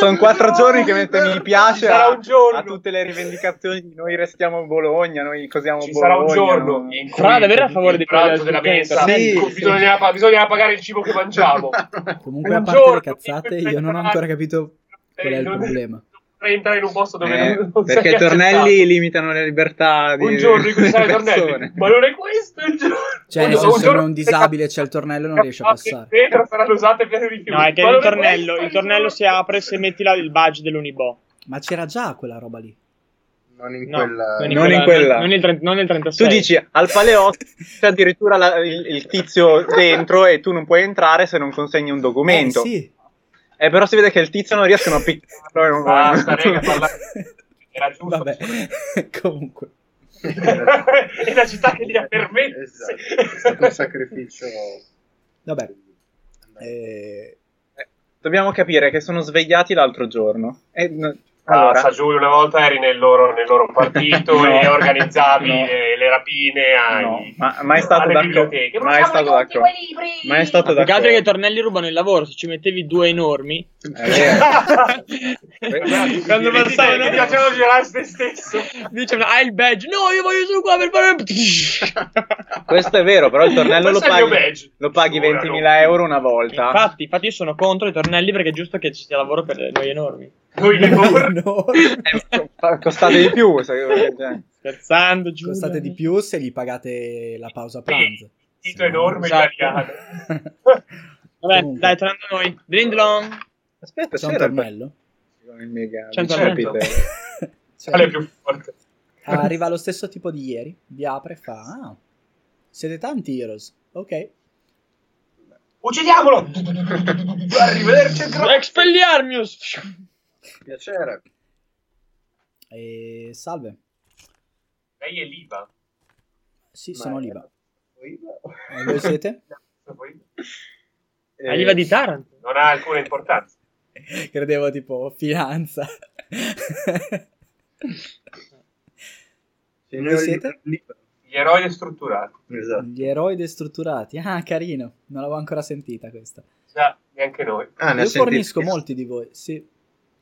S8: sono quattro giorni che mette mi piace
S1: Sarà
S8: a,
S1: un giorno.
S8: a tutte le rivendicazioni di noi restiamo Bologna, noi cosiamo
S1: Ci
S8: Bologna.
S1: sarà Boh, un giorno
S8: no?
S1: in cui
S5: Fra, davvero a favore di
S1: il pranzo
S5: quella
S1: della
S5: gente?
S1: mensa
S8: Sì,
S1: in cui
S8: sì.
S1: bisogna, bisogna pagare il cibo che mangiamo.
S2: [laughs] Comunque, a
S1: Un
S2: parte
S1: giorno,
S2: le cazzate,
S1: in cui
S2: io non ho ancora capito qual è il
S1: non-
S2: problema.
S1: non potrei entrare in un posto dove
S8: Eh,
S1: non, non
S8: perché
S1: sei
S8: i tornelli
S1: accettato.
S8: limitano le libertà di
S1: un giorno in cui ci
S8: delle
S1: saranno i tornelli
S8: persone.
S1: ma non è questo il giorno
S2: Cioè, nel
S1: Un
S2: senso, se
S1: giorno
S2: uno è un disabile e c'è il tornello, non riesce a
S1: le
S2: passare.
S1: pietre saranno usate per i rifiuti
S5: No, è che
S1: Ma
S5: il
S1: non questo esatto.
S5: tornello, il
S1: [laughs]
S5: tornello
S1: giorno.
S5: si apre se metti la- il badge dell'Unibo.
S2: Ma c'era già quella roba lì.
S3: [laughs] non in
S5: No,
S3: quella...
S5: non
S8: in quella.
S5: Non nel, tre- non nel 36.
S8: Tu dici al paleotto c'è addirittura la- il, il tizio dentro e tu non puoi entrare se non consegni un documento.
S2: Eh, sì.
S8: Eh, però si vede che il tizio non riescono a piccarlo. E non
S1: Basta, raga, parlare. Era giusto.
S2: [laughs] Vabbè, [laughs] comunque.
S1: è la città che gli ha permesso.
S3: Esatto, è stato un sacrificio.
S2: Eh, Vabbè. eh,
S8: Dobbiamo capire che sono svegliati l'altro giorno. E, n-
S1: Allora,
S8: allora,
S1: sa Ah, Giulio, una volta eri nel loro, nel loro partito
S8: [laughs] No.
S1: e organizzavi
S8: [laughs] No.
S1: le, le rapine ai,
S8: no, ma mai stato
S1: Ah, alle
S8: d'accordo.
S1: biblioteche.
S8: Mai
S1: Bruciamo
S8: stato
S1: tutti
S8: d'accordo.
S1: quei libri!
S8: Mai stato
S3: Ah,
S5: Ma più che altro che i
S8: d'accordo.
S5: tornelli rubano il lavoro, se ci mettevi due enormi. [laughs]
S8: È vero.
S5: Quando
S1: Ti- ti-
S5: passavano
S1: ti
S5: [laughs]
S1: piaceva girare se stesso.
S5: dicevano "Hai il badge". No, io voglio solo qua per fare [laughs]
S8: Questo è vero, però
S1: [laughs]
S8: il tornello lo
S1: Questo è il mio
S8: paghi,
S1: badge.
S8: lo paghi
S1: Ora no.
S8: 20.000 euro una volta.
S5: Infatti, infatti io sono contro i tornelli perché è giusto che ci sia lavoro per noi enormi.
S1: Noi
S2: [laughs]
S1: che
S8: [laughs]
S1: paura.
S2: no.
S5: [laughs]
S8: Eh, fa- costate di più.
S1: [laughs]
S8: sai- cioè.
S1: Certo.
S5: Scherzando, giù.
S2: Costate di più se gli pagate la pausa pranzo.
S1: Dito enorme
S5: Esatto.
S1: italiano.
S5: Vabbè,
S2: Comunque.
S5: dai, tornando a noi. Drindlon.
S8: Eh, Aspetta,
S2: C'è un
S8: c'era il-
S2: tornello?
S8: il mega-
S5: C'è un
S8: cioè,
S5: tornello.
S8: capite?
S2: C'è.
S1: Qual è più forte?
S2: Arriva lo stesso tipo di ieri, vi apre e fa... Ah, siete tanti Heroes, ok.
S1: Uccidiamolo! Arrivederci.
S5: Expelliarmius.
S3: Piacere.
S2: E salve.
S1: Lei è l'IVA.
S2: Sì, sono
S3: Vai.
S2: Oliva.
S3: Oliva.
S2: E voi siete?
S3: Eh,
S5: Arriva di Taranto.
S1: Non ha alcuna importanza.
S2: Credevo tipo finanza.
S3: signori
S2: voi siete?
S3: Oliva.
S1: Gli eroi strutturati.
S3: Esatto.
S2: [laughs] Gli eroi destrutturati. Ah, carino. Non l'avevo ancora sentita questa.
S1: Già, neanche noi.
S3: Ah, ne
S2: Io
S3: ha sentito-
S2: fornisco molti di voi. Sì.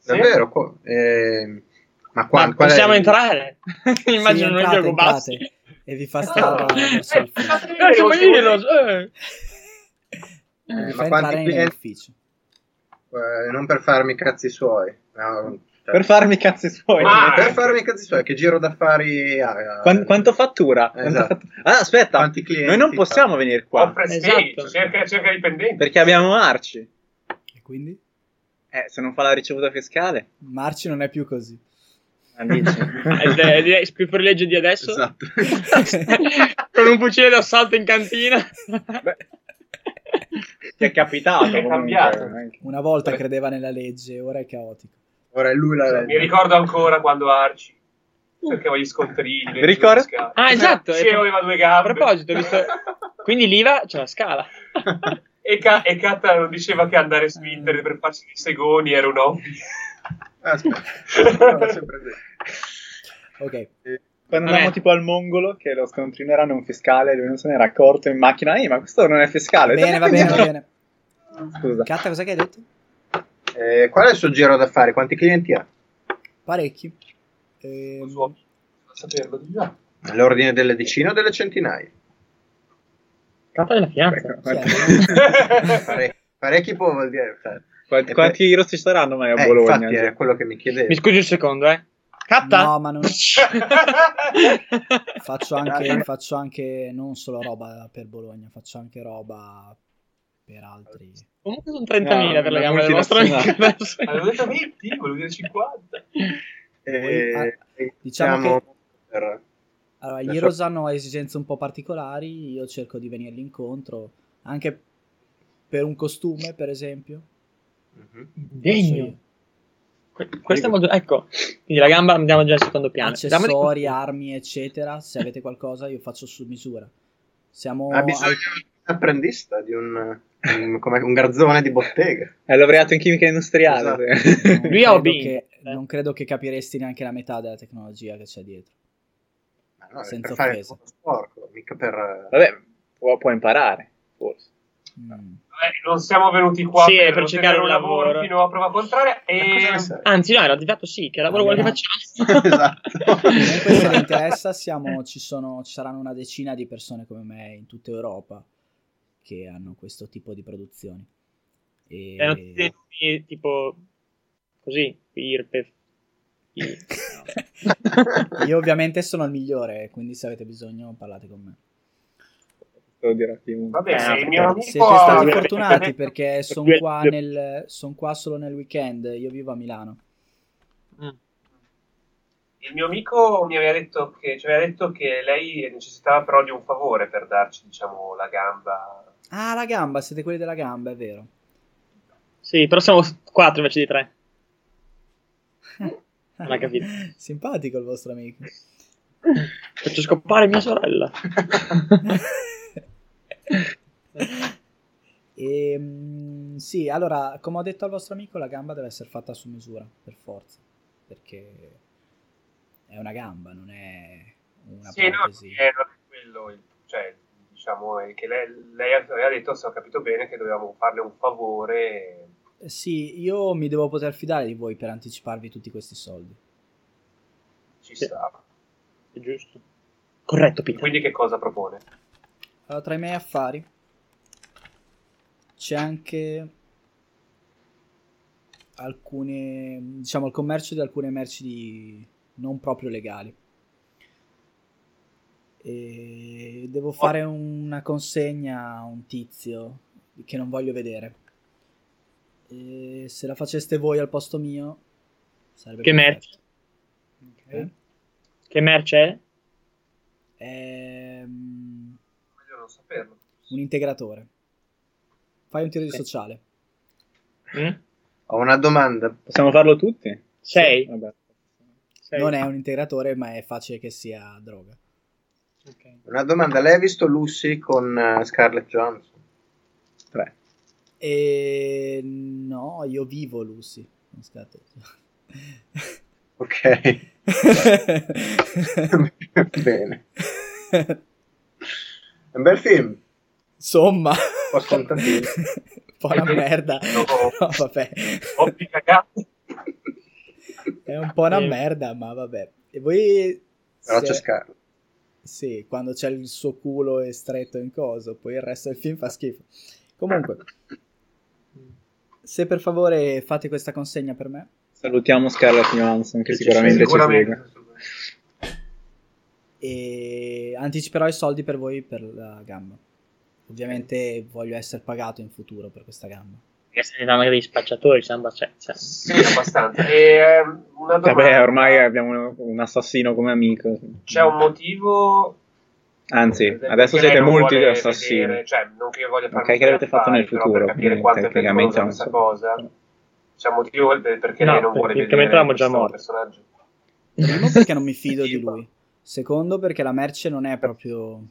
S3: Davvero? Co- eh, ma qua,
S5: Ma
S3: qual è
S5: possiamo [laughs]
S3: il-
S5: entrare?
S2: Sì,
S5: Immagino non
S2: entrate,
S5: gioco bassi.
S2: entrate. E vi fa
S1: Ah.
S2: stare verso
S1: Eh,
S2: il fine.
S1: fatemi
S5: Eh, siamo
S1: vedere,
S5: Heroes, eh.
S3: Eh,
S2: vi
S3: ma
S2: fa
S3: quanti
S2: entrare
S3: clienti-
S2: nell'ufficio.
S3: Eh, non per farmi i cazzi suoi. No, cioè,
S8: Per farmi i cazzi suoi.
S1: Ma-
S3: per farmi i cazzi suoi, che giro d'affari ha?
S8: Quan-
S3: [laughs]
S8: quanto fattura? Quanto
S3: Esatto.
S8: fattu- Ah, aspetta,
S3: Quanti clienti
S8: noi non
S3: fa?
S8: possiamo venire qua
S1: Offre
S5: Esatto.
S1: sì, cerca, cerca dipendenti.
S8: perché abbiamo Arci.
S2: E quindi?
S8: Eh, se non fa la ricevuta fiscale,
S2: Marci non è
S3: [laughs]
S2: più così.
S8: ah,
S1: [laughs]
S8: dici.
S5: Ah, ed è- direi Sprifuorilegge di adesso. [laughs]
S3: Esatto. [laughs]
S5: Con un fucile d'assalto in
S3: [laughs]
S5: cantina.
S8: Beh, ti è capitato.
S1: È
S8: comunque.
S1: cambiato.
S2: Una volta credeva nella legge, ora è caotico.
S3: Ora è lui la
S1: Mi ricordo ancora quando Arci cercava gli scontrini. le
S8: Ricordo-
S1: scale.
S5: Uh. Ah, esatto.
S1: Ceo aveva due gambe.
S5: A proposito, ho visto... Quindi l'IVA c'è la scala.
S1: [laughs] E, Ca- e Katta non diceva che andare su internet per farsi i segoni era un hobby.
S3: Ah,
S1: [laughs]
S3: Aspetta. Allora, sempre detto.
S2: Ok.
S8: Quando
S5: Vabbè.
S8: andavamo tipo al mongolo, che lo scontrino era non fiscale, lui non se ne era accorto in macchina. Eh, ma questo non è fiscale.
S2: bene, va bene, va bene.
S8: Scusa.
S2: Catta, cosa che hai detto?
S3: Eh, qual è il suo giro d'affari? Quanti clienti ha?
S2: Parecchi. Ehm,
S1: Il suo hobby. Non saperlo di già.
S3: All'ordine delle decine o delle
S2: [laughs]
S3: centinaia?
S5: Capa della finanza.
S2: chi è?
S3: Pare- parecchi può vuol dire. cioè,
S8: Quanti, quanti Heroes ci saranno mai a
S3: eh,
S8: Bologna? Cioè,
S3: infatti era quello che mi chiedevi.
S5: Mi scusi un secondo, eh. Catta? [laughs]
S2: No, ma non... faccio, anche, faccio anche non solo roba per Bologna, faccio anche roba per altri.
S5: Comunque sono 30.000 per
S8: No,
S5: la gamba del vostro
S8: multinazionale.
S5: amico. adesso.
S1: Avevo detto 20, volevo dire 50.
S3: Eh,
S2: diciamo
S3: siamo
S2: che-
S3: per-
S2: Allora, gli
S3: Adesso-
S2: Heroes hanno esigenze un po' particolari, io cerco di venirli incontro, anche per un costume, per esempio.
S3: Mhm.
S5: Degno.
S2: Posso
S5: Que- Questo è molto... Ecco, quindi la gamba andiamo già al secondo
S2: io.
S5: piano. Andiamo
S2: Accessori,
S5: di-
S2: armi, eccetera, se avete qualcosa io faccio su misura. Siamo...
S3: Ha bisogno di un apprendista, di un, un- come- un garzone di bottega.
S8: È laureato in chimica industriale.
S2: al- non
S5: Lui ha
S2: credo
S5: Obin.
S2: che-
S5: Eh.
S2: Non credo che capiresti neanche la metà della tecnologia che c'è dietro.
S3: Ma no, è
S2: Senza
S3: per fare il
S2: offesa.
S3: lavoro sporco, mica per... eh,
S8: Vabbè, [laughs] può, può imparare, forse.
S2: Mm.
S1: Vabbè, non siamo venuti qua
S5: Sì, per cercare
S1: ottenere
S5: un lavoro.
S1: fino a prova contraria.
S3: Ma cosa
S1: E...
S3: ne sai?
S5: Anzi, no, in realtà sì, che lavoro vuole che facciamo?
S2: Esatto. Comunque, se vi
S3: esatto.
S2: interessa, siamo- ci, sono- ci saranno una decina di persone come me in tutta Europa che hanno questo tipo di produzioni. E-
S5: Erano tutti dei nomi tipo così, Irpef.
S2: Io ovviamente sono il migliore, quindi se avete bisogno parlate con me.
S8: Devo dire a Timo.
S1: Va bene,
S5: Eh, no,
S1: il mio amico...
S2: Siete
S1: [laughs]
S2: stati
S1: ha-
S2: fortunati perché sono
S5: due-
S2: qua,
S5: due-
S2: nel- son qua solo nel weekend, io vivo a Milano.
S1: Il mio amico mi aveva detto che, ci aveva detto che lei necessitava però di un favore per darci, diciamo, la gamba.
S2: Ah, la gamba, siete quelli della gamba, è vero.
S5: Sì, però siamo quattro invece di tre. Non ha capito.
S2: [laughs] Simpatico il vostro
S1: [laughs]
S2: amico.
S5: Faccio scoppare mia sorella.
S2: Ehm, sì, allora, come ho detto al vostro amico, la gamba deve essere fatta su misura, per forza, perché è una gamba, non è una
S1: sì, no,
S2: protesi.
S1: eh, non è quello. il- Cioè, diciamo, è che lei, lei aveva detto, se ho capito bene, che dovevamo farle un favore.
S2: Eh, Sì, io mi devo poter fidare di voi per anticiparvi tutti questi soldi.
S1: Ci sta.
S5: È giusto. Corretto, Peter.
S1: Quindi che cosa propone?
S2: Allora, tra i miei affari c'è anche alcune, diciamo, il commercio di alcune merci di- non proprio legali. E devo fare una consegna a un tizio che non voglio vedere. E se la faceste voi al posto mio, sarebbe
S5: Che
S2: perfetto.
S5: merci?
S2: Eh?
S5: Che merce è?
S2: Ehm,
S1: Meglio non
S8: [laughs]
S1: saperlo.
S2: un integratore. Fai un tiro
S5: Ok.
S2: di sociale.
S5: Mm?
S3: Ho una domanda.
S8: Possiamo farlo tutti?
S5: Sei?
S8: Vabbè.
S5: Sei.
S2: Non è un integratore, ma è facile che sia droga.
S5: Ok.
S3: Una domanda. Lei ha visto Lucy con eh, Scarlett Johansson?
S8: Tre.
S2: E no, io vivo Lucy. Non [laughs] scatta.
S3: Ok. [laughs] Bene. È un bel film.
S2: Insomma,
S3: Posso un tantino.
S2: un [laughs] po' una merda. [laughs] No, vabbè.
S1: Ho più cagato.
S2: È un po' una
S5: Eh.
S2: merda, ma vabbè. E voi.
S3: Però
S2: se-
S3: c'è Scarlett.
S2: Sì, quando c'è il suo culo è stretto in coso, poi il resto del film fa schifo. Comunque, se per favore fate questa consegna per me,
S8: Salutiamo Scarlett Johansson che
S5: Sì,
S8: sicuramente, ci
S2: e anticiperò i soldi per voi per la gamba. Ovviamente voglio essere pagato in futuro per questa gamba.
S5: Che se ne danno degli spacciatori, siamo cioè, cioè.
S1: Sì, abbastanza. E, ehm, una
S8: segue.
S1: domanda.
S8: Vabbè, ormai abbiamo un assassino come amico.
S1: C'è un motivo
S8: Anzi,
S1: Per esempio,
S8: adesso
S1: che lei
S8: siete
S1: non
S8: molti
S1: vuole
S8: assassini.
S1: vedere, cioè, non che io voglia
S8: Ok,
S1: farmi
S8: che l'avete
S1: affari,
S8: fatto nel
S1: però
S8: futuro,
S1: Per capire
S8: quindi
S1: quanto è
S8: tecnicamente
S1: pericolosa
S8: non
S1: questa
S8: so.
S1: cosa. C'è un motivo per- perché
S5: No,
S1: lei non vuole
S5: tecnicamente
S1: vedere
S5: eravamo già
S1: questo
S5: morti.
S1: personaggio.
S2: Primo perché non mi fido di lui. Secondo perché la merce non è proprio...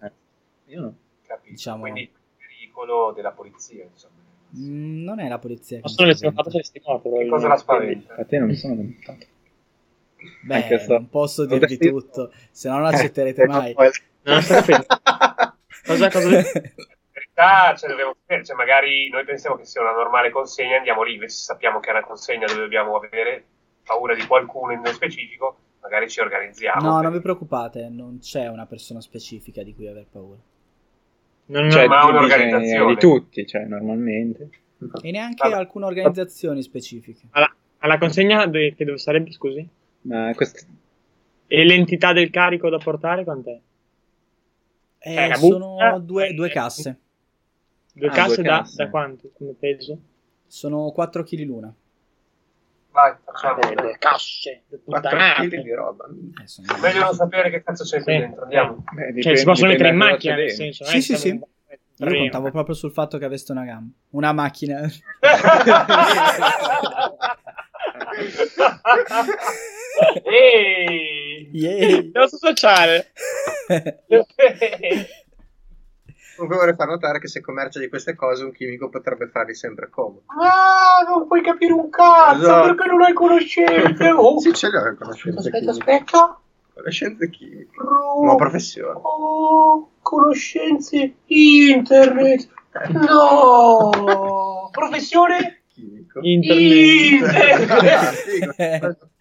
S8: Io no.
S1: Capito?
S2: Diciamo-
S1: Quindi il pericolo della polizia, insomma.
S2: Mm, non è la polizia. che
S5: Ma
S2: mi
S5: solo che se lo
S2: spaventa.
S5: fatto saresti morto.
S1: Che cosa la
S5: probabilmente.
S1: spaventa?
S8: Infatti non mi sono contato.
S2: Beh,
S8: Anche sto-
S2: non posso
S8: Vabbè,
S2: dirvi
S8: io-
S2: tutto, se no non
S5: Eh,
S3: Eh,
S2: accetterete
S3: ecco
S2: mai.
S5: Non sto capendo. [laughs] Cosa, cosa...
S2: [laughs]
S1: In realtà, cioè, dobbiamo sapere, cioè, magari noi pensiamo che sia una normale consegna, andiamo lì, invece sappiamo che è una consegna dove dobbiamo avere paura di qualcuno in specifico, magari ci organizziamo.
S2: No,
S1: per-
S2: non vi preoccupate, non c'è una persona specifica di cui aver paura.
S5: Non,
S8: Cioè,
S1: ma
S8: tu
S1: un'organizzazione.
S8: dici, eh, di tutti, cioè, normalmente.
S2: E neanche
S1: Vabbè.
S2: alcune organizzazioni specifiche.
S5: alla, alla consegna de- che dove sarebbe, scusi?
S8: Ma quest-
S5: E l'entità del carico da portare quant'è?
S2: Eh,
S5: Eh, la busta-
S2: sono due, due
S5: eh,
S2: casse,
S5: Due
S8: Ah,
S5: casse
S8: due
S5: da,
S8: casse.
S5: da quanto? Come peso?
S2: sono 4 kg l'una.
S1: Vai, facciamo.
S5: due casse. due
S3: 4
S5: puttanate.
S3: kg di roba.
S2: Eh, sono-
S1: Meglio non sapere che cazzo c'è qui
S5: Sì.
S1: dentro, andiamo.
S8: Beh,
S5: Cioè,
S8: dipende-
S5: si possono mettere in
S8: dipende da cosa
S5: macchina,
S8: c'è
S5: nel
S8: dentro.
S5: senso. eh, non
S2: Sì,
S5: è
S2: sì,
S5: che
S2: sì.
S5: stanno-
S2: Io
S5: [laughs]
S2: contavo proprio sul fatto che aveste una gamba, una macchina.
S1: Ehi!
S2: Yay!
S5: Devo sociale.
S3: Comunque vorrei far notare che se commercia di queste cose un chimico potrebbe fargli sempre comodo.
S1: Ah, non puoi capire un cazzo
S3: Esatto.
S1: perché non hai conoscenze. Oh,
S3: [laughs] Sì, ce l'ho le conoscenze
S1: aspetta,
S3: chimiche.
S1: aspetta.
S3: Conoscenze chimiche.
S1: Pro-
S3: Nuova professione.
S1: Oh, conoscenze internet. No. Professione?
S3: Chimico. [laughs]
S5: Internet.
S3: Ah, figo.
S1: Eh.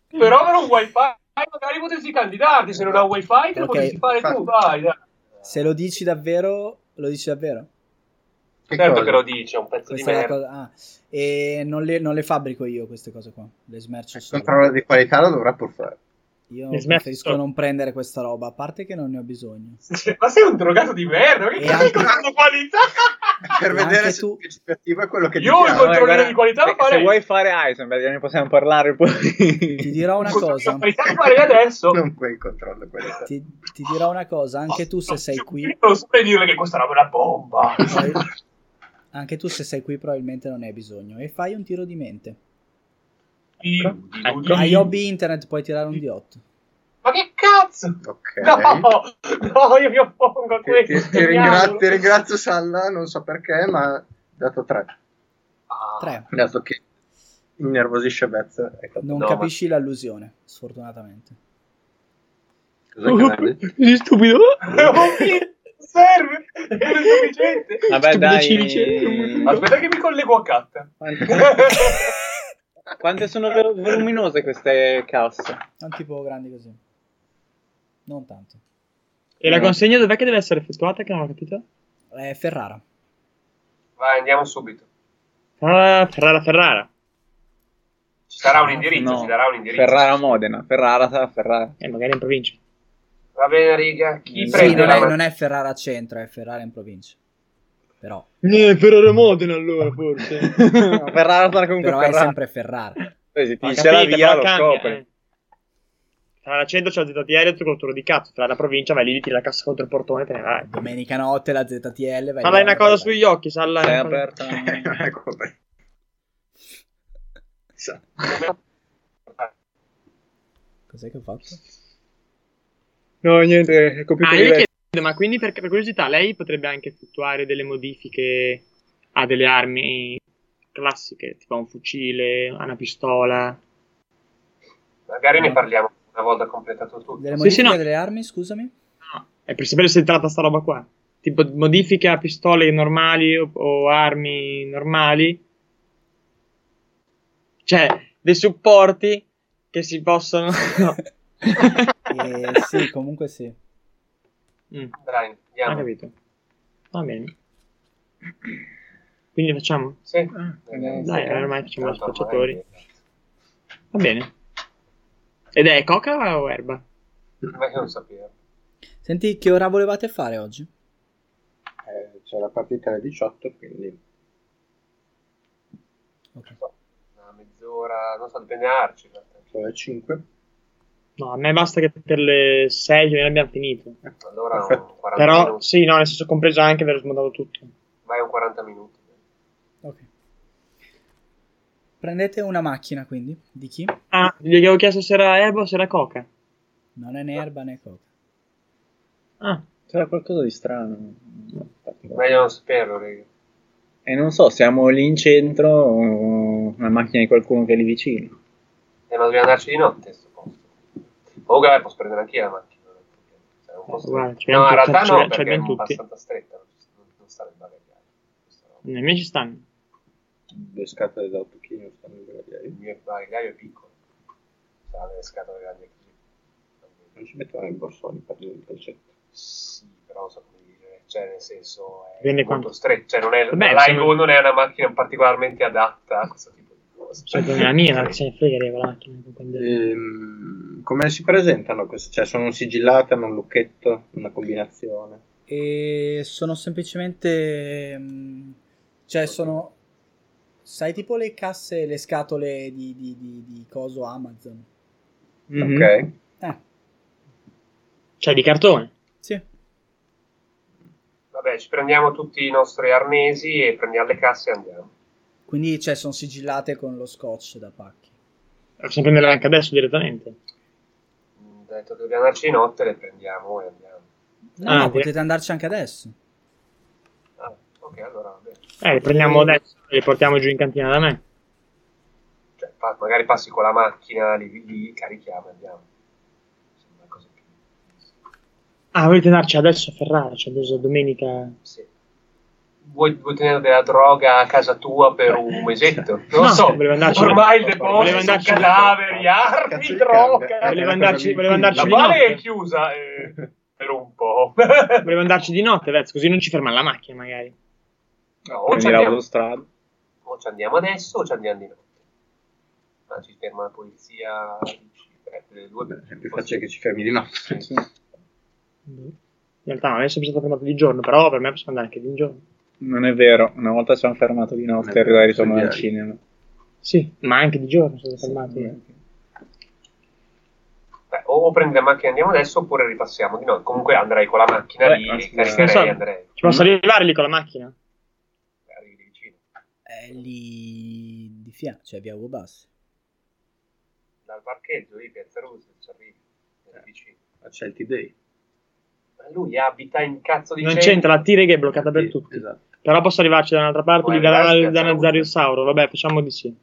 S1: Però per un wifi magari potresti candidarti, se non ha wifi te lo
S2: Ok,
S1: potresti fare tu,
S3: infatti.
S1: vai. dai.
S2: Se lo dici davvero, lo dici davvero.
S3: Che
S1: certo
S3: cosa?
S1: che lo dice, è un pezzo
S2: Questa è
S1: di
S2: la
S1: merda.
S2: cosa. ah. E non le, non le fabbrico io queste cose qua, le smercio
S3: Il
S2: solo.
S3: controllo di qualità lo dovrà pur fare.
S2: Io
S5: Le smercio
S2: preferisco
S5: solo.
S2: non prendere questa
S1: Cioè,
S2: roba, a parte che non ne ho bisogno.
S1: Ma sei un drogato di merda, ma che
S2: E
S1: cazzo di
S2: anche-
S1: qualità?
S3: per
S2: Ma
S3: vedere
S2: anche
S3: se
S2: tu-
S3: che ci piativa quello che
S1: Io il
S3: ti piace.
S1: controllo
S8: guarda,
S1: di qualità lo
S8: Se, se
S1: farei.
S8: vuoi fare Heisenberg, ne possiamo parlare
S5: [laughs]
S8: poi.
S2: Ti dirò una cosa.
S1: Ma lo farei adesso.
S3: Non quel controllo, quello.
S2: Ti, ti dirò una cosa, anche tu se sei qui, Ecco.
S1: Io non saprei dire che questa roba è una
S2: [laughs]
S1: bomba.
S2: poi- anche tu se sei qui probabilmente non ne hai bisogno e fai un tiro di mente.
S1: Diludi,
S5: Ecco.
S2: Hai
S1: diludi.
S2: hobby internet, puoi tirare un D8.
S1: Ma che cazzo?
S3: Ok.
S1: No, no, io mi oppongo a
S3: Ti,
S1: questo.
S3: ti- ti
S1: Vediamo.
S3: ringra- ti ringrazio Salla, non so perché, ma ho dato 3.
S1: Ah,
S2: 3.
S3: Dato che innervosisce Beth. ecco.
S2: Non
S1: No, ma-
S2: capisci l'allusione, sfortunatamente.
S3: Cos'è che [laughs] avevi detto?
S5: [laughs] Sei stupido.
S1: [laughs] Non mi Oh, serve, non è sufficiente.
S8: Vabbè,
S5: Stupido
S8: dai.
S5: cilice, non-
S1: Aspetta che mi collego a Cat.
S8: Quante, quante sono velo- voluminose queste casse?
S2: Non tipo grandi così. Non tanto.
S5: E la consegna dov'è che deve essere effettuata? Che non ho capito.
S2: Eh, Ferrara.
S1: Vai, andiamo subito.
S5: Ah, Ferrara, Ferrara.
S1: Ci sarà un indirizzo,
S8: No.
S1: ci darà un indirizzo.
S8: Ferrara Modena, Ferrara
S5: [laughs]
S8: sarà Ferrara.
S5: Eh, magari in provincia.
S1: Va bene, riga. Chi
S2: Sì,
S1: prende
S2: non
S1: la
S2: è,
S1: ma-
S2: non è Ferrara centro, è Ferrara in provincia. Però,
S5: Eh, Ferrara Modena allora, [laughs] forse.
S8: Ferrara sarà comunque
S2: però è
S8: Ferrara.
S2: sempre Ferrara.
S8: Poi se ti
S5: Ho
S8: dice la
S5: capito,
S8: via,
S5: però
S8: lo
S5: cambia,
S8: scopri.
S5: eh. Fra la 100 c'è la ZTL e tu col turo di cazzo. Fra la provincia vai lì, ti tira la cassa contro il portone e te ne vai.
S2: Domenica notte la ZTL. Vai
S5: Ma dai
S2: là,
S5: una cosa
S2: vai
S5: sugli occhi, Salla.
S8: Sei
S5: una cosa-
S8: aperta.
S3: Ecco, beh. Sa-
S2: là. Cos'è che ho fatto?
S8: No, niente, è
S5: Ah,
S8: computer
S5: io le
S8: diverso.
S5: chiedo, ma quindi per, per curiosità, lei potrebbe anche effettuare delle modifiche a delle armi classiche, tipo a un fucile, a una pistola?
S1: Magari
S5: Eh.
S1: ne parliamo una volta completato tutto.
S2: Delle
S5: Sì,
S2: modifiche
S5: sì, no.
S2: delle armi, scusami?
S5: No, è Eh, per sapere se tratta sta roba qua. Tipo modifiche a pistole normali o, o armi normali. Cioè, dei supporti che si possono...
S2: [laughs]
S5: No.
S2: Eh, sì, comunque sì.
S5: Mm,
S1: Dai,
S5: ho
S1: andiamo.
S5: capito. Va bene. Quindi facciamo?
S1: Sì. Eh,
S8: Dai,
S1: sì.
S5: Ah,
S1: Tanto
S5: ormai facciamo gli
S1: ormai-
S5: spacciatori. Va bene. Ed è coca o erba?
S1: Ma che non sapevo.
S2: Senti, che ora volevate fare oggi?
S3: Eh, c'è la partita alle 18, quindi...
S2: Ok.
S1: Una mezz'ora, non so, dipende da Arci. guarda.
S3: Sono le 5.
S5: No, a me basta che per le 6 noi abbiamo finito.
S1: Cioè, Allora un
S3: Perfetto.
S1: 40
S5: Però,
S1: minuti.
S5: sì, no, nel senso compreso anche aver smontato tutto.
S1: Vai un 40 minuti.
S2: ok. Prendete una macchina quindi? Di chi?
S5: Ah, gli avevo chiesto se era erba o se era coca.
S2: Non è né erba né coca.
S5: Ah,
S8: C'era qualcosa di strano.
S1: Meglio non saperlo, raga.
S8: E non so, siamo lì in centro, o una macchina di qualcuno che è lì vicino.
S1: Eh, ma dobbiamo andarci di notte, sto posto. Comunque, vabbè, posso prendere anche io la macchina. non è un problema. Cioè, non posso-
S5: guarda, ci
S1: no,
S5: abbiamo
S1: in
S5: tutti,
S1: realtà
S5: ci-
S1: no,
S5: ci
S1: perché è
S5: abbiamo tutti.
S1: abbastanza stretta. Non, non sta nel bagagliaio. Questa roba.
S5: nei miei ci stanno.
S3: Due scatole da 8 kg stanno in
S1: Il
S3: bagagliaio.
S1: mio bagagliaio è piccolo. Sarà delle scatole grandi così.
S3: Non ci mettono i borsoni per il calcetto.
S1: Sì, però non so come dire. Cioè, nel senso, è
S5: Dipende
S1: molto
S5: quanto.
S1: stretto. Cioè, non è,
S5: Vabbè,
S1: la
S5: se-
S1: Laigo non è una macchina particolarmente adatta a questo tipo di cose.
S5: Cioè, non è la mia, ma che se ne frega di quella macchina. quindi-
S3: Ehm, come si presentano queste? Cioè, sono sigillate, hanno un lucchetto, una combinazione.
S2: E sono semplicemente... mm, Cioè sono... Sai tipo le casse, le scatole di, di, di, di coso Amazon?
S3: Ok.
S2: Eh,
S5: Cioè, di cartone.
S2: sì.
S1: Vabbè, ci prendiamo tutti i nostri arnesi e prendiamo le casse e andiamo.
S2: Quindi cioè, sono sigillate con lo scotch da pacchi.
S5: Possiamo prenderla anche adesso direttamente.
S1: Mm, Detto che dobbiamo andarci di notte, le prendiamo e andiamo.
S2: No,
S5: Ah,
S2: no,
S5: sì.
S2: potete andarci anche adesso.
S1: Ah, ok, allora va bene.
S5: Eh, le prendiamo adesso e le portiamo giù in cantina da me.
S1: Cioè, pa- magari passi con la macchina, li, li carichiamo e andiamo. Sembra una cosa più...
S5: Ah, volete andarci adesso a Ferrara? Cioè, adesso domenica.
S1: Sì. Vuoi, vuoi tenere della droga a casa tua per un mesetto? Non
S5: Eh, No,
S1: so,
S5: voleva andarci-
S1: ormai il
S5: voleva
S1: deposito sono
S5: andarci-
S1: cadaveri, armi,
S3: Cazzo di
S1: droga.
S3: cambia.
S5: Voleva
S3: Eh,
S5: andarci,
S3: cosa
S5: voleva
S3: mi-
S1: La
S5: andarci di
S1: quale è
S5: notte.
S1: chiusa eh, per un
S5: [laughs]
S1: po'.
S5: Voleva andarci di notte, Vez, così non ci ferma la macchina, magari.
S1: No, o ci
S8: Prendi
S1: andiamo-
S8: l'autostrada.
S1: o ci andiamo adesso o ci andiamo di notte. Ma ci ferma la polizia. eh, le due-
S3: È più facile che ci fermi di notte. [laughs]
S8: Sì.
S5: In realtà, non è sempre stato fermato di giorno, però per me possiamo andare anche di giorno.
S8: Non è vero, una volta ci hanno fermato di notte e
S3: Eh,
S8: arrivare ritorno al
S3: ieri.
S8: cinema.
S5: Sì, ma anche di giorno sono fermati.
S1: Beh, o prendo la macchina e andiamo adesso oppure ripassiamo di noi. Comunque andrei con la macchina
S8: Beh,
S1: lì,
S8: non so.
S1: caricherei,
S5: Non so.
S1: andrei.
S5: Ci posso arrivare lì con la macchina?
S1: Beh, arrivi lì vicino.
S2: È lì di fianco, cioè via Uobassi.
S1: Dal parcheggio lì, Piazza Roosevelt, ci arrivi. È vicino.
S3: a Celtic Day.
S1: Ma lui abita in cazzo di
S5: Non
S1: centro.
S5: c'entra, la T-Reg è bloccata per
S3: Sì,
S5: tutti.
S3: esatto.
S5: Però posso arrivarci da un'altra parte,
S1: Puoi
S5: lì da,
S1: arrivarci,
S5: da,
S1: cazzo,
S5: Nazariosauro. Vabbè, facciamo di sì.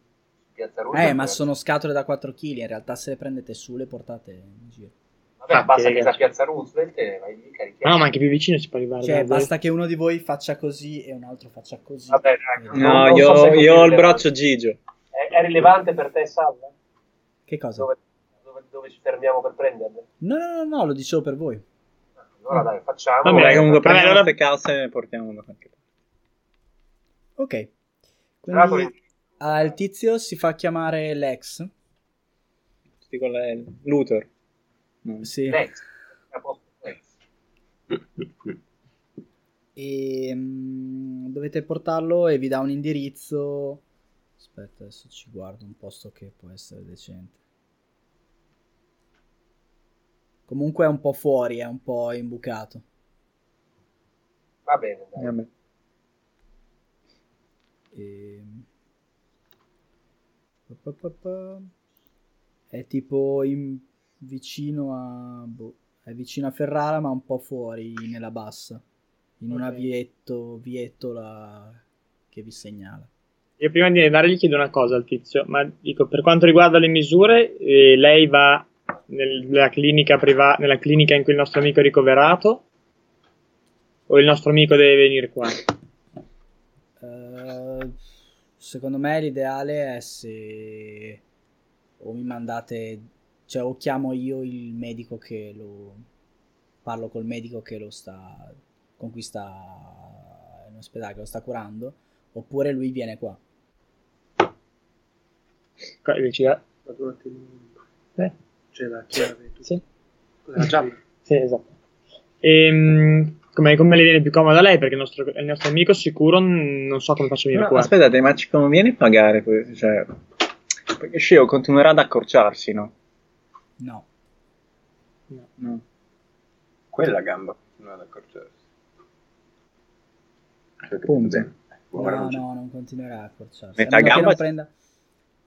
S1: Piazza Roosevelt.
S2: Eh, ma sono scatole da 4 kg. In realtà, se le prendete su, le portate in giro.
S1: Vabbè,
S5: Fatti,
S1: basta che
S5: ragazzi.
S1: sia Piazza Roosevelt e vai lì,
S5: Ma
S1: carichiamo.
S5: no, ma anche più vicino si può arrivare.
S2: Cioè,
S5: guarda.
S2: basta che uno di voi faccia così e un altro faccia così.
S1: Vabbè, raga,
S2: Eh,
S1: non-
S8: No,
S1: non
S8: io,
S1: so se è così
S8: io ho il
S1: rilevante.
S8: braccio Gigio.
S1: È, è rilevante per te, Salva?
S2: Che cosa?
S1: Dove, dove, dove ci fermiamo per prenderle?
S2: No, no, no, no, lo dicevo per voi.
S1: Allora dai, facciamo.
S5: Vabbè,
S8: Vabbè,
S5: raga,
S8: comunque
S5: vabbè,
S8: prendiamo
S5: allora-
S8: queste casse e portiamo da qualche parte.
S2: Ok.
S1: Tra l'altro-
S2: Quindi ah, il tizio si fa chiamare Lex.
S8: Tutti con la L. Luthor. No.
S2: Sì.
S1: Next. A posto, next.
S2: E mm, dovete portarlo e vi dà un indirizzo. Aspetta, adesso ci guardo un posto che può essere decente. Comunque è un po' fuori, è un po' imbucato.
S1: Va bene, dai.
S8: Vabbè.
S2: Ehm. Pa, pa, pa, pa. È tipo in- vicino a boh, è vicino a Ferrara, ma un po' fuori nella bassa, in una
S5: Ok.
S2: vietto, viettola che vi segnala.
S5: Io prima di andare gli chiedo una cosa al tizio, ma dico, per quanto riguarda le misure, eh, lei va nel- nella, clinica priva- nella clinica in cui il nostro amico è ricoverato o il nostro amico deve venire qua?
S2: Eh, secondo me l'ideale è se o mi mandate, cioè o chiamo io il medico che lo parlo col medico che lo sta con cui sta in ospedale, che lo sta curando, oppure lui viene qua.
S5: Qua- dici, eh,
S6: Vado un attimo.
S5: eh,
S6: C'è la chiave. tu-
S5: sì,
S6: La giappa.
S5: sì, esatto. Ehm, come, come le viene più comoda a lei? Perché il nostro, il nostro amico sicuro n- non so come faccio a venire
S8: No,
S5: qua.
S8: aspettate, ma ci conviene pagare? que- Cioè, perché Sceo continuerà ad accorciarsi, no?
S2: No.
S8: No.
S3: Quella gamba, non ad accorgersi.
S8: Punto.
S3: Eh, ora
S2: no,
S3: non c'è.
S2: no, non continuerà a accorciarsi.
S8: Metà
S2: A meno, che
S8: gamba
S2: non
S8: si-
S2: prenda,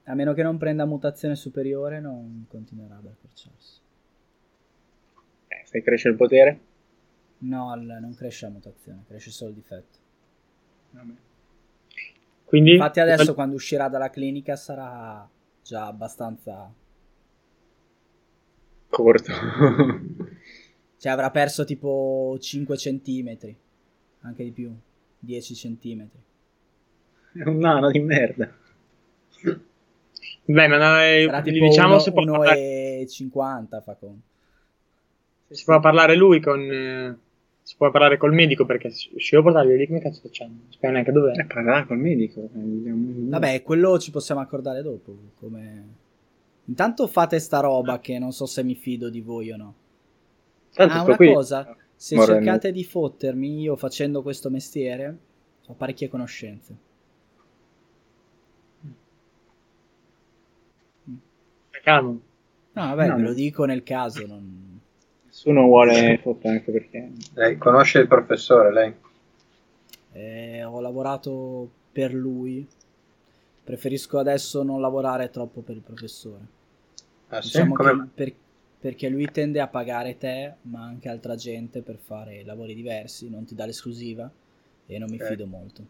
S2: a meno che non prenda mutazione superiore, non continuerà ad accorciarsi.
S8: Eh, se cresce il potere?
S2: No, al- non cresce la mutazione, cresce solo il difetto.
S8: Vabbè.
S5: Quindi,
S2: Infatti adesso quando uscirà dalla clinica sarà già abbastanza...
S8: Corto.
S2: [laughs] Cioè avrà perso tipo 5 centimetri, anche di più, 10 centimetri.
S8: È un nano di merda.
S5: beh, ma noi-
S2: Sarà
S5: gli
S2: tipo
S5: diciamo
S2: uno-
S5: se può, parlare,
S2: 1,50 fa conto.
S5: se può parlare lui con... eh, se può parlare col medico perché se se io portarlo lì come cazzo facciamo? Non sappiamo neanche dov'è.
S8: Eh, parlerà col medico. eh, gli diamo-
S2: Vabbè, quello ci possiamo accordare dopo. come- Intanto fate sta roba che non so se mi fido di voi o no.
S8: Tanto
S2: ah,
S8: sto
S2: una
S8: qui.
S2: cosa, se
S8: Morrendo.
S2: cercate di fottermi io facendo questo mestiere, ho parecchie conoscenze.
S5: Calmo.
S2: No, vabbè,
S8: No,
S2: ve
S8: no.
S2: lo dico nel caso. non-
S8: Nessuno vuole fottere anche perché...
S3: Lei conosce il professore, lei?
S2: Eh, ho lavorato per lui. Preferisco adesso non lavorare troppo per il professore.
S3: Ah, sì?
S2: Diciamo
S3: Come-
S2: che per- perché lui tende a pagare te, ma anche altra gente per fare lavori diversi, non ti dà l'esclusiva e non mi
S3: Ok.
S2: fido molto.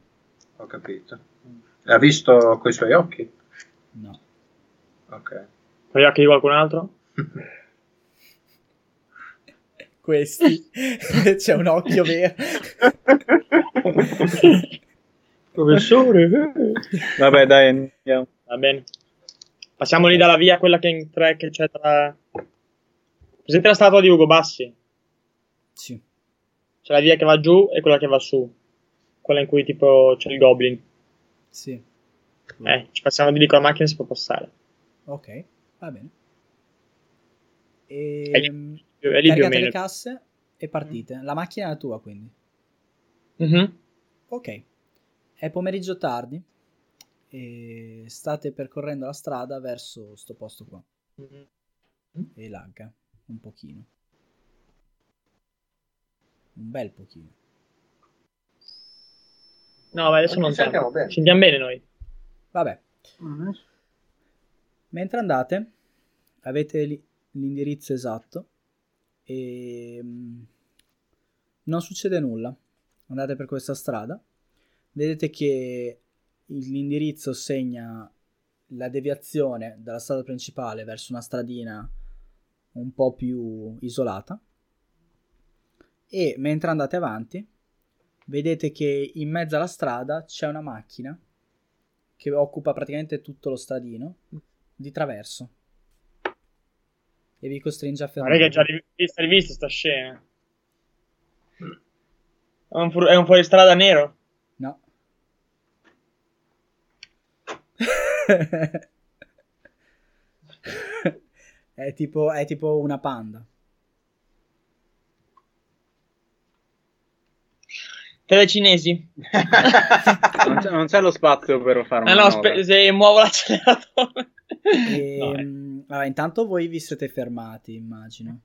S3: Ho capito. L'ha visto coi suoi occhi?
S2: No.
S3: [laughs] Ok.
S5: Con gli occhi di qualcun altro?
S2: Questi [laughs] c'è un occhio
S3: [laughs]
S2: vero.
S5: Professore.
S8: Vabbè, dai, andiamo.
S5: Va bene. Passiamo lì dalla via, quella che è in tre, che c'è tra... Presente la statua di Ugo Bassi?
S2: Sì.
S5: C'è la via che va giù e quella che va su. Quella in cui tipo c'è il goblin.
S2: Sì.
S5: Eh, ci passiamo di lì con la macchina e si può passare.
S2: Ok, va bene. Ehm,
S5: È
S2: E,
S5: lì, è lì più o
S2: caricate le
S5: meno. Mm.
S2: casse e partite. La macchina è la tua, quindi.
S5: Mhm.
S2: Ok, È pomeriggio tardi e state percorrendo la strada verso sto posto qua.
S5: Mm.
S2: E lagga un pochino. Un bel pochino.
S5: No, ma adesso non
S3: Ci sentiamo
S5: serve.
S3: bene.
S5: Ci sentiamo bene noi.
S2: Vabbè. Mentre andate, avete li- l'indirizzo esatto e mm, non succede nulla. Andate per questa strada, vedete che il- l'indirizzo segna la deviazione dalla strada principale verso una stradina un po' più isolata. E mentre andate avanti, vedete che in mezzo alla strada c'è una macchina che occupa praticamente tutto lo stradino di traverso e vi costringe a
S5: Ma
S2: fermarvi.
S5: raga, già ri- vista rivista sta scena. È un, fu- è un fuoristrada nero.
S2: No. [laughs] è, tipo, è tipo una panda.
S5: Telecinesi.
S8: Non c'è, non c'è lo spazio per fare
S5: Ah
S8: una
S5: no,
S8: manovra.
S5: spe- se muovo [laughs] l'acceleratore.
S2: E,
S5: No, eh.
S2: mh, allora, Ehm, intanto voi vi siete fermati, immagino.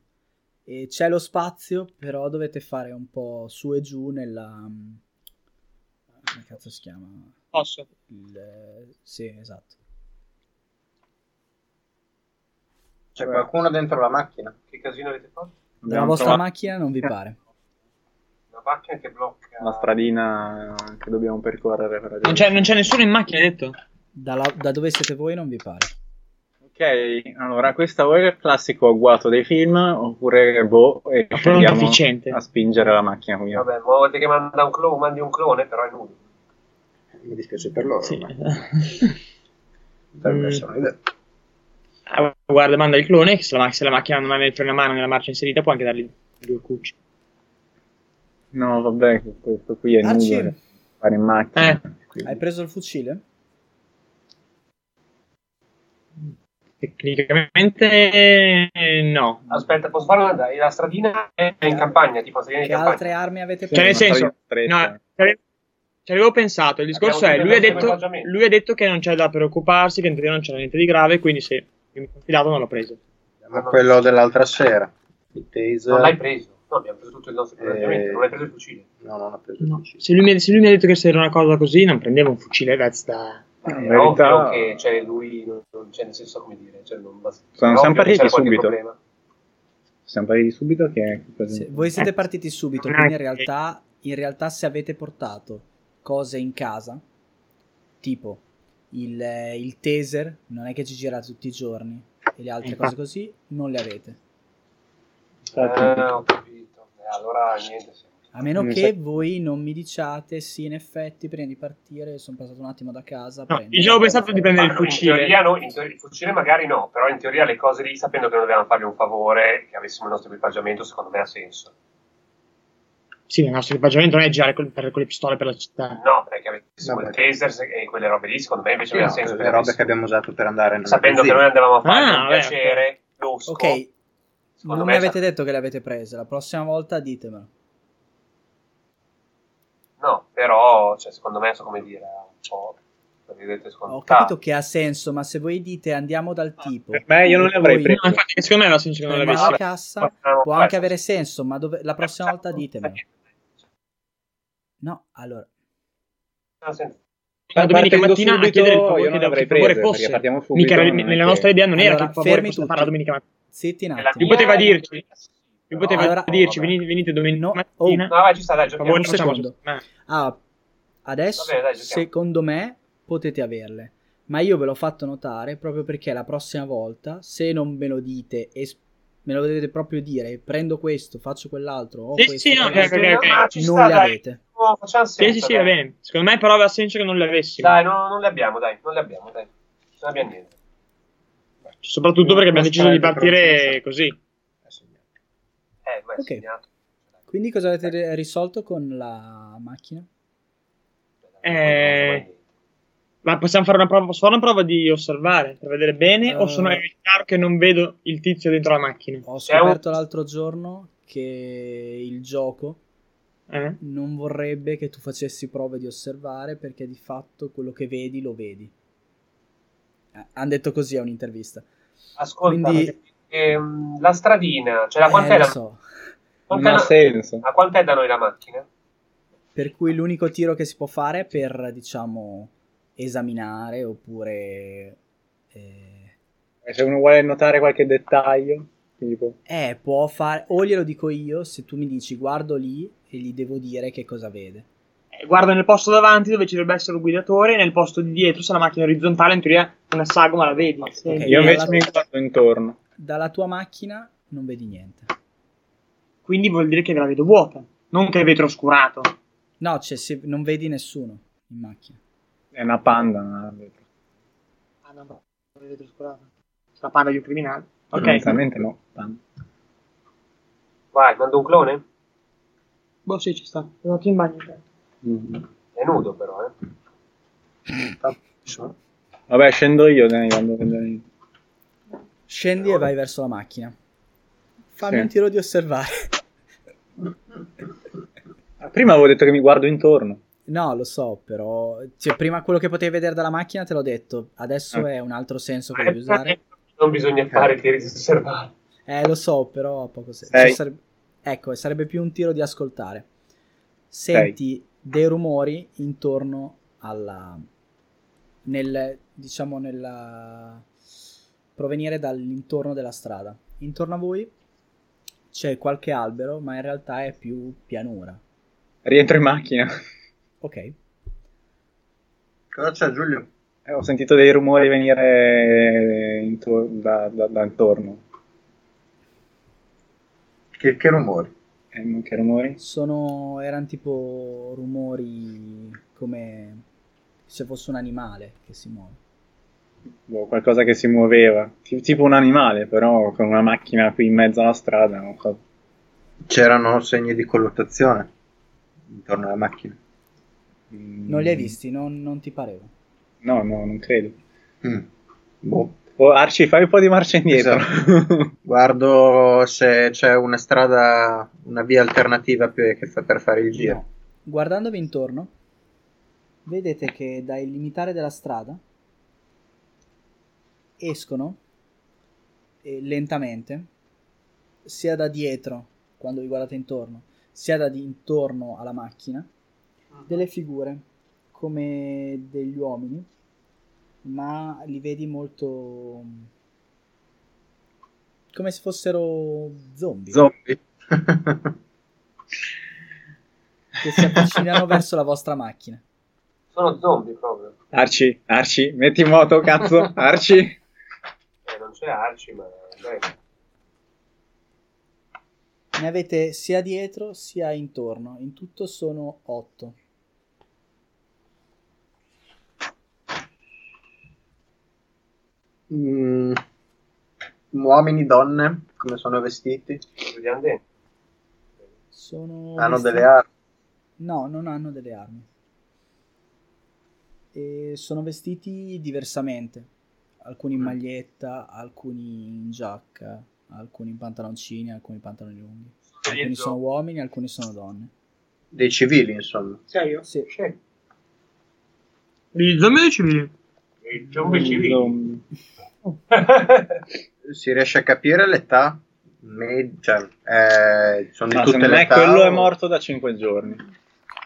S2: E c'è lo spazio, però dovete fare un po' su e giù nella... mh, Come cazzo si chiama?
S5: Posso.
S2: Il- Sì, esatto.
S3: C'è qualcuno dentro la macchina.
S1: Che casino avete fatto?
S2: Della
S8: Abbiamo
S2: vostra
S8: trovato
S2: macchina non vi pare.
S1: Una macchina che blocca.
S8: la stradina che dobbiamo percorrere. per
S5: Non c'è, non c'è nessuno in macchina, hai detto?
S2: Dalla- da dove siete voi non vi pare.
S8: Ok, allora questo è il classico agguato dei film, oppure boh, e
S5: Ma però non è
S8: proviamo
S5: efficiente.
S8: a spingere la macchina. quindi-
S1: Vabbè, una volta che manda un clone, mandi un clone, però è nudo.
S3: Mi dispiace per loro.
S5: Sì.
S3: ma
S5: Mm.
S3: Potrebbe essere un'idea.
S5: Ah, guarda, manda il clone. che Se la, mac- se la macchina non ha nel freno a mano nella marcia inserita, può anche dargli due cucci.
S8: No, vabbè, questo qui è
S2: Arci,
S8: nudo da fare in macchina.
S5: Eh.
S8: quindi-
S2: hai preso il fucile?
S5: Tecnicamente, eh, no.
S1: Aspetta, posso fare una dai, La stradina è in campagna, tipo stradina
S8: Eh,
S1: in
S2: Che
S1: campagna.
S2: altre armi avete
S5: Cioè,
S2: preso?
S5: nel
S8: Una
S5: senso,
S8: stradina stretta.
S5: No, ci ave- ci avevo pensato. Il discorso è:
S1: Abbiamo
S5: lui ha,
S1: sempre lo
S5: detto,
S1: stesso equipaggiamento.
S5: lui ha detto che non c'è da preoccuparsi, che in teoria non c'era niente di grave. Quindi, se io mi confidavo, non l'ho preso.
S3: Ma quello dell'altra sera. Il taser.
S1: Non l'hai preso. No, abbiamo preso tutto il nostro equipaggiamento.
S3: Eh.
S1: Non hai preso il fucile.
S3: No, non ho preso il
S5: No,
S3: fucile.
S5: Se, lui mi, se lui mi ha detto che se era una cosa così, non prendevo un fucile. That's da.
S8: In
S1: È ovvio
S8: verità,
S1: che cioè, lui non, non c'è nel senso come dire. Cioè, non basta.
S8: Sono
S1: è ovvio
S8: sempre
S1: che c'era
S8: partiti
S1: qualche
S8: subito.
S1: problema.
S8: siamo partiti subito che...
S2: Se- voi siete partiti subito, quindi in realtà, in realtà se avete portato cose in casa, tipo il, eh, il taser, non è che ci girate tutti i giorni, e le altre cose così, non le avete.
S8: Ah,
S1: Eh, ho capito. Eh, allora niente. sì.
S2: A meno
S8: Mi
S2: che
S8: sa-
S2: voi non mi diciate, sì, in effetti, prima di partire, sono passato un attimo da casa.
S5: No,
S2: prendo-
S5: io avevo pensato di prendere il
S1: Ma In
S5: fucile.
S1: teoria, no, in teoria- il fucile magari no, però in teoria le cose lì, sapendo che non dovevamo fargli un favore, che avessimo il nostro equipaggiamento, secondo me ha senso.
S5: Sì, il nostro equipaggiamento non è girare col- per- con le pistole per la città.
S1: No, perché avessimo
S3: Vabbè.
S1: il taser se- e quelle robe lì, secondo me invece
S3: Sì,
S1: aveva
S3: no,
S1: senso.
S3: le robe che abbiamo usato per andare nella
S1: Sapendo che
S3: benzina.
S1: noi andavamo a fare
S5: Ah,
S1: un
S5: vabbè,
S1: piacere, losco.
S2: Ok,
S1: secondo
S2: non
S1: me
S2: mi
S1: sa-
S2: avete detto che le avete prese, la prossima volta ditemelo.
S1: No, però, cioè, secondo me, so come dire, è un po', tra virgolette,
S2: Ho
S1: scontato.
S2: capito che ha senso, ma se voi dite andiamo dal tipo...
S8: Ah, Per me io non le avrei
S2: Poi-
S5: No,
S8: prese.
S5: infatti, secondo me era senso
S1: Eh,
S5: che non
S2: Prendiamo
S5: l'avessi.
S2: la cassa,
S1: Facciamo-
S2: può anche avere senso, ma dove- la prossima
S1: Esatto.
S2: volta ditemelo. No, allora,
S1: No, senza-
S5: La domenica
S8: Partendo
S5: mattina a
S8: subito,
S5: chiedere il
S8: io
S5: favore
S8: non
S5: che,
S8: avrei
S5: che favore
S8: prese, perché
S5: fosse.
S8: partiamo subito,
S5: Mica era-
S8: non è
S5: nella
S8: che-
S5: nostra idea non era
S2: Allora,
S5: che il favore
S2: fermi
S5: fosse
S2: tutti.
S5: fare la domenica mattina.
S2: zitti un
S1: è la
S2: attimo.
S1: mia-
S5: poteva dirci. Lui
S1: Però-
S5: poteva
S2: Allora-
S5: dirci,
S1: vabbè.
S5: venite, venite domenica
S2: No, oh,
S5: mattina.
S1: No, vai, ci sta, dai,
S5: per
S1: giochiamo.
S5: favore,
S2: un
S5: facciamo-
S2: secondo.
S5: Ma-
S2: Ah, adesso,
S1: Vabbè, dai, giochiamo.
S2: secondo me, potete averle. Ma io ve l'ho fatto notare proprio perché la prossima volta, se non me lo dite e s- me lo dovete proprio dire, prendo questo, faccio quell'altro, ho
S5: Sì,
S2: questo,
S5: sì, no,
S2: quell'altro,
S5: ok, ok, ok.
S1: Ma ci
S2: non
S1: sta,
S2: le
S1: dai.
S2: avete.
S1: Oh, facciamo senza,
S5: Sì, sì, sì, va
S1: dai.
S5: bene. Secondo me però aveva senso che non l'avessimo.
S1: Dai, no, non le abbiamo, dai, non le abbiamo, dai. Non abbiamo niente.
S5: Soprattutto perché abbiamo
S3: Non
S5: deciso di
S3: sarebbe
S5: partire
S3: proprio
S5: così.
S3: Eh, sì.
S1: Eh, ma è
S2: Ok.
S1: segnato. Eh,
S2: Quindi cosa avete ri- risolto con la macchina?
S5: Eh, Ma possiamo fare una prova, posso fare una prova di osservare per vedere bene o sono
S2: Eh.
S5: è chiaro che non vedo il tizio dentro la macchina?
S2: Ho
S1: C'è un-
S2: scoperto l'altro giorno che il gioco
S5: Eh?
S2: non vorrebbe che tu facessi prove di osservare perché di fatto quello che vedi lo vedi. Eh, Hanno detto così a un'intervista.
S1: Ascolta,
S2: Quindi-
S1: perché, ehm, la stradina, cioè la
S2: Eh,
S1: quant'è
S2: lo
S1: la,
S2: so.
S1: quant'è
S8: Non ha
S1: la-
S8: senso.
S1: a quant'è da noi la macchina?
S2: Per cui l'unico tiro che si può fare per, diciamo, esaminare oppure... Eh,
S8: Cioè, Se uno vuole notare qualche dettaglio, tipo...
S2: eh, può fare... O glielo dico io se tu mi dici guardo lì e gli devo dire che cosa vede.
S5: Eh, Guarda nel posto davanti dove ci dovrebbe essere un guidatore, nel posto di dietro, se la macchina è orizzontale, in teoria una sagoma la vedi. Sì.
S2: Ok.
S8: Io invece
S2: allora-
S8: mi guardo intorno.
S2: Dalla tua macchina non vedi niente.
S5: Quindi vuol dire che la vedo vuota, non che è vetro oscurato.
S2: No, cioè, se- non vedi nessuno in macchina.
S8: È una panda. una-
S5: Ah no, no, non è vetro oscurato. La panda di un criminale. Ok,
S8: Fondamentalmente no. panda.
S1: Vai, mando un clone?
S5: boh sì ci sta, sono andato in bagno. intanto.
S8: Mm.
S1: È nudo però, eh.
S8: Vabbè, scendo io. dai, vado a vedere.
S2: Scendi e vai verso la macchina. Fammi
S8: Sì.
S2: un tiro di osservare.
S8: Ah, Prima avevo detto che mi guardo intorno.
S2: [laughs] No, lo so, però. cioè, prima quello che potevi vedere dalla macchina te l'ho detto. Adesso
S8: Ah.
S2: è un altro senso che
S1: Eh,
S2: devi usare.
S1: Non
S8: Eh.
S1: bisogna fare tiri di osservare.
S2: Eh, lo so, però ha poco senso.
S8: Sei.
S2: Cioè, sarebbe- Ecco, sarebbe più un tiro di ascoltare. Senti dei rumori intorno alla. Nel, diciamo nella. provenire dall'intorno della strada. Intorno a voi c'è qualche albero, ma in realtà è più pianura.
S8: Rientro in macchina. [laughs]
S2: Ok.
S3: Cosa c'è Giulio?
S8: Eh, ho sentito dei rumori venire eh, intor- da, da- da intorno.
S3: Che, che rumori?
S8: Eh, ma che rumori?
S2: Sono, erano tipo rumori come se fosse un animale che si muove.
S8: Boh, qualcosa che si muoveva. Ti- tipo un animale, però con una macchina qui in mezzo alla strada. non so.
S3: C'erano segni di colluttazione intorno alla macchina.
S8: Mm.
S2: Non li hai visti, non, non ti pareva.
S8: No, no, non credo.
S3: Mm. Boh.
S8: Oh, Arci, fai un po' di marcia indietro.
S3: Esatto. Guardo se c'è una strada, una via alternativa per, che fa per fare il giro.
S2: No. Guardandovi intorno, vedete che dai limitare della strada escono eh, lentamente, sia da dietro, quando vi guardate intorno, sia da di- intorno alla macchina, delle figure come degli uomini, ma li vedi molto come se fossero zombie
S3: Zombie.
S2: [laughs] che
S3: [laughs]
S2: si avvicinano verso la vostra macchina.
S1: Sono zombie proprio.
S8: Arci, Arci, metti in moto,
S2: [laughs]
S8: cazzo. Arci.
S1: Eh, non c'è Arci, ma... dai.
S2: Ne avete sia dietro sia intorno. In tutto sono 8.
S3: Mm. Uomini, donne, come sono vestiti?
S1: Vediamo dentro.
S2: Sono
S3: Hanno
S2: vestiti-
S3: delle armi.
S2: No, non hanno delle armi. E sono vestiti diversamente. Alcuni
S3: Mm.
S2: in maglietta, alcuni in giacca, alcuni in pantaloncini, alcuni in pantaloni lunghi.
S1: degli
S2: Alcuni sono
S1: zombie.
S2: uomini, alcuni sono donne.
S3: Dei civili, insomma.
S5: Serio?
S2: Sì.
S1: C'è
S5: Gli zombie o i civili?
S1: il zombie [laughs] civile.
S8: Zombie.
S3: Si riesce a capire l'età? Me- cioè, eh, sono di
S8: No,
S3: tutte
S8: Ah, secondo
S3: le
S8: me
S3: età.
S8: quello
S3: o-
S8: è morto da 5 giorni.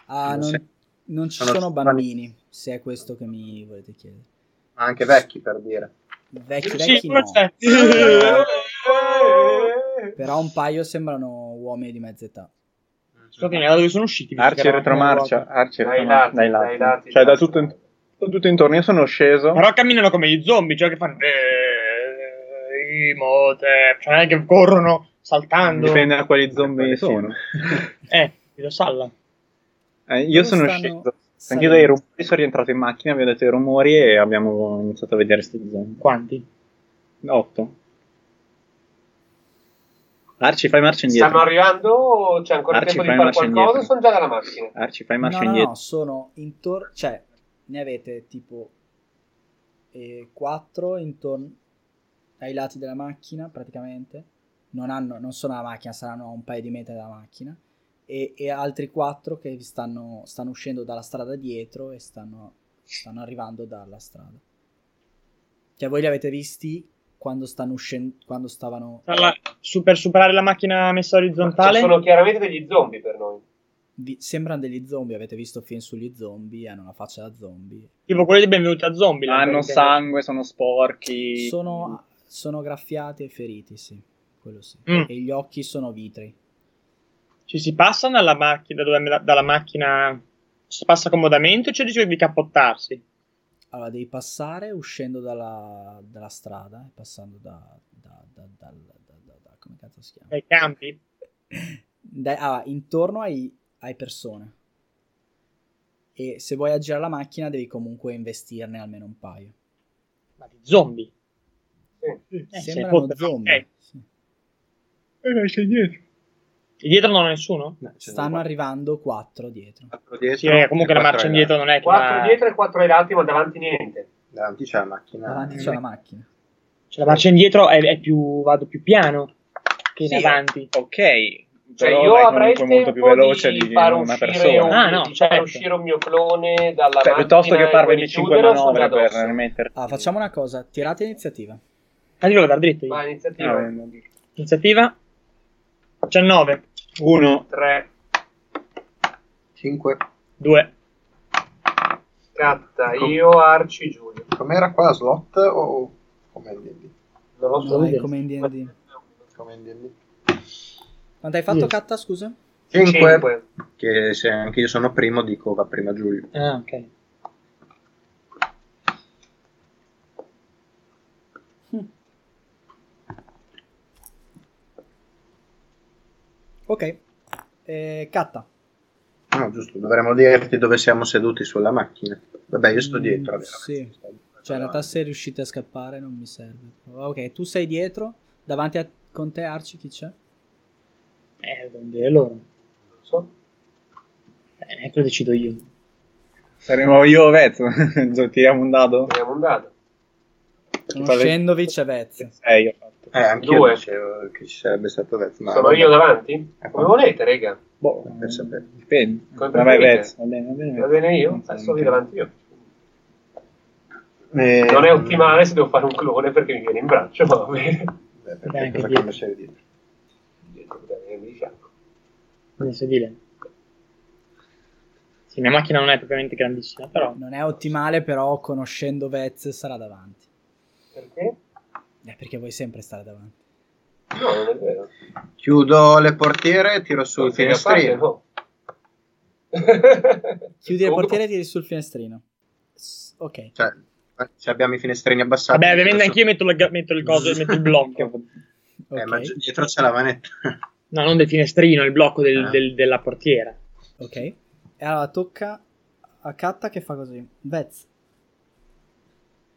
S2: Ah,
S3: Non
S2: non,
S3: so.
S2: non ci
S3: Sono
S2: sono
S3: giovani.
S2: bambini, se è questo che mi volete chiedere.
S3: Ma Anche vecchi, per dire.
S2: Vecchi,
S5: Sì,
S2: vecchi no.
S5: forse.
S8: [laughs]
S2: Però un paio sembrano uomini di mezza età.
S5: Scusatemi, da dove sono usciti? visto che
S8: Arci
S5: eravamo
S8: retromarcia,
S5: nella ruota?
S8: Arci
S1: Dai
S8: retromarcia,
S1: lati,
S8: dai
S1: dai lati.
S8: lati. Cioè da tutto, in- da tutto intorno, io sono sceso.
S5: Però camminano come gli zombie, cioè che fanno... eh, i mote, Cioè non è che corrono saltando.
S8: Dipende da quali zombie
S3: Quali
S8: sono.
S5: Eh, lo salla.
S8: Eh, io
S2: Loro
S8: sono
S2: stanno
S8: sceso. Anche
S2: salendo.
S8: io dai rumori sono rientrato in macchina, vi ho detto i rumori e abbiamo iniziato a vedere questi zombie.
S5: Quanti?
S8: 8. Arci, fai marcia indietro.
S1: Stanno arrivando? o C'è ancora
S8: Arci,
S1: tempo di
S8: fai
S1: fare
S8: marcia
S1: qualcosa?
S8: indietro.
S1: O sono già dalla macchina?
S8: Arci, fai
S2: No,
S8: marcia
S2: no,
S8: indietro.
S2: no, sono intorno. Cioè, ne avete tipo 4 intorno ai lati della macchina, praticamente. Non, hanno, non sono la macchina, saranno a un paio di metri dalla macchina. e, e altri quattro che stanno, stanno uscendo dalla strada dietro e stanno, stanno arrivando dalla strada. Cioè voi li avete visti quando stanno uscendo, quando stavano...
S5: Allora, su- per superare la macchina messa
S1: Cioè,
S5: orizzontale,
S1: sono chiaramente degli zombie per noi.
S2: vi- sembrano degli zombie, avete visto film sugli zombie, hanno una faccia da zombie.
S5: tipo quelli di Benvenuti a Zombie.
S8: Hanno sangue, sono sporchi.
S2: Sono, sono graffiati e feriti, sì, quello sì.
S5: Mm.
S2: E gli occhi sono vitri.
S5: Ci si passa dalla macchina, dove- dalla macchina si passa comodamente o c'è il rischio di cappottarsi?
S2: Allora, devi passare uscendo dalla, dalla strada, eh, passando da, da, da, da, da- da- da- come cazzo si chiama?
S5: Dai campi?
S2: Dai- ah, intorno ai, ai persone. E se vuoi aggirare la macchina devi comunque investirne almeno un paio.
S5: Ma di zombie.
S1: Sì.
S5: Eh, sei
S2: Sembrano
S5: potter,
S2: zombie.
S5: ok.
S2: sì.
S5: E dietro non ho nessuno?
S3: No, ce ne
S2: Stanno
S3: sono
S2: arrivando quattro dietro.
S3: quattro dietro
S5: Sì, eh, comunque
S3: e
S5: la
S3: quattro
S5: marcia
S3: ai
S5: indietro non è che...
S1: Quattro
S5: la-
S1: dietro e quattro ai lati, ma davanti niente.
S3: lati. Davanti c'è la macchina.
S2: Davanti c'è la macchina.
S5: Cioè, la marcia indietro è, è più... vado più piano che in
S8: Sì,
S5: avanti.
S8: Ok,
S1: Cioè,
S8: però
S1: io
S8: vai
S1: avrei
S8: comunque molto più veloce di,
S1: far
S8: una
S1: uscire
S8: persona.
S1: un-
S5: Ah, no,
S1: di far
S5: certo.
S1: uscire un mio clone dalla
S8: Cioè,
S1: macchina
S8: piuttosto che far
S1: e poi
S8: 25
S1: chiuderlo, sono
S8: manovre
S1: già
S8: per
S1: addosso.
S8: metterti.
S2: Ah, facciamo una cosa, tirate iniziativa.
S5: Ah, io lo guardo dritto io.
S1: Ma iniziativa
S8: Ah, beh.
S5: Iniziativa 19,
S8: Uno,
S1: 3,
S3: 5.
S5: 2.
S1: scatta io, Arci, Giulio.
S3: Com'era qua slot o come in D&D?
S1: Non lo so.
S2: No, è come in D&D.
S3: Come in D&D?
S2: Quanto hai fatto,
S5: Yes.
S2: Katta, scusa?
S3: 5.
S1: Cinque.
S3: Che se anche io sono primo dico va prima Giulio.
S5: Ah, ok.
S2: Ok. Eh, Katta.
S3: No, giusto, dovremmo dirti dove siamo seduti sulla macchina. Vabbè, io sto
S2: Mm,
S3: dietro. vero?
S2: sì. Cioè, in realtà se riuscite a scappare non mi serve. Ok, tu sei dietro, davanti a, con te Arci chi c'è?
S5: Eh, devo dire loro.
S1: Non so.
S5: Eh, questo decido io.
S8: saremo io o Vez. [laughs] Cioè, Tiriamo un dado.
S1: Abbiamo un dado.
S2: Conoscendovi c'è Vez.
S8: Sei, ho fatto.
S3: Eh, anche io
S1: Due.
S3: dicevo che ci sarebbe stato detto. Ma
S1: Sono
S3: vabbè,
S1: io davanti?
S3: Eh,
S1: Come
S3: vabbè.
S1: volete, rega.
S8: Boh,
S5: Mm.
S3: Per sapere.
S8: dipende.
S1: Come
S8: Ma vai
S1: preferite.
S8: Vez, va bene, va bene.
S1: Va bene io?
S8: Non so,
S1: Eh, Sono
S8: non
S1: io
S8: so.
S1: davanti io.
S3: Eh,
S1: Non è ottimale se devo fare un clone perché mi viene in braccio, ma va bene.
S3: Beh,
S5: Beh,
S3: perché
S5: anche
S3: cosa
S5: dietro.
S3: che sei dietro?
S1: Dietro, dai, diciamo. di fianco.
S5: Nel sedile. Sì, mia macchina non è propriamente grandissima, però...
S2: Non è ottimale, però conoscendo Vez sarà davanti.
S1: Perché?
S2: Eh, perché vuoi sempre stare davanti.
S1: No, non è vero.
S3: Chiudo le portiere e tiro sul
S1: Non si capate,
S3: finestrino.
S1: no.
S2: [laughs] Chiudi il
S1: Come?
S2: portiere e tiri sul finestrino. S- ok.
S3: Cioè, se abbiamo i finestrini
S1: Cioè,
S3: abbassati.
S5: Vabbè, ovviamente
S3: tiro su-
S5: anch'io metto, il ga- metto il coso, metto il blocco.
S1: [laughs]
S3: Eh,
S2: ok,
S3: ma gi- dietro c'è la manetta. [laughs]
S5: No, non del finestrino, il blocco del-
S3: Ah.
S1: Eh.
S5: del- della portiera.
S2: ok. E allora tocca a Katta che fa così. Vez.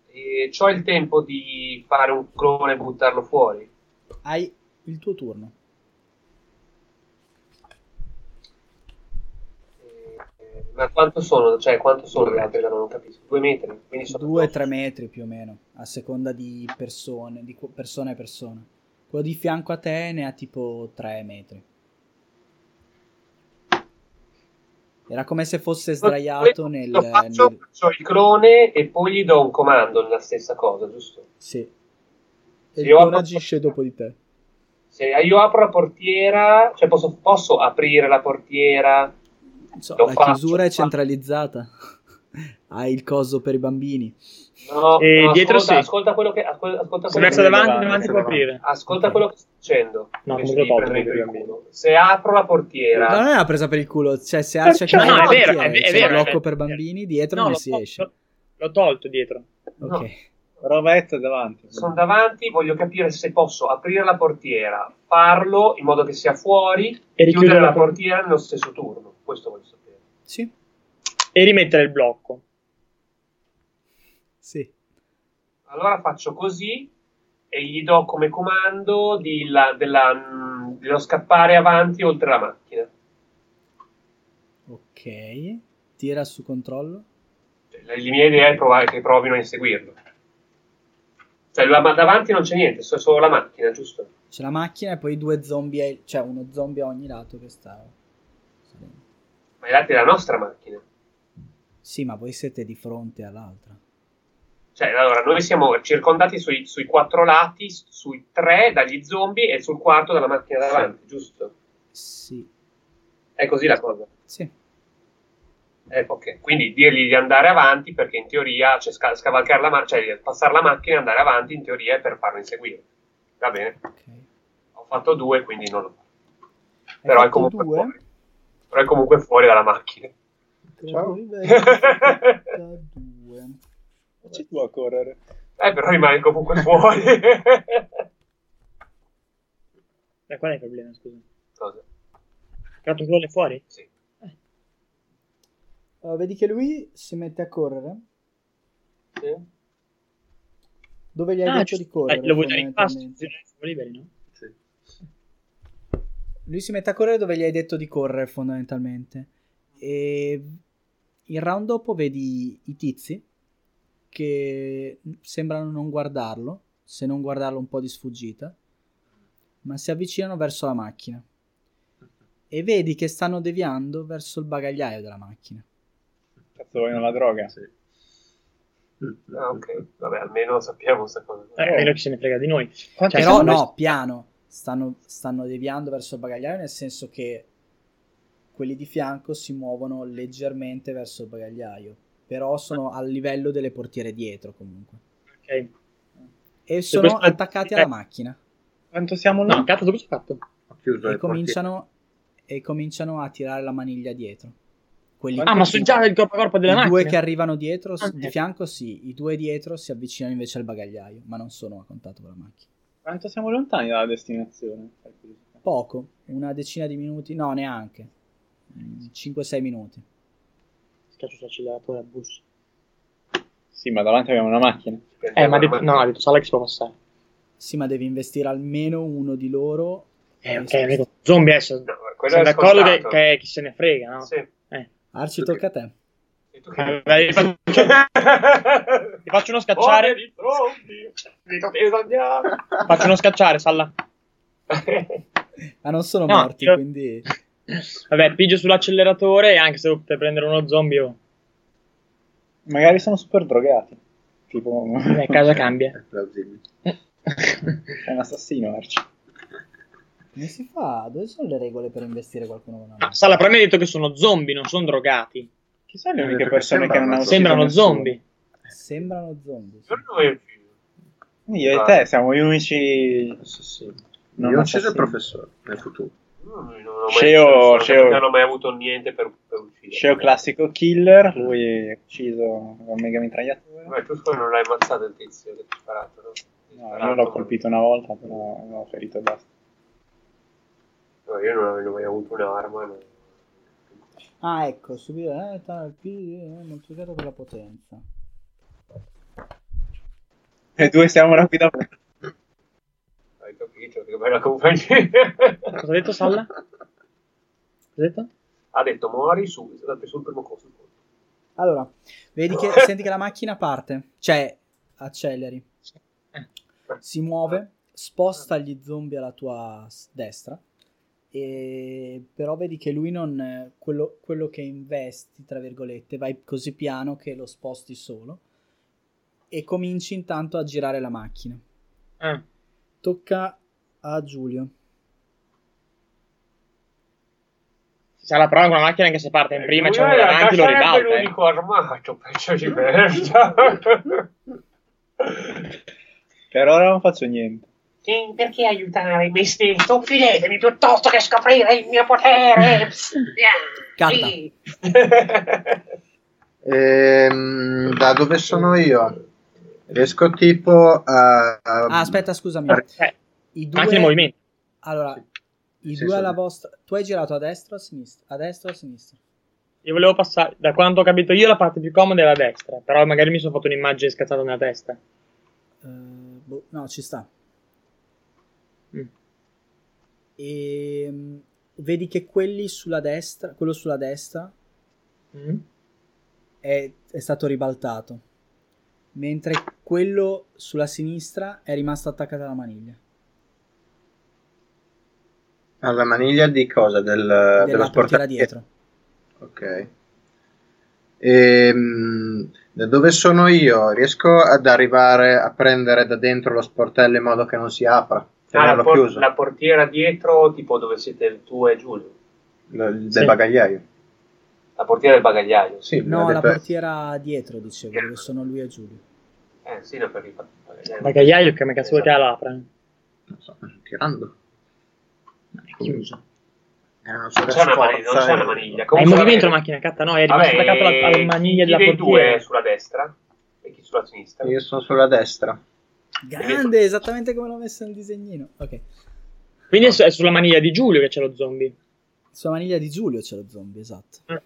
S1: E eh, c'ho il tempo di fare un clone e buttarlo fuori.
S2: Hai il tuo turno.
S1: Eh, Ma quanto sono? Cioè, quanto sono le altre? Non capisco. Due metri? Quindi sono
S2: 2-3 metri più o meno, a seconda di persone, di co- persona e persona. Quello di fianco a te ne ha tipo 3 metri. Era come se fosse sdraiato nel...
S1: Lo faccio,
S2: nel-
S1: faccio il clone e poi gli do un comando nella stessa cosa, giusto?
S2: Sì. E
S1: Sì,
S2: il
S1: io
S2: tuo
S1: apro-
S2: agisce dopo di te.
S1: Se io apro la portiera, cioè posso, posso aprire la portiera?
S2: Non so,
S1: Lo
S2: la
S1: faccio,
S2: chiusura
S1: lo
S2: è
S1: faccio.
S2: centralizzata. [laughs] Hai il coso per i bambini.
S1: No,
S5: Eh,
S1: no,
S5: dietro
S1: ascolta,
S5: sì.
S1: ascolta quello che ascolta, ascolta
S5: Se
S1: quello
S5: verso
S1: che-
S5: davanti, davanti può aprire.
S1: ascolta quello che sto dicendo.
S5: No,
S1: invece
S5: comunque
S1: di
S5: dopo,
S1: prendermi per il
S5: dopo.
S1: culo. Se apro la portiera,
S2: No, non è una presa per il culo, cioè se Arcia
S5: Perciò-
S2: chiude
S5: no,
S2: la
S5: è vero,
S2: portiera,
S5: è ve- è
S2: c'è
S5: vero, è
S2: un blocco
S5: vero.
S2: per bambini, dietro non
S5: l'ho
S2: si
S5: tolto-
S2: esce.
S5: L'ho tolto dietro.
S1: No.
S2: Ok.
S8: Però Vez è davanti.
S1: sono davanti, voglio capire se posso aprire la portiera, farlo in modo che sia fuori
S5: E
S1: e chiudere
S5: richiudere
S1: la
S5: la portiera.
S1: portiera nello stesso turno. Questo voglio sapere.
S2: Sì.
S5: E rimettere il blocco.
S2: Sì.
S1: Allora faccio così e gli do come comando di la- della, mm, dello scappare avanti oltre la macchina.
S2: Ok, tira su controllo.
S1: Cioè, La, la mia idea è provare, che provino a inseguirlo. Cioè, la- ma davanti non c'è niente, so- solo la macchina, giusto?
S2: C'è la macchina e poi due zombie, ai- cioè uno zombie a ogni lato che sta.
S1: Ma in realtà è la nostra macchina.
S2: Sì, ma voi siete di fronte all'altra.
S1: Cioè, allora, noi siamo circondati sui, sui quattro lati, sui tre dagli zombie e sul quarto dalla macchina davanti, giusto?
S2: Sì,
S1: È così la cosa.
S2: sì.
S1: Eh, ok. Quindi dirgli di andare avanti perché in teoria, cioè, sca- scavalcare la macchina, cioè passare la macchina e andare avanti in teoria è per farlo inseguire. Va bene,
S2: ok.
S1: ho fatto due, quindi non lo
S2: Hai
S1: Però è
S2: fatto
S1: comunque
S2: due?
S1: fuori. Però è comunque fuori dalla
S2: [laughs]
S1: macchina.
S2: Tre
S6: Ciao.
S2: rivecchi,
S1: [laughs]
S2: fatta due.
S8: C'è tu a correre.
S1: Eh, però rimane comunque
S2: [laughs]
S1: fuori.
S5: Eh, qual è il problema, scusa?
S1: Cosa?
S5: Che altro gol è fuori?
S1: Sì.
S2: Allora, Eh, vedi che lui si mette a correre
S1: Sì.
S2: dove gli hai detto
S5: giusto.
S2: di correre.
S5: Eh, lo vuoi dare in passo?
S2: fondamentalmente.
S5: Siamo liberi, no?
S2: Lui si mette a correre dove gli hai detto di correre fondamentalmente. E il round dopo vedi i tizi che sembrano non guardarlo, se non guardarlo un po' di sfuggita, ma si avvicinano verso la macchina. E vedi che stanno deviando verso il bagagliaio della macchina.
S8: Cazzo, vogliono la droga.
S1: Ah, ok, vabbè, almeno sappiamo questa cosa.
S5: Eh,
S2: Oh.
S5: almeno chi se ne frega di noi. Cioè,
S2: Però
S5: secondo
S2: no,
S5: me-
S2: piano, stanno, stanno deviando verso il bagagliaio nel senso che quelli di fianco si muovono leggermente verso il bagagliaio, però sono al livello delle portiere dietro comunque.
S5: Ok.
S2: E sono
S5: questo-
S2: attaccati alla
S5: eh.
S2: macchino
S8: Quanto siamo là?
S5: No, cazzo, cosa ho fatto?
S3: Ho chiuso
S2: e
S3: le portiere.
S2: cominciano, e cominciano a tirare la maniglia dietro. Quelli
S5: Ah, ma sono già il corpo a corpo della
S2: I
S5: macchina.
S2: due che arrivano dietro, s-
S5: Ah,
S2: di
S5: ok.
S2: fianco sì, i due dietro si avvicinano invece al bagagliaio, ma non sono a contatto con la macchina.
S8: Quanto siamo lontani dalla destinazione? Per curiosità.
S2: Poco, una decina di minuti, no neanche, 5-6 minuti.
S5: Cazzo, sta accelerato la bus.
S8: Sì, ma davanti abbiamo una macchina.
S5: Eh, ma ha detto, no, ha detto Sala che si può passare.
S2: Sì, ma devi investire almeno uno di loro.
S5: Eh, ok, amico. Zombie adesso.
S1: No, quello
S5: Sono
S1: è
S5: d'accordo che,
S1: scontato.
S5: che chi se ne frega, no?
S1: Sì.
S2: Arci, tocca a te.
S1: E tu che-
S5: Eh, dai, Ti faccio- ti faccio uno scacciare.
S1: Poveri zombie, vi besogniamo.
S5: Faccio uno scacciare, Salla.
S2: Ma non sono
S5: No,
S2: morti,
S5: io-
S2: quindi...
S5: [laughs] Vabbè, pigio sull'acceleratore e anche se devo prendere uno zombie, oh,
S8: Magari sono super drogati. [laughs] Tipo...
S5: [laughs] eh, casa cambia.
S3: È plausibile.
S8: È un assassino, Arci.
S2: Come si fa? Dove sono le regole per investire qualcuno con una
S5: No,
S2: mano?
S5: Ah, Sala, però mi ha detto che sono zombie, non sono drogati.
S8: Chi sono le
S3: Eh,
S8: uniche
S3: perché
S8: persone che
S3: sembrano
S8: non hanno ucciso
S5: Sembrano
S8: nessuno?
S5: zombie.
S2: Sembrano zombie. sì.
S1: Secondo me è un film.
S8: Io e te siamo gli unici...
S3: Assassino.
S8: Non
S3: Io ho ucciso il
S8: assassini.
S3: professore nel futuro.
S1: Io Non, non ho mai,
S8: Sceo-
S1: non
S8: Sceo-
S1: non ho mai avuto niente per, per uccidere.
S8: Sceo classico killer, lui è ucciso con mega mitragliatore.
S1: Eh, Ma tu poi non l'hai ammazzato il tizio che ti ha sparato, no? Ti ha
S8: No,
S1: sparato.
S8: io l'ho colpito una volta, però l'ho ferito e basta.
S1: No, io non avevo mai avuto un'arma. no.
S2: Ah, ecco, subito... Eh, ta- il P, eh, moltiplicato per la potenza.
S8: E due siamo una guida.
S1: Hai capito? Che bella compagnia.
S5: Cosa ha detto Salla? Cosa ha detto?
S1: [laughs] ha detto muori subito, sono andato sul primo corso.
S2: Allora, vedi che... senti che la macchina parte. Cioè, acceleri. Si muove, sposta gli zombie alla tua s- destra. E però vedi che lui non. Quello, quello che investi, tra virgolette, vai così piano che lo sposti solo. E cominci intanto a girare la macchina.
S5: Ah,
S2: Tocca a Giulio.
S5: Sala, però con la macchina anche se parte in prima,
S1: Eh, Lui
S5: c'è uno
S1: era-
S5: davanti, lo
S1: sarebbe
S5: ribalta. eh.
S1: l'unico armato, penso di merda.
S8: Per ora non faccio niente.
S7: Perché aiutare me stesso? Fidetemi Eh, piuttosto che scoprire il mio
S5: [laughs]
S7: potere!
S2: Carta.
S3: [laughs] Ehm, da dove sono io? Riesco tipo a... a-
S2: Ah, aspetta, scusami.
S5: Eh,
S2: I due.
S5: Anche il movimento.
S2: Allora, i
S3: Sì,
S2: due
S3: sì.
S2: alla vostra. Tu hai girato a destra o a sinistra? A destra o a sinistra?
S5: Io volevo passare, da quanto ho capito io, la parte più comoda è la destra. Però magari mi sono fatto un'immagine scattata nella testa.
S2: Eh, boh, no, ci sta.
S5: Mm.
S2: E mm, vedi che quelli sulla destra, quello sulla destra
S5: Mm.
S2: è, è stato ribaltato, mentre quello sulla sinistra è rimasto attaccato alla
S5: Eh,
S2: maniglia.
S3: Alla maniglia di cosa? Del,
S2: della
S3: dello
S2: portiera
S3: sportello
S2: dietro.
S3: Ok. Ehm, da dove sono io? Riesco ad arrivare a prendere da dentro lo sportello in modo che non si apra?
S1: Ah, la,
S3: Tenerlo
S1: por-
S3: chiuso?
S1: la portiera dietro, tipo dove siete tu e Giulio.
S3: L- del
S5: Sì.
S3: bagagliaio?
S1: La portiera del bagagliaio.
S3: Sì,
S2: No,
S3: l'ho
S2: la
S3: detto-
S2: portiera dietro, dicevo, dove sono lui e Giulio.
S1: Eh, sì, no, perché fa- bagagliaio.
S5: Bagagliaio che mi cazzo
S1: Esatto.
S5: vuoi che l'apra? No,
S3: non so, tirando.
S5: è chiuso.
S3: Eh, non so
S1: Non
S3: che
S1: c'è una
S3: sforza,
S1: maniglia. Non c'è
S3: eh.
S1: una maniglia.
S5: È in
S1: Comunque,
S5: movimento la
S1: vabbè.
S5: macchina, catta, no, è rimasta
S1: Vabbè,
S5: attaccata alla, alla maniglia
S1: chi
S5: della
S1: dei due è
S5: portiera.
S1: sulla destra e chi sulla sinistra?
S3: Io sono sulla destra.
S2: Grande, esattamente come l'ho messo nel disegnino. Ok.
S5: Quindi è, su- è sulla maniglia di Giulio che c'è lo zombie. [laughs]
S2: Sulla maniglia di Giulio c'è lo zombie, esatto.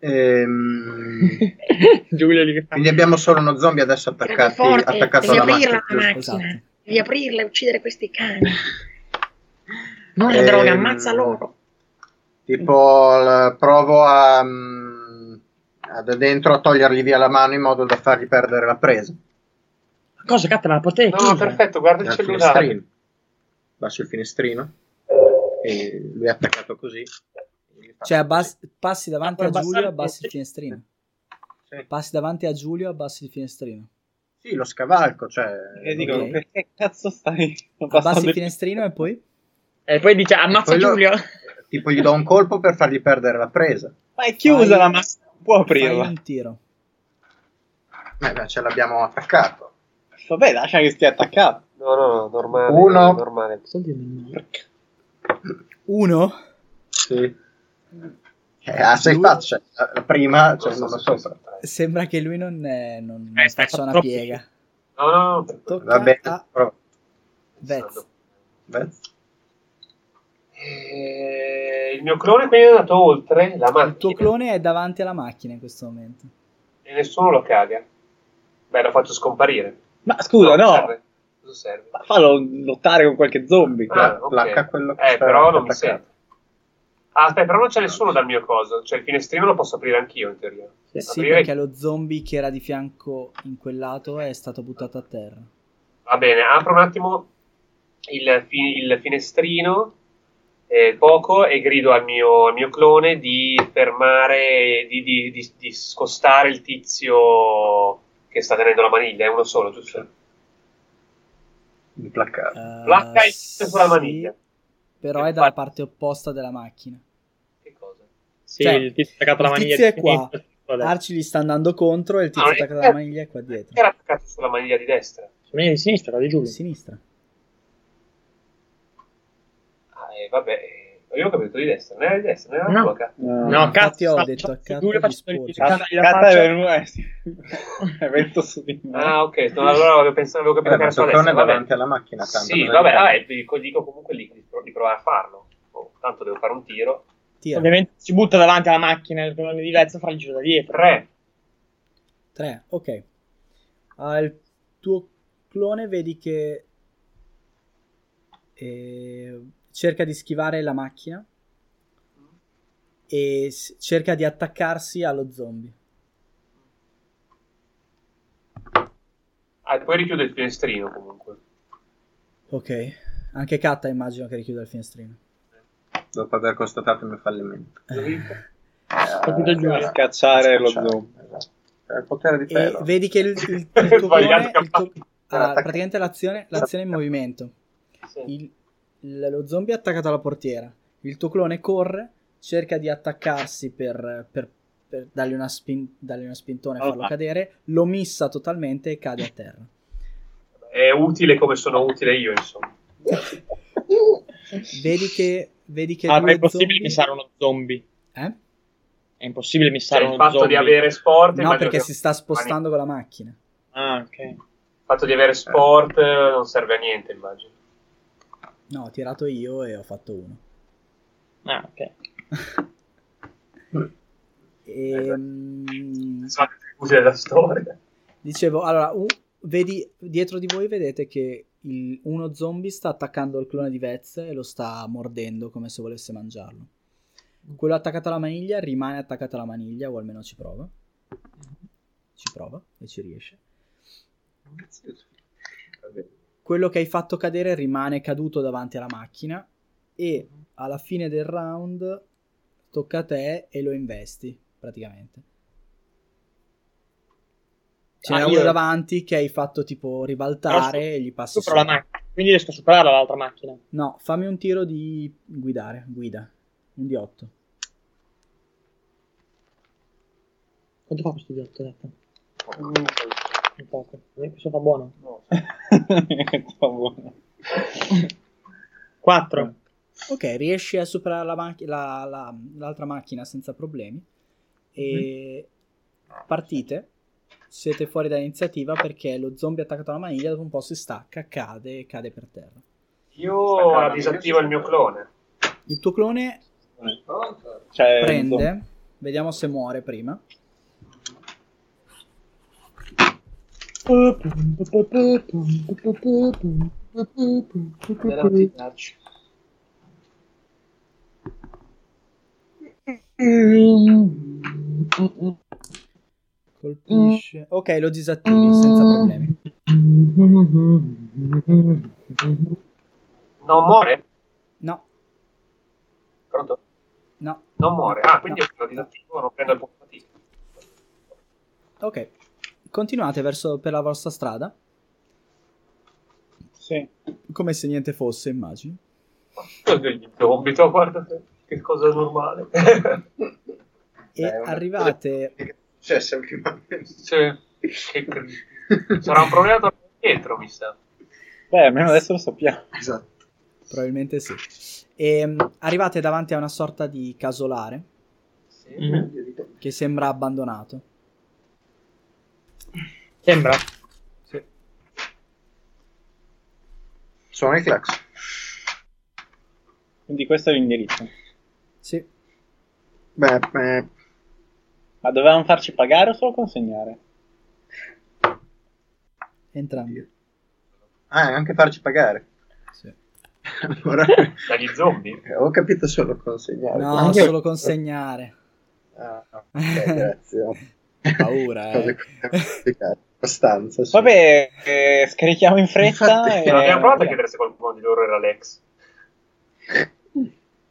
S1: [laughs]
S3: Ehm,
S5: Giulio lì che fa.
S3: quindi abbiamo solo uno zombie adesso attaccati,
S9: forte,
S3: attaccato
S9: eh, devi
S3: alla
S9: aprirla
S3: macchina.
S9: la macchina.
S2: Esatto.
S9: Devi aprirla e uccidere questi cani. Non la
S3: Ehm,
S9: droga, ammazza loro.
S3: Tipo l- provo a, mm, a- da dentro a togliergli via la mano in modo da fargli perdere la presa.
S5: Cosa, catta, ma la portiera è
S1: No,
S5: chiusa.
S1: perfetto, guarda il
S3: Dal
S1: cellulare.
S3: finestrino. Basso il finestrino. E lui è attaccato così.
S2: Cioè, abbas- passi davanti
S5: Ah,
S2: a
S5: per
S2: Giulio,
S5: abbassare-
S2: abbassi il finestrino.
S3: Sì.
S2: Passi davanti a Giulio, abbassi il finestrino.
S3: Sì, lo scavalco, cioè...
S1: Eh,
S8: E dico,
S2: Ok.
S8: perché cazzo stai
S2: Abbassi
S8: passando
S2: il finestrino e poi?
S5: E poi dice, ammazza
S3: Quello-
S5: Giulio.
S3: Tipo gli do un colpo per fargli perdere la presa.
S8: Ma è chiusa
S2: Fai-
S8: la macchina, non può
S2: Fai
S8: aprirla.
S2: un tiro.
S3: Eh, beh, ce l'abbiamo attaccato.
S8: Vabbè, lascia che stia attaccato.
S1: No, no, no, normale.
S3: Uno.
S1: normale.
S2: Uno?
S3: Sì. Eh, ha sei
S2: Lui-
S3: facce. La, la prima, cioè, non lo so.
S2: Sembra che lui non, eh, non, non
S5: Eh, stai
S2: faccia una
S5: troppo-
S2: piega.
S1: No, no, no. per-
S2: Tocca
S3: Va bene.
S2: a
S3: prova.
S2: Vez.
S3: Beh.
S1: Eh, il mio clone quindi è andato oltre la macchina
S2: Il tuo clone è davanti alla macchina in questo momento.
S1: e nessuno lo caga. Beh, l'ho fatto scomparire.
S8: Ma scusa, no, cioè-
S1: serve. Cosa serve?
S8: ma fallo lottare con qualche zombie.
S1: Ah, ok.
S3: Placca quello che
S1: Eh,
S3: sta
S1: però non mi
S3: attaccato.
S1: sento. Ah, aspetta, però non c'è nessuno dal mio coso. Cioè, il finestrino lo posso aprire anch'io, in teoria.
S2: Sì,
S1: Aprire-
S2: perché lo zombie che era di fianco in quel lato è stato buttato a terra.
S1: Va bene, apro un attimo il, fi- il finestrino, eh, poco, e grido al mio, al mio clone di fermare, di, di- di- di scostare il tizio che sta tenendo la maniglia. È uno solo, giusto?
S3: Di placcato.
S2: Eh,
S1: Placca il
S2: sì,
S1: tizio sulla maniglia.
S2: Però è dalla parte opposta della macchina.
S1: Che cosa?
S5: Sì,
S2: Cioè,
S5: il tizio è attaccato alla
S2: il
S5: maniglia.
S2: tizio è
S5: di
S2: qua.
S5: sinistra, adesso.
S2: Arci gli sta andando contro e il tizio
S1: No,
S2: attacca
S1: eh,
S2: dalla maniglia è qua
S1: Perché
S2: dietro.
S1: Era attaccato sulla maniglia di destra.
S5: Sulla maniglia di sinistra, quella di
S2: A
S5: Giulio.
S2: sinistra.
S1: Ah, eh, vabbè, eh, io ho capito di destra, non era di destra, non era
S5: No.
S1: la tua.
S5: No,
S2: Infatti
S5: cazzo,
S2: ho
S5: sta-
S2: detto a
S5: sta-
S2: Kat
S5: Giulio facendo
S2: che
S5: il
S2: sporge.
S5: tizio.
S8: Cazzo,
S5: La
S8: è
S5: faccia-
S8: venuto eh, sì. [laughs] è venuto su di me.
S1: Ah, ok, no, allora avevo, pensato, avevo
S3: Vabbè,
S1: capito che
S2: Eh,
S3: ma
S1: era
S3: il
S1: sulla
S3: sottone
S1: destra.
S3: è
S1: vabbè.
S3: davanti alla macchina. Tanto
S1: Sì,
S3: bisogna-
S1: vabbè, vabbè, vi dico- dico comunque lì di, di provare a farlo. Oh, tanto devo fare un tiro.
S2: Tira.
S5: Ovviamente si butta davanti alla macchina il colone di Vezza fra il giro da dietro.
S1: 3.
S2: 3, ok. Al tuo clone vedi che eh, cerca di schivare la macchina e s- cerca di attaccarsi allo zombie.
S1: Ah, e poi richiudo il finestrino comunque.
S2: Ok. Anche Katta immagino che richiuda il finestrino.
S3: Dopo aver constatato il mio fallimento.
S5: Capito, Giulio?
S3: Eh,
S8: Scacciare lo
S3: scacciare,
S8: [laughs] zombie.
S3: esatto. È il potere di
S2: E
S3: pelo.
S2: Eh, vedi che il, il- il tuo clone...
S1: Sbagliato,
S2: il tuo-
S3: Era
S2: ah,
S3: attaccato.
S2: praticamente l'azione, l'azione è in movimento. Il- il- lo zombie è attaccato alla portiera. Il tuo clone corre, cerca di attaccarsi per, per- per dargli, una spin- dargli una spintona e
S8: Allora.
S2: farlo cadere. Lo missa totalmente e cade a terra.
S1: È utile come sono utile io, insomma. Cioè,
S2: Vedi che. Vedi che
S5: Ah, ma è
S2: due
S5: impossibile
S2: zombie-
S5: missare uno zombie.
S2: Eh?
S5: È impossibile
S1: Cioè,
S5: missare
S1: il
S5: uno
S1: fatto
S5: zombie.
S1: di avere sport...
S2: No,
S1: immagino
S2: perché
S1: che-
S2: si sta spostando con la macchina.
S5: Ah, ok.
S1: Il fatto di avere sport eh, non serve a niente, immagino.
S2: No, ho tirato io e ho fatto uno.
S5: Ah, ok.
S2: Ehm,
S1: Insomma, è utile la storia.
S2: Dicevo, allora, u- vedi, dietro di voi vedete che il- uno zombie sta attaccando il clone di Vez e lo sta mordendo come se volesse mangiarlo. Quello attaccato alla maniglia rimane attaccato alla maniglia, o almeno ci prova. Ci prova e ci riesce.
S3: Vabbè.
S2: Quello che hai fatto cadere rimane caduto davanti alla macchina e alla fine del round tocca a te e lo investi, praticamente. Ce
S5: Ah,
S2: n'è
S5: io-
S2: uno davanti che hai fatto tipo ribaltare
S5: Però su-
S2: e gli passi
S5: Supero la
S2: sopra.
S5: macchina, quindi riesco a superarla l'altra macchina.
S2: No, fammi un tiro di guidare, guida, un di 8.
S5: Quanto fa questo giotto? Aspetta. Un poco. Eh, Questo fa buono.
S8: Fa buono.
S5: 4.
S2: Ok, riesci a superare la macch- la- la- l'altra macchina senza problemi. E
S3: Mhm.
S2: partite. Siete fuori dall'iniziativa perché lo zombie attaccato alla maniglia dopo un po' si stacca, cade e cade per terra.
S1: Io disattivo il mio clone.
S2: Il tuo clone
S3: Eh,
S8: Cioè, insomma,
S3: boh.
S2: prende, vediamo se muore prima.
S6: Era tirarci.
S2: Colpisce. Ok, lo disattivi senza
S5: Mm.
S2: problemi.
S1: Non muore?
S2: No,
S1: Pronto?
S2: no.
S1: Non muore. Ah, quindi
S2: No.
S1: io lo disattivo, non prendo il punto fatica.
S2: Ok. Continuate verso per la vostra strada,
S8: sì.
S2: come se niente fosse, immagino.
S1: Degli zombie, tu guarda te, che cosa normale. [laughs]
S2: E
S3: Beh, è una-
S2: arrivate
S3: Successo prima.
S1: Cioè, che cri- Sarà un problema tornare indietro, mi sa.
S8: Beh, almeno adesso lo sappiamo.
S3: Esatto.
S2: Probabilmente sì. E, mh, arrivate davanti a una sorta di casolare che sembra abbandonato.
S5: Sembra.
S3: Suona i clax.
S8: Quindi questo è l'indirizzo.
S2: Sì.
S3: Beh, eh,
S8: Ma dovevamo farci pagare o solo consegnare?
S2: Entrambi.
S3: ah, e anche farci pagare. [laughs]
S2: Sì.
S3: Allora,
S1: Dagli zombie.
S3: Eh, ho capito solo consegnare.
S2: No,
S3: Anche-
S2: solo consegnare.
S3: Ah, ok, grazie.
S2: [laughs] Paura, eh.
S3: [laughs] Cose complicate. Costanza. sì.
S8: Vabbè, eh, scarichiamo in fretta.
S3: Infatti,
S8: e...
S1: non abbiamo
S3: eh.
S1: provato a chiedere se qualcuno di loro era l'ex.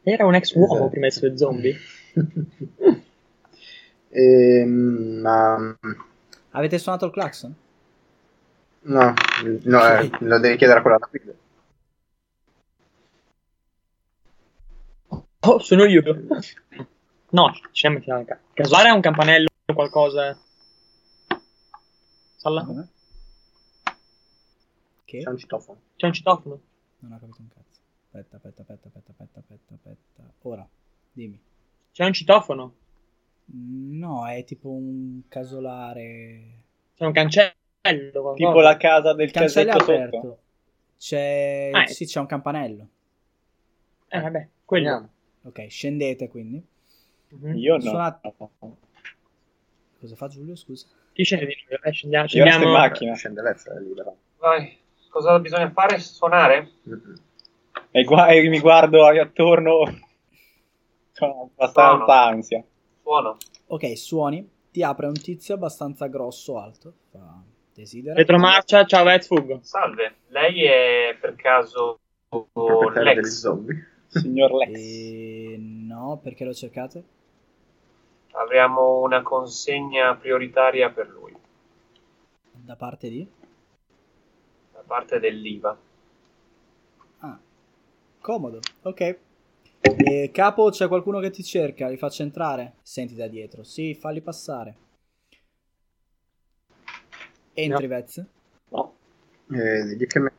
S5: Era un ex
S3: Esatto.
S5: uomo prima di essere zombie.
S3: Ehm, ma
S2: Avete suonato il clacson?
S3: no, no, eh, lo devi chiedere a quella da qui.
S5: Oh, sono io. No, ci siamo metti anche. Casolare è un campanello o qualcosa. eh. Salla?
S2: Come? Che?
S3: C'è un citofono.
S5: C'è un citofono.
S2: Non ho capito un cazzo. Aspetta, aspetta, aspetta, aspetta, aspetta, aspetta, aspetta. Ora, dimmi.
S5: C'è un citofono.
S2: No, è tipo un casolare.
S5: C'è un cancello. qualcosa.
S8: Tipo la casa del
S2: Il cancello è
S8: casetto
S2: aperto.
S8: sotto.
S2: C'è...
S5: Ah, è-
S2: Sì, c'è un campanello.
S5: Eh, vabbè, quello.
S2: Ok, scendete quindi.
S5: Mhm.
S8: Io no.
S2: Suona- Cosa fa Giulio, scusa?
S5: Chi scende di noi? Vabbè, scendiamo.
S8: Io resto in
S5: scendiamo.
S8: macchina.
S3: Scende l'ezza,
S1: eh,
S3: è libera.
S1: Vai, cosa bisogna fare? Suonare?
S3: Mm-mm.
S8: E, gua- e mi guardo attorno con abbastanza
S1: No, no.
S8: ansia.
S1: Suono.
S2: Ok, suoni, ti apre un tizio abbastanza grosso, alto. Fa desidera.
S5: Retromarcia, ciao, Vez, fuggo.
S1: Salve, lei è per caso
S3: Proprietario degli
S1: Oh, l'ex?
S3: zombie.
S8: Signor Lex.
S1: Eh,
S2: E... No, perché lo cercate?
S1: Abbiamo una consegna prioritaria per lui,
S2: Da parte di?
S1: da parte dell'IVA.
S2: Ah, comodo. Ok. E, capo, c'è qualcuno che ti cerca, li faccio entrare. Senti da dietro. Sì, falli passare. Entri, Vez.
S3: Eh, digli che
S2: [laughs]
S3: me- [laughs]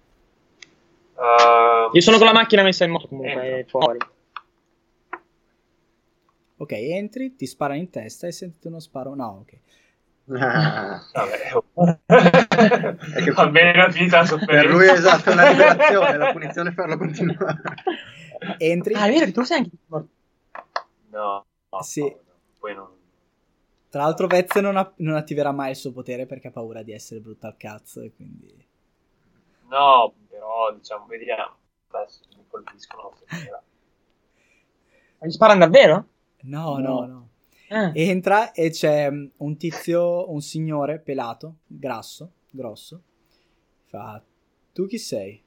S1: Ehm,
S5: Io sono con la macchina messa in moto comunque,
S3: Eh,
S5: è fuori.
S2: Ok, entri, ti spara in testa e sentite uno sparo. No, ok.
S3: Ah,
S1: vabbè, [laughs] oh. Ehm, Almeno era finita la
S3: per
S1: sofferenza.
S3: lui è esatto la liberazione, la punizione è farlo continuare. [laughs]
S2: Entri.
S5: Ah, è vero che tu sei anche morto.
S1: No, no,
S2: Sì.
S1: no, poi non...
S2: Tra l'altro, Vez non, app- non attiverà mai il suo potere perché ha paura di essere brutta al cazzo. E quindi.
S1: No, però diciamo, vediamo. Adesso mi colpiscono. stasera.
S5: Ma gli sparano davvero?
S2: No, no,
S8: No.
S2: no.
S5: Ah.
S2: Entra e c'è mm, un tizio, un signore pelato, grasso, grosso. Fa: Tu chi sei?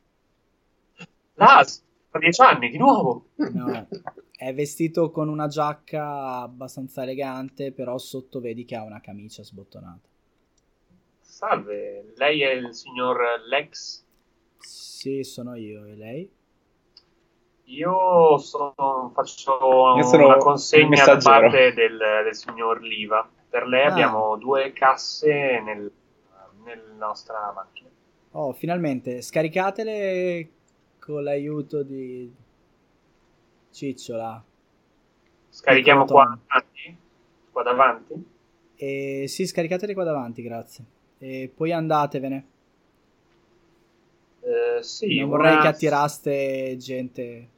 S1: L'ASP! 10 anni di nuovo.
S2: No, è vestito con una giacca abbastanza elegante, però sotto vedi che ha una camicia sbottonata.
S1: Salve, lei è il signor Lex?
S2: Sì, sono io e lei?
S1: Io sono- faccio
S8: Io sono
S1: una
S8: il
S1: consegna da
S8: messaggero.
S1: parte del, del signor Liva. Per lei
S2: Ah.
S1: abbiamo due casse nel- nella nostra macchina.
S2: Oh, finalmente, scaricatele con l'aiuto di Cicciola.
S1: Scarichiamo
S2: Piccolo
S1: qua davanti. Qua davanti.
S2: E sì, scaricatele qua davanti, grazie. E poi andatevene.
S1: Eh, sì,
S2: non vorrei
S1: una-
S2: che attiraste gente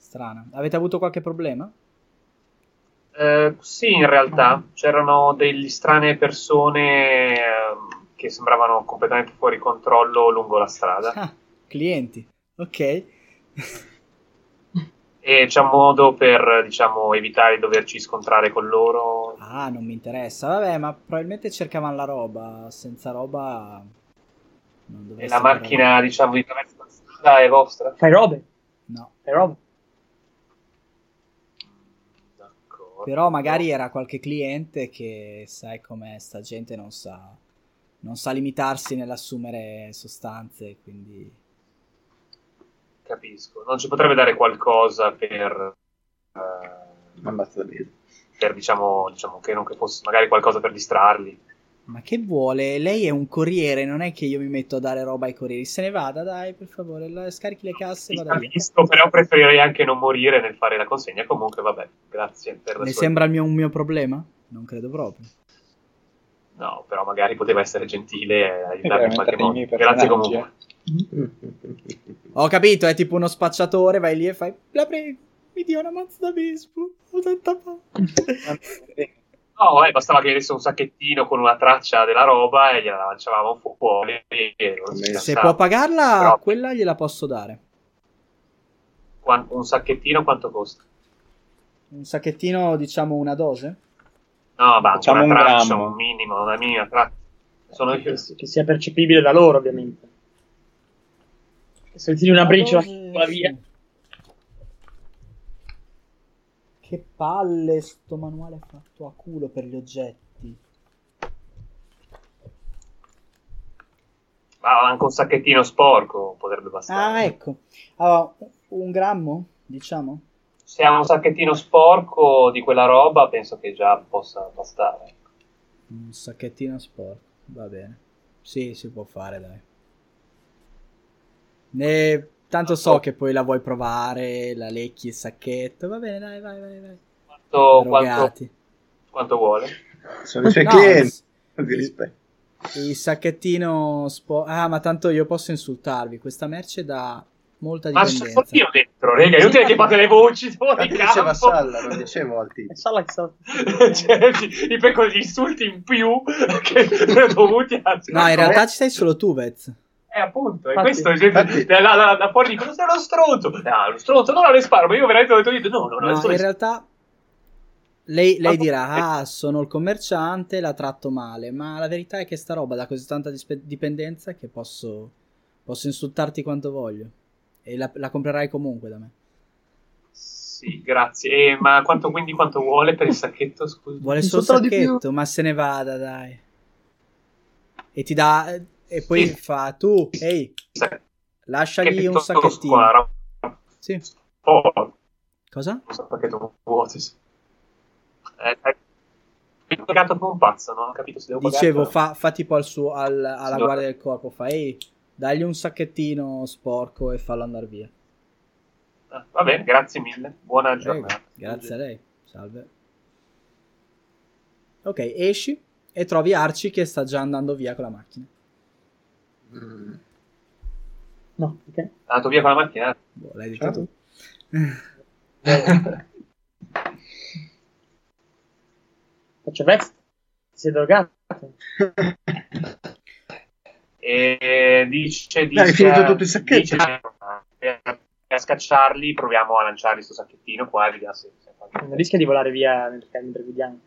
S2: strana. Avete avuto qualche problema?
S1: Eh, sì, in realtà c'erano delle strane persone ehm, che sembravano completamente fuori controllo lungo la strada.
S2: Ah, clienti. Ok.
S1: E c'è un modo per, diciamo, evitare di doverci scontrare con loro?
S2: Ah, non mi interessa. Vabbè, ma probabilmente cercavano la roba. Senza roba... Non
S1: E
S2: dovreste
S1: la
S2: fare roba.
S1: macchina, diciamo, di attraverso la strada è vostra?
S5: Fai robe,
S2: No.
S5: fai robe.
S1: D'accordo.
S2: Però magari era qualche cliente che, sai com'è, sta gente non sa... Non sa limitarsi nell'assumere sostanze, quindi...
S1: Capisco. Non ci potrebbe dare qualcosa per... eh,
S3: Non basta da bere.
S1: per, diciamo, diciamo che non che fosse magari qualcosa per distrarli.
S2: Ma che vuole? Lei è un corriere, non è che io mi metto a dare roba ai corrieri. Se ne vada, dai, per favore, la- scarichi le casse e vada via.
S1: Capisco, però preferirei anche non morire nel fare la consegna. Comunque, vabbè, grazie per la
S2: Le
S1: sua-
S2: sembra il mio- un mio problema? Non credo proprio.
S1: No, però magari poteva essere gentile e aiutarmi in
S8: veramente
S1: qualche
S8: dei
S1: modo.
S8: miei
S1: Grazie
S8: personaggi, eh.
S1: comunque.
S2: Ho capito, è tipo uno spacciatore, vai lì e fai... La prego, mi dia una mazza da baseball, ho tanta paura.
S8: eh.
S1: No, eh, bastava che avesse un sacchettino con una traccia della roba e gliela lanciavamo fuori. E non si
S2: Se
S1: cansava.
S2: può pagarla,
S1: Però-
S2: quella gliela posso dare.
S1: Quan- un sacchettino quanto costa?
S2: Un sacchettino, diciamo, una dose?
S1: No, ma
S8: Facciamo
S1: una
S8: un
S1: traccia,
S8: grammo.
S1: un minimo, una minima traccia. Sono io.
S5: Che, che sia percepibile da loro, ovviamente. Se tiri una briciola
S2: dose,
S5: sulla via,
S2: sì. Che palle sto manuale fatto a culo per gli oggetti.
S1: Ma anche un sacchettino sporco potrebbe bastare.
S2: Ah, ecco. Allora, un grammo, diciamo?
S1: Se ha un sacchettino sporco di quella roba, penso che già possa bastare.
S2: Un sacchettino sporco, va bene. Sì, si può fare, dai. Ne- Tanto so che poi la vuoi provare, la lecchi il sacchetto, va bene, dai, vai, vai, vai.
S1: Oh, Quanto, Cioè, quanto,
S2: Drogati.
S1: quanto vuole?
S3: Sono i suoi
S2: No,
S3: clienti.
S2: s-
S3: Di rispetto.
S2: il sacchettino sporco... Ah, ma tanto io posso insultarvi, questa merce dà molta
S1: Ma sono
S2: dipendenza.
S1: io dentro, raga, è inutile che fate le voci fuori
S3: Tanto diceva
S1: campo.
S3: Salla, non dicevo al
S5: è
S3: tizio.
S5: sala che sta-
S1: Cioè, i piccoli insulti in più che sono dovuti a...
S2: No, in realtà ci sei solo tu, Vez.
S1: Eh, appunto, è
S5: Infatti-
S1: questo. Gente,
S3: infatti-
S1: da, da, da, da fuori dicono: Sei uno stronzo. No, lo stronzo, no, no, le sparo. Ma io veramente ho detto: niente, No, no, no,
S2: No,
S1: adesso
S2: in
S1: le-
S2: realtà lei, lei
S1: Ma-
S2: dirà, ah, sono il commerciante, la tratto male, ma la verità è che sta roba dà così tanta dispe- dipendenza che posso, posso insultarti quanto voglio e la, la comprerai comunque da me.
S1: Sì, grazie. Eh, ma quanto quindi quanto vuole per il sacchetto? Scusa.
S2: Vuole solo il
S3: Insultalo di più.
S2: sacchetto, ma se ne vada, dai. E ti dà, e poi
S1: Sì.
S2: fa, tu, ehi,
S1: Sacchetto
S2: lasciagli un sacchettino.
S1: squadra,
S2: Sì.
S1: Oh,
S2: Cosa?
S1: un sacchetto vuoto. sì. Eh, eh, ho pagato come un pazzo, non ho capito se devo pagare.
S2: Dicevo, fa, fa tipo al suo, al- alla
S1: Signora.
S2: guardia del corpo, fa, ehi, dagli un sacchettino sporco e fallo andare via.
S1: Eh, va bene, grazie mille. Buona
S2: Prego,
S1: giornata.
S2: grazie a lei. Salve. Ok, esci e trovi Arci che sta già andando via con la macchina.
S3: Mm.
S5: No, ok.
S1: È andato via con la macchina.
S2: Boh, l'hai detto
S3: Ciao.
S5: Certo.
S2: tu.
S5: Faccio vest. Si è drogato.
S1: E dice di
S3: Dai, hai finito tutto il sacchetto?
S1: dice- per, per scacciarli, proviamo a lanciarli sto sacchettino qua e vediamo se, se-
S5: Cioè, Non rischia di volare via mentre mentre guidiamo.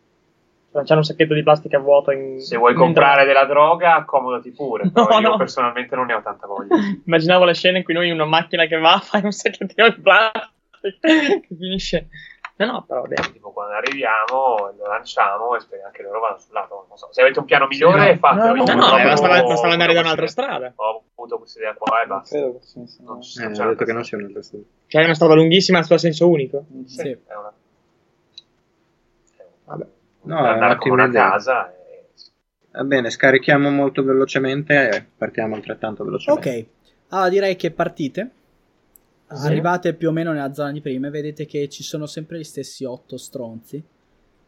S5: lanciare un sacchetto di plastica vuoto in...
S1: Se vuoi
S5: in-
S1: comprare della droga, accomodati pure. però
S5: No,
S1: io
S5: no.
S1: personalmente non ne ho tanta voglia.
S5: [laughs] [laughs] Immaginavo la scena in cui noi una macchina che va fai un sacchettino di plastica che finisce. No, no, però bene.
S1: tipo quando arriviamo lo lanciamo e speriamo che loro vanno sul lato non so. se avete un piano migliore
S8: no.
S1: fatelo
S5: No,
S1: io
S5: no,
S1: purtroppo
S5: bastava,
S1: ho
S5: bastava andare da
S1: avuto
S5: un'altra
S1: questa
S5: strada.
S1: idea- ho avuto questa idea qua e basta
S8: Credo che ci sia.
S1: non ci
S3: Eh,
S1: sono
S3: ho detto che non sia una testa.
S5: Cioè, è una strada lunghissima a suo senso unico.
S2: Sì.
S1: è una è un-
S3: Vabbè. No,
S1: no,
S3: è
S1: andare con
S3: un'ottima
S1: una
S3: idea.
S1: casa e...
S3: Va bene, scarichiamo molto velocemente e partiamo altrettanto velocemente.
S2: Ok, allora direi che partite.
S5: Sì.
S2: Arrivate più o meno nella zona di prima e vedete che ci sono sempre gli stessi otto stronzi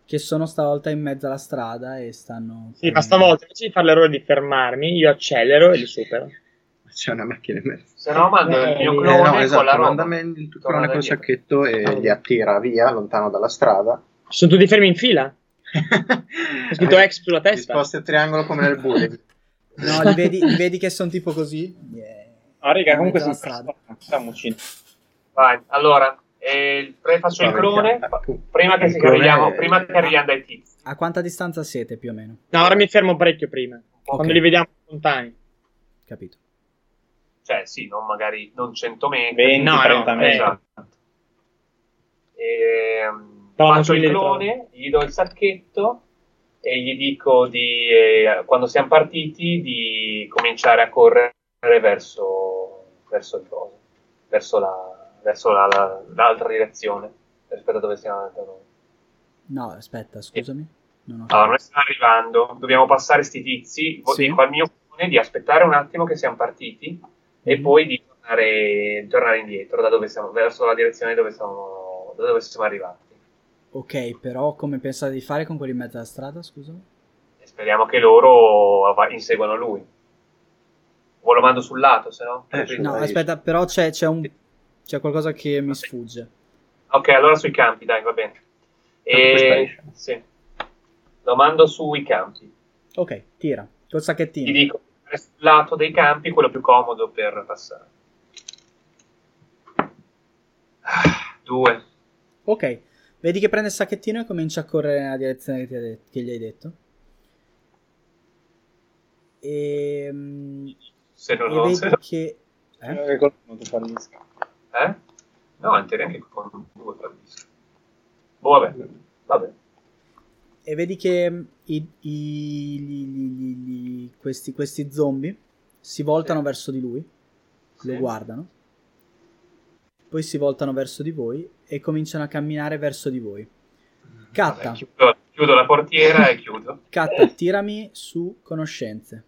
S2: che sono stavolta in mezzo alla strada e stanno...
S5: Sì,
S1: Mm.
S5: ma stavolta invece di fare l'errore di fermarmi, io accelero e li supero.
S3: C'è una macchina in mezzo.
S1: se no mando il mio
S5: Eh,
S1: clone
S3: Eh, no,
S1: con la
S3: esatto,
S1: roba
S3: manda me il tuo
S1: Torna
S3: clone
S1: da
S3: col
S1: dietro.
S3: sacchetto e li attira via, lontano dalla strada.
S5: Sono tutti fermi in fila.
S3: Ho
S5: scritto ex sulla testa.
S3: Risposte a Eh, triangolo come
S5: [laughs]
S3: nel bullying.
S2: No, li vedi, li vedi che sono tipo così? Eh, Yeah.
S8: Ah, raga,
S2: In
S8: comunque
S2: mezzo alla
S8: sono
S2: strada.
S8: Stiamo uccidendo.
S1: Vai, allora eh, pre- faccio il clone
S3: Spaventante.
S1: fa- prima che,
S3: Il
S1: si- che
S3: clone
S1: arriviamo,
S3: è-
S1: prima che arriviamo dai tizi
S2: A quanta distanza siete più o meno?
S5: No, ora mi fermo parecchio prima. Quando li vediamo lontani. Eh,
S2: Capito.
S1: cioè sì non magari non 100 metri
S8: 20,
S5: no,
S8: 30
S5: no,
S8: metri.
S1: esatto. Ehm,
S5: No,
S1: faccio
S5: non
S1: il
S5: ci vedo.
S1: clone, gli do il sacchetto e gli dico di, eh, quando siamo partiti di cominciare a correre verso, verso il coso, verso, la, verso la- la- l'altra direzione rispetto a dove siamo andati noi.
S2: No, aspetta, scusami. Non ho
S1: Allora,
S2: capito.
S1: noi stiamo arrivando, dobbiamo passare sti tizi, vo-
S2: Sì.
S1: dico al mio clone di aspettare un attimo che siamo partiti e poi di tornare, tornare indietro da dove siamo, verso la direzione dove siamo, da dove siamo arrivati.
S2: Ok, però come pensate di fare con quelli in mezzo alla strada, scusami?
S1: E speriamo che loro av- inseguano lui. O lo mando sul lato, se no?
S3: Eh, sì.
S2: No,
S3: Dai.
S2: aspetta, però c'è, c'è un... c'è qualcosa che mi sfugge.
S1: Ok, allora sui campi, dai, va bene.
S3: Questa
S1: E...
S3: esce.
S1: Sì. Lo mando sui campi.
S2: Ok, tira. Col
S1: Ti
S2: sacchettino.
S1: dico, sul lato dei campi, quello più comodo per passare. Ah, Due.
S2: Ok, vedi che prende il sacchettino e comincia a correre nella direzione che, ti ha de- che gli hai detto. E,
S1: Se non
S2: Ehm, e
S1: lo...
S2: vedi
S1: Se no-
S2: che... eh?
S8: Eh, col- non ti fallisca.
S1: Eh? No, anche neanche con due fallisco. Boh, vabbè. Vabbè.
S2: e vedi che mm, i- i- gli- gli- gli- gli- questi, questi zombie si voltano
S1: Sì.
S2: verso di lui, lo
S1: Sì.
S2: guardano, poi si voltano verso di voi e cominciano a camminare verso di voi.
S1: Mm, Vabbè,
S2: Catta,
S1: chiudo, chiudo la portiera e
S3: [laughs]
S1: chiudo.
S2: Catta, tirami su conoscenze.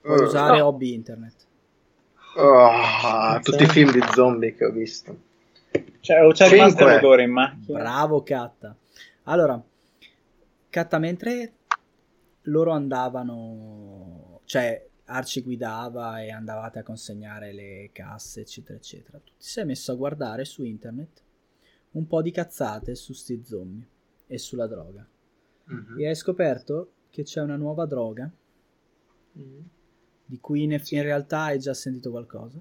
S2: Puoi
S3: Eh,
S2: usare hobby internet.
S3: oh, tutti i film di zombie che ho visto.
S8: Cioè, o c'è
S3: Cinque.
S8: rimasto l'odore in macchina.
S2: Bravo Catta. Allora, Catta, mentre loro andavano, cioè Arci guidava e andavate a consegnare le casse, eccetera, eccetera, tu ti sei messo a guardare su internet un po' di cazzate su sti zombie e sulla droga. E hai scoperto che c'è una nuova droga di cui in, in realtà hai già sentito qualcosa,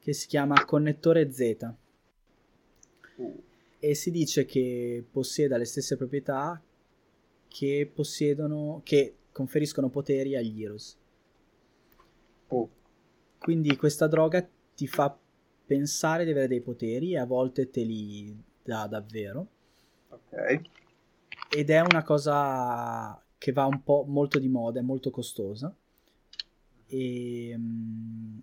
S2: che si chiama connettore Z. E si dice che possieda le stesse proprietà che possiedono, che conferiscono poteri agli Heroes.
S3: Oh.
S2: Quindi questa droga ti fa pensare di avere dei poteri e a volte te li dà davvero.
S3: Ok.
S2: Ed è una cosa che va un po' molto di moda, è molto costosa. E mm,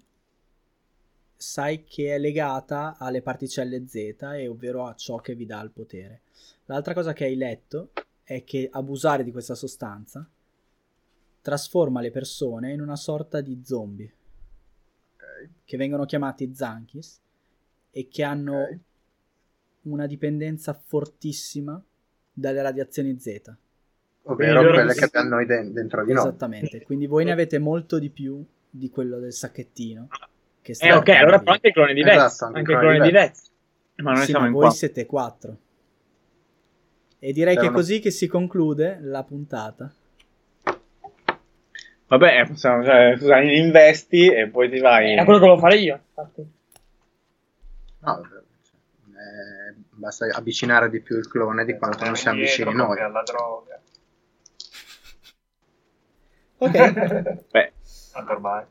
S2: sai che è legata alle particelle Z, e ovvero a ciò che vi dà il potere. L'altra cosa che hai letto è che abusare di questa sostanza trasforma le persone in una sorta di zombie che vengono chiamati Zankis e che hanno
S3: Ok.
S2: una dipendenza fortissima dalle radiazioni Z.
S3: Ovvero
S5: Quindi loro
S3: quelle
S5: si-
S3: che abbiamo noi de- dentro di
S5: Esatto.
S3: noi.
S2: Esattamente, quindi voi ne avete molto di più di quello del sacchettino. Che sta
S5: Eh, ok, allora però anche il clone di Vex.
S3: Esatto,
S5: anche il clone di Vex.
S8: Ma noi
S2: Sì,
S8: siamo
S2: ma
S8: in
S2: voi
S8: qua.
S2: siete quattro. E direi
S3: Era
S2: che è
S3: una-
S2: così che si conclude la puntata.
S8: Vabbè, possiamo, cioè, scusa, investi e poi ti vai.
S5: Era quello che volevo fare io. infatti.
S3: No, vabbè, cioè, eh, basta avvicinare di più il clone di quanto non siamo vicini
S1: Esatto, Indietro,
S3: noi.
S1: alla droga.
S2: Ok,
S8: Beh,
S1: Tanto ormai.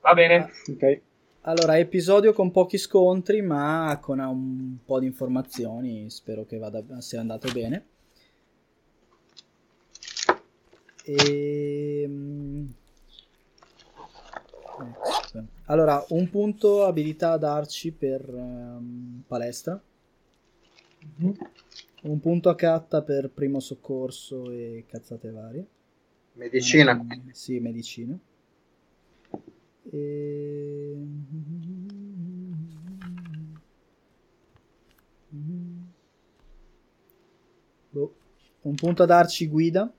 S1: Va bene.
S5: Ok.
S2: allora episodio con pochi scontri ma con un po' di informazioni, spero che vada, sia andato bene. Ehm, ecco, aspetta. Allora, un punto abilità a darci per ehm, palestra, un punto a catta per primo soccorso e cazzate varie.
S3: Medicina.
S2: Mm, Sì, medicina. E... Boh. Un punto a darci guida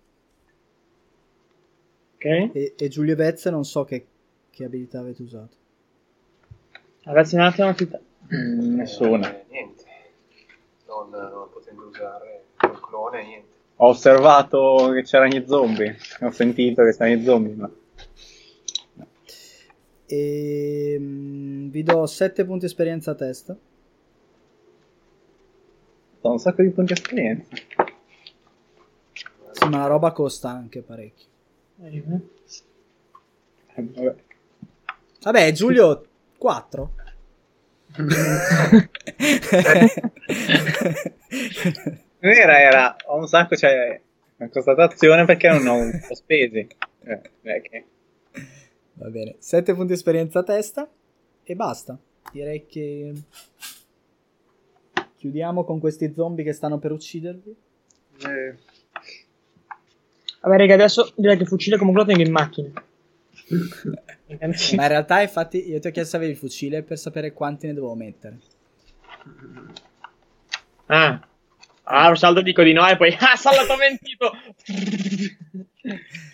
S5: Ok.
S2: e, e Giulio Vezza non so che, che abilità avete usato.
S5: Ragazzi, un attimo. aspetta.
S8: mm, nessuna.
S1: Eh, niente. Non, non potendo usare il clone, niente.
S8: Ho osservato che c'erano gli zombie. Ho sentito che c'erano gli zombie. Ma...
S2: E... mm, Vi do 7 punti esperienza a testa.
S8: Sono un sacco di punti esperienza.
S2: Sì, ma la roba costa anche parecchio.
S8: Eh, vabbè.
S2: Vabbè, Giulio, 4.
S8: Non era, era, ho un sacco, cioè, una constatazione perché non ho, un po' spesi. Eh, eh, che-
S2: Va bene, 7 punti esperienza a testa e basta. Direi che chiudiamo con questi zombie che stanno per uccidervi.
S5: Vabbè, raga, adesso direi che il fucile comunque lo tengo in [laughs] macchina. In cantina.
S2: Ma in realtà, infatti, io ti ho chiesto se avevi il fucile per sapere quanti ne dovevo mettere.
S5: Ah. Ah, lo saldo dico di no e poi... [laughs] Ah, saldato mentito!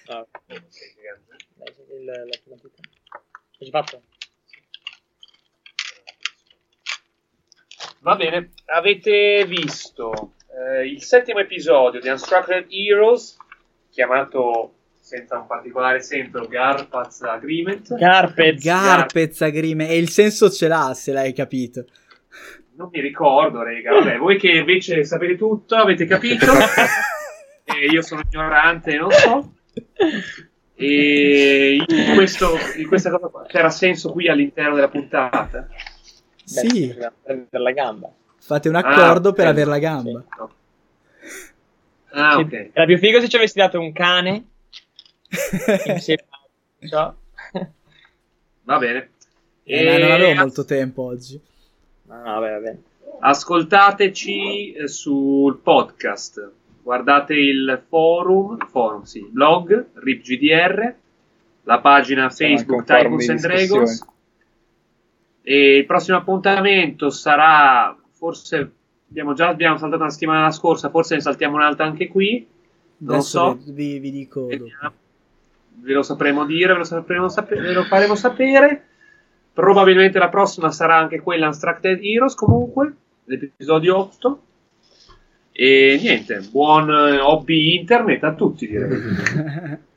S5: no. Dai, il, la, la matita. Cosa fatto?
S1: Va bene, avete visto eh, il settimo episodio di Unstructured Heroes, chiamato senza un particolare esempio Garpaz Agreement.
S5: Carpez.
S2: Garpezza Grime, e il senso ce l'ha se
S1: [laughs]
S2: l'hai capito.
S1: non mi ricordo, raga. Vabbè, voi che invece sapete tutto, avete
S2: [laughs]
S1: capito. e io sono ignorante, non so. E in, questo, in questa cosa qua, c'era senso qui all'interno della puntata.
S2: Sì,
S5: Per prendere la gamba.
S2: fate un accordo
S1: Ah,
S2: per
S1: ok.
S2: avere la gamba.
S1: No. Ah,
S5: Sì,
S1: ok.
S5: Era più figo se ci avessi dato un cane.
S2: [laughs]
S5: insieme a- Ciao.
S1: Va bene.
S2: Eh, ma non avevo
S1: E
S2: molto tempo oggi.
S5: No, no, vabbè, vabbè.
S1: Ascoltateci eh, sul podcast, guardate il forum, forum sì, il blog RipGDR, la pagina
S8: Siamo
S1: Facebook
S8: anche un forum
S1: Tycoons
S8: di
S1: and
S8: discussione.
S1: Dragons. E il prossimo appuntamento sarà forse abbiamo già abbiamo saltato una settimana la scorsa, forse ne saltiamo un'altra anche qui, Non
S2: Adesso
S1: so.
S2: vi, vi dico dopo.
S1: Vediamo. ve lo sapremo dire, ve lo, sapremo sape- ve lo faremo sapere. Probabilmente la prossima sarà anche quella Unstructed Heroes, comunque, l'episodio 8. E niente, buon eh, hobby internet a tutti, direi.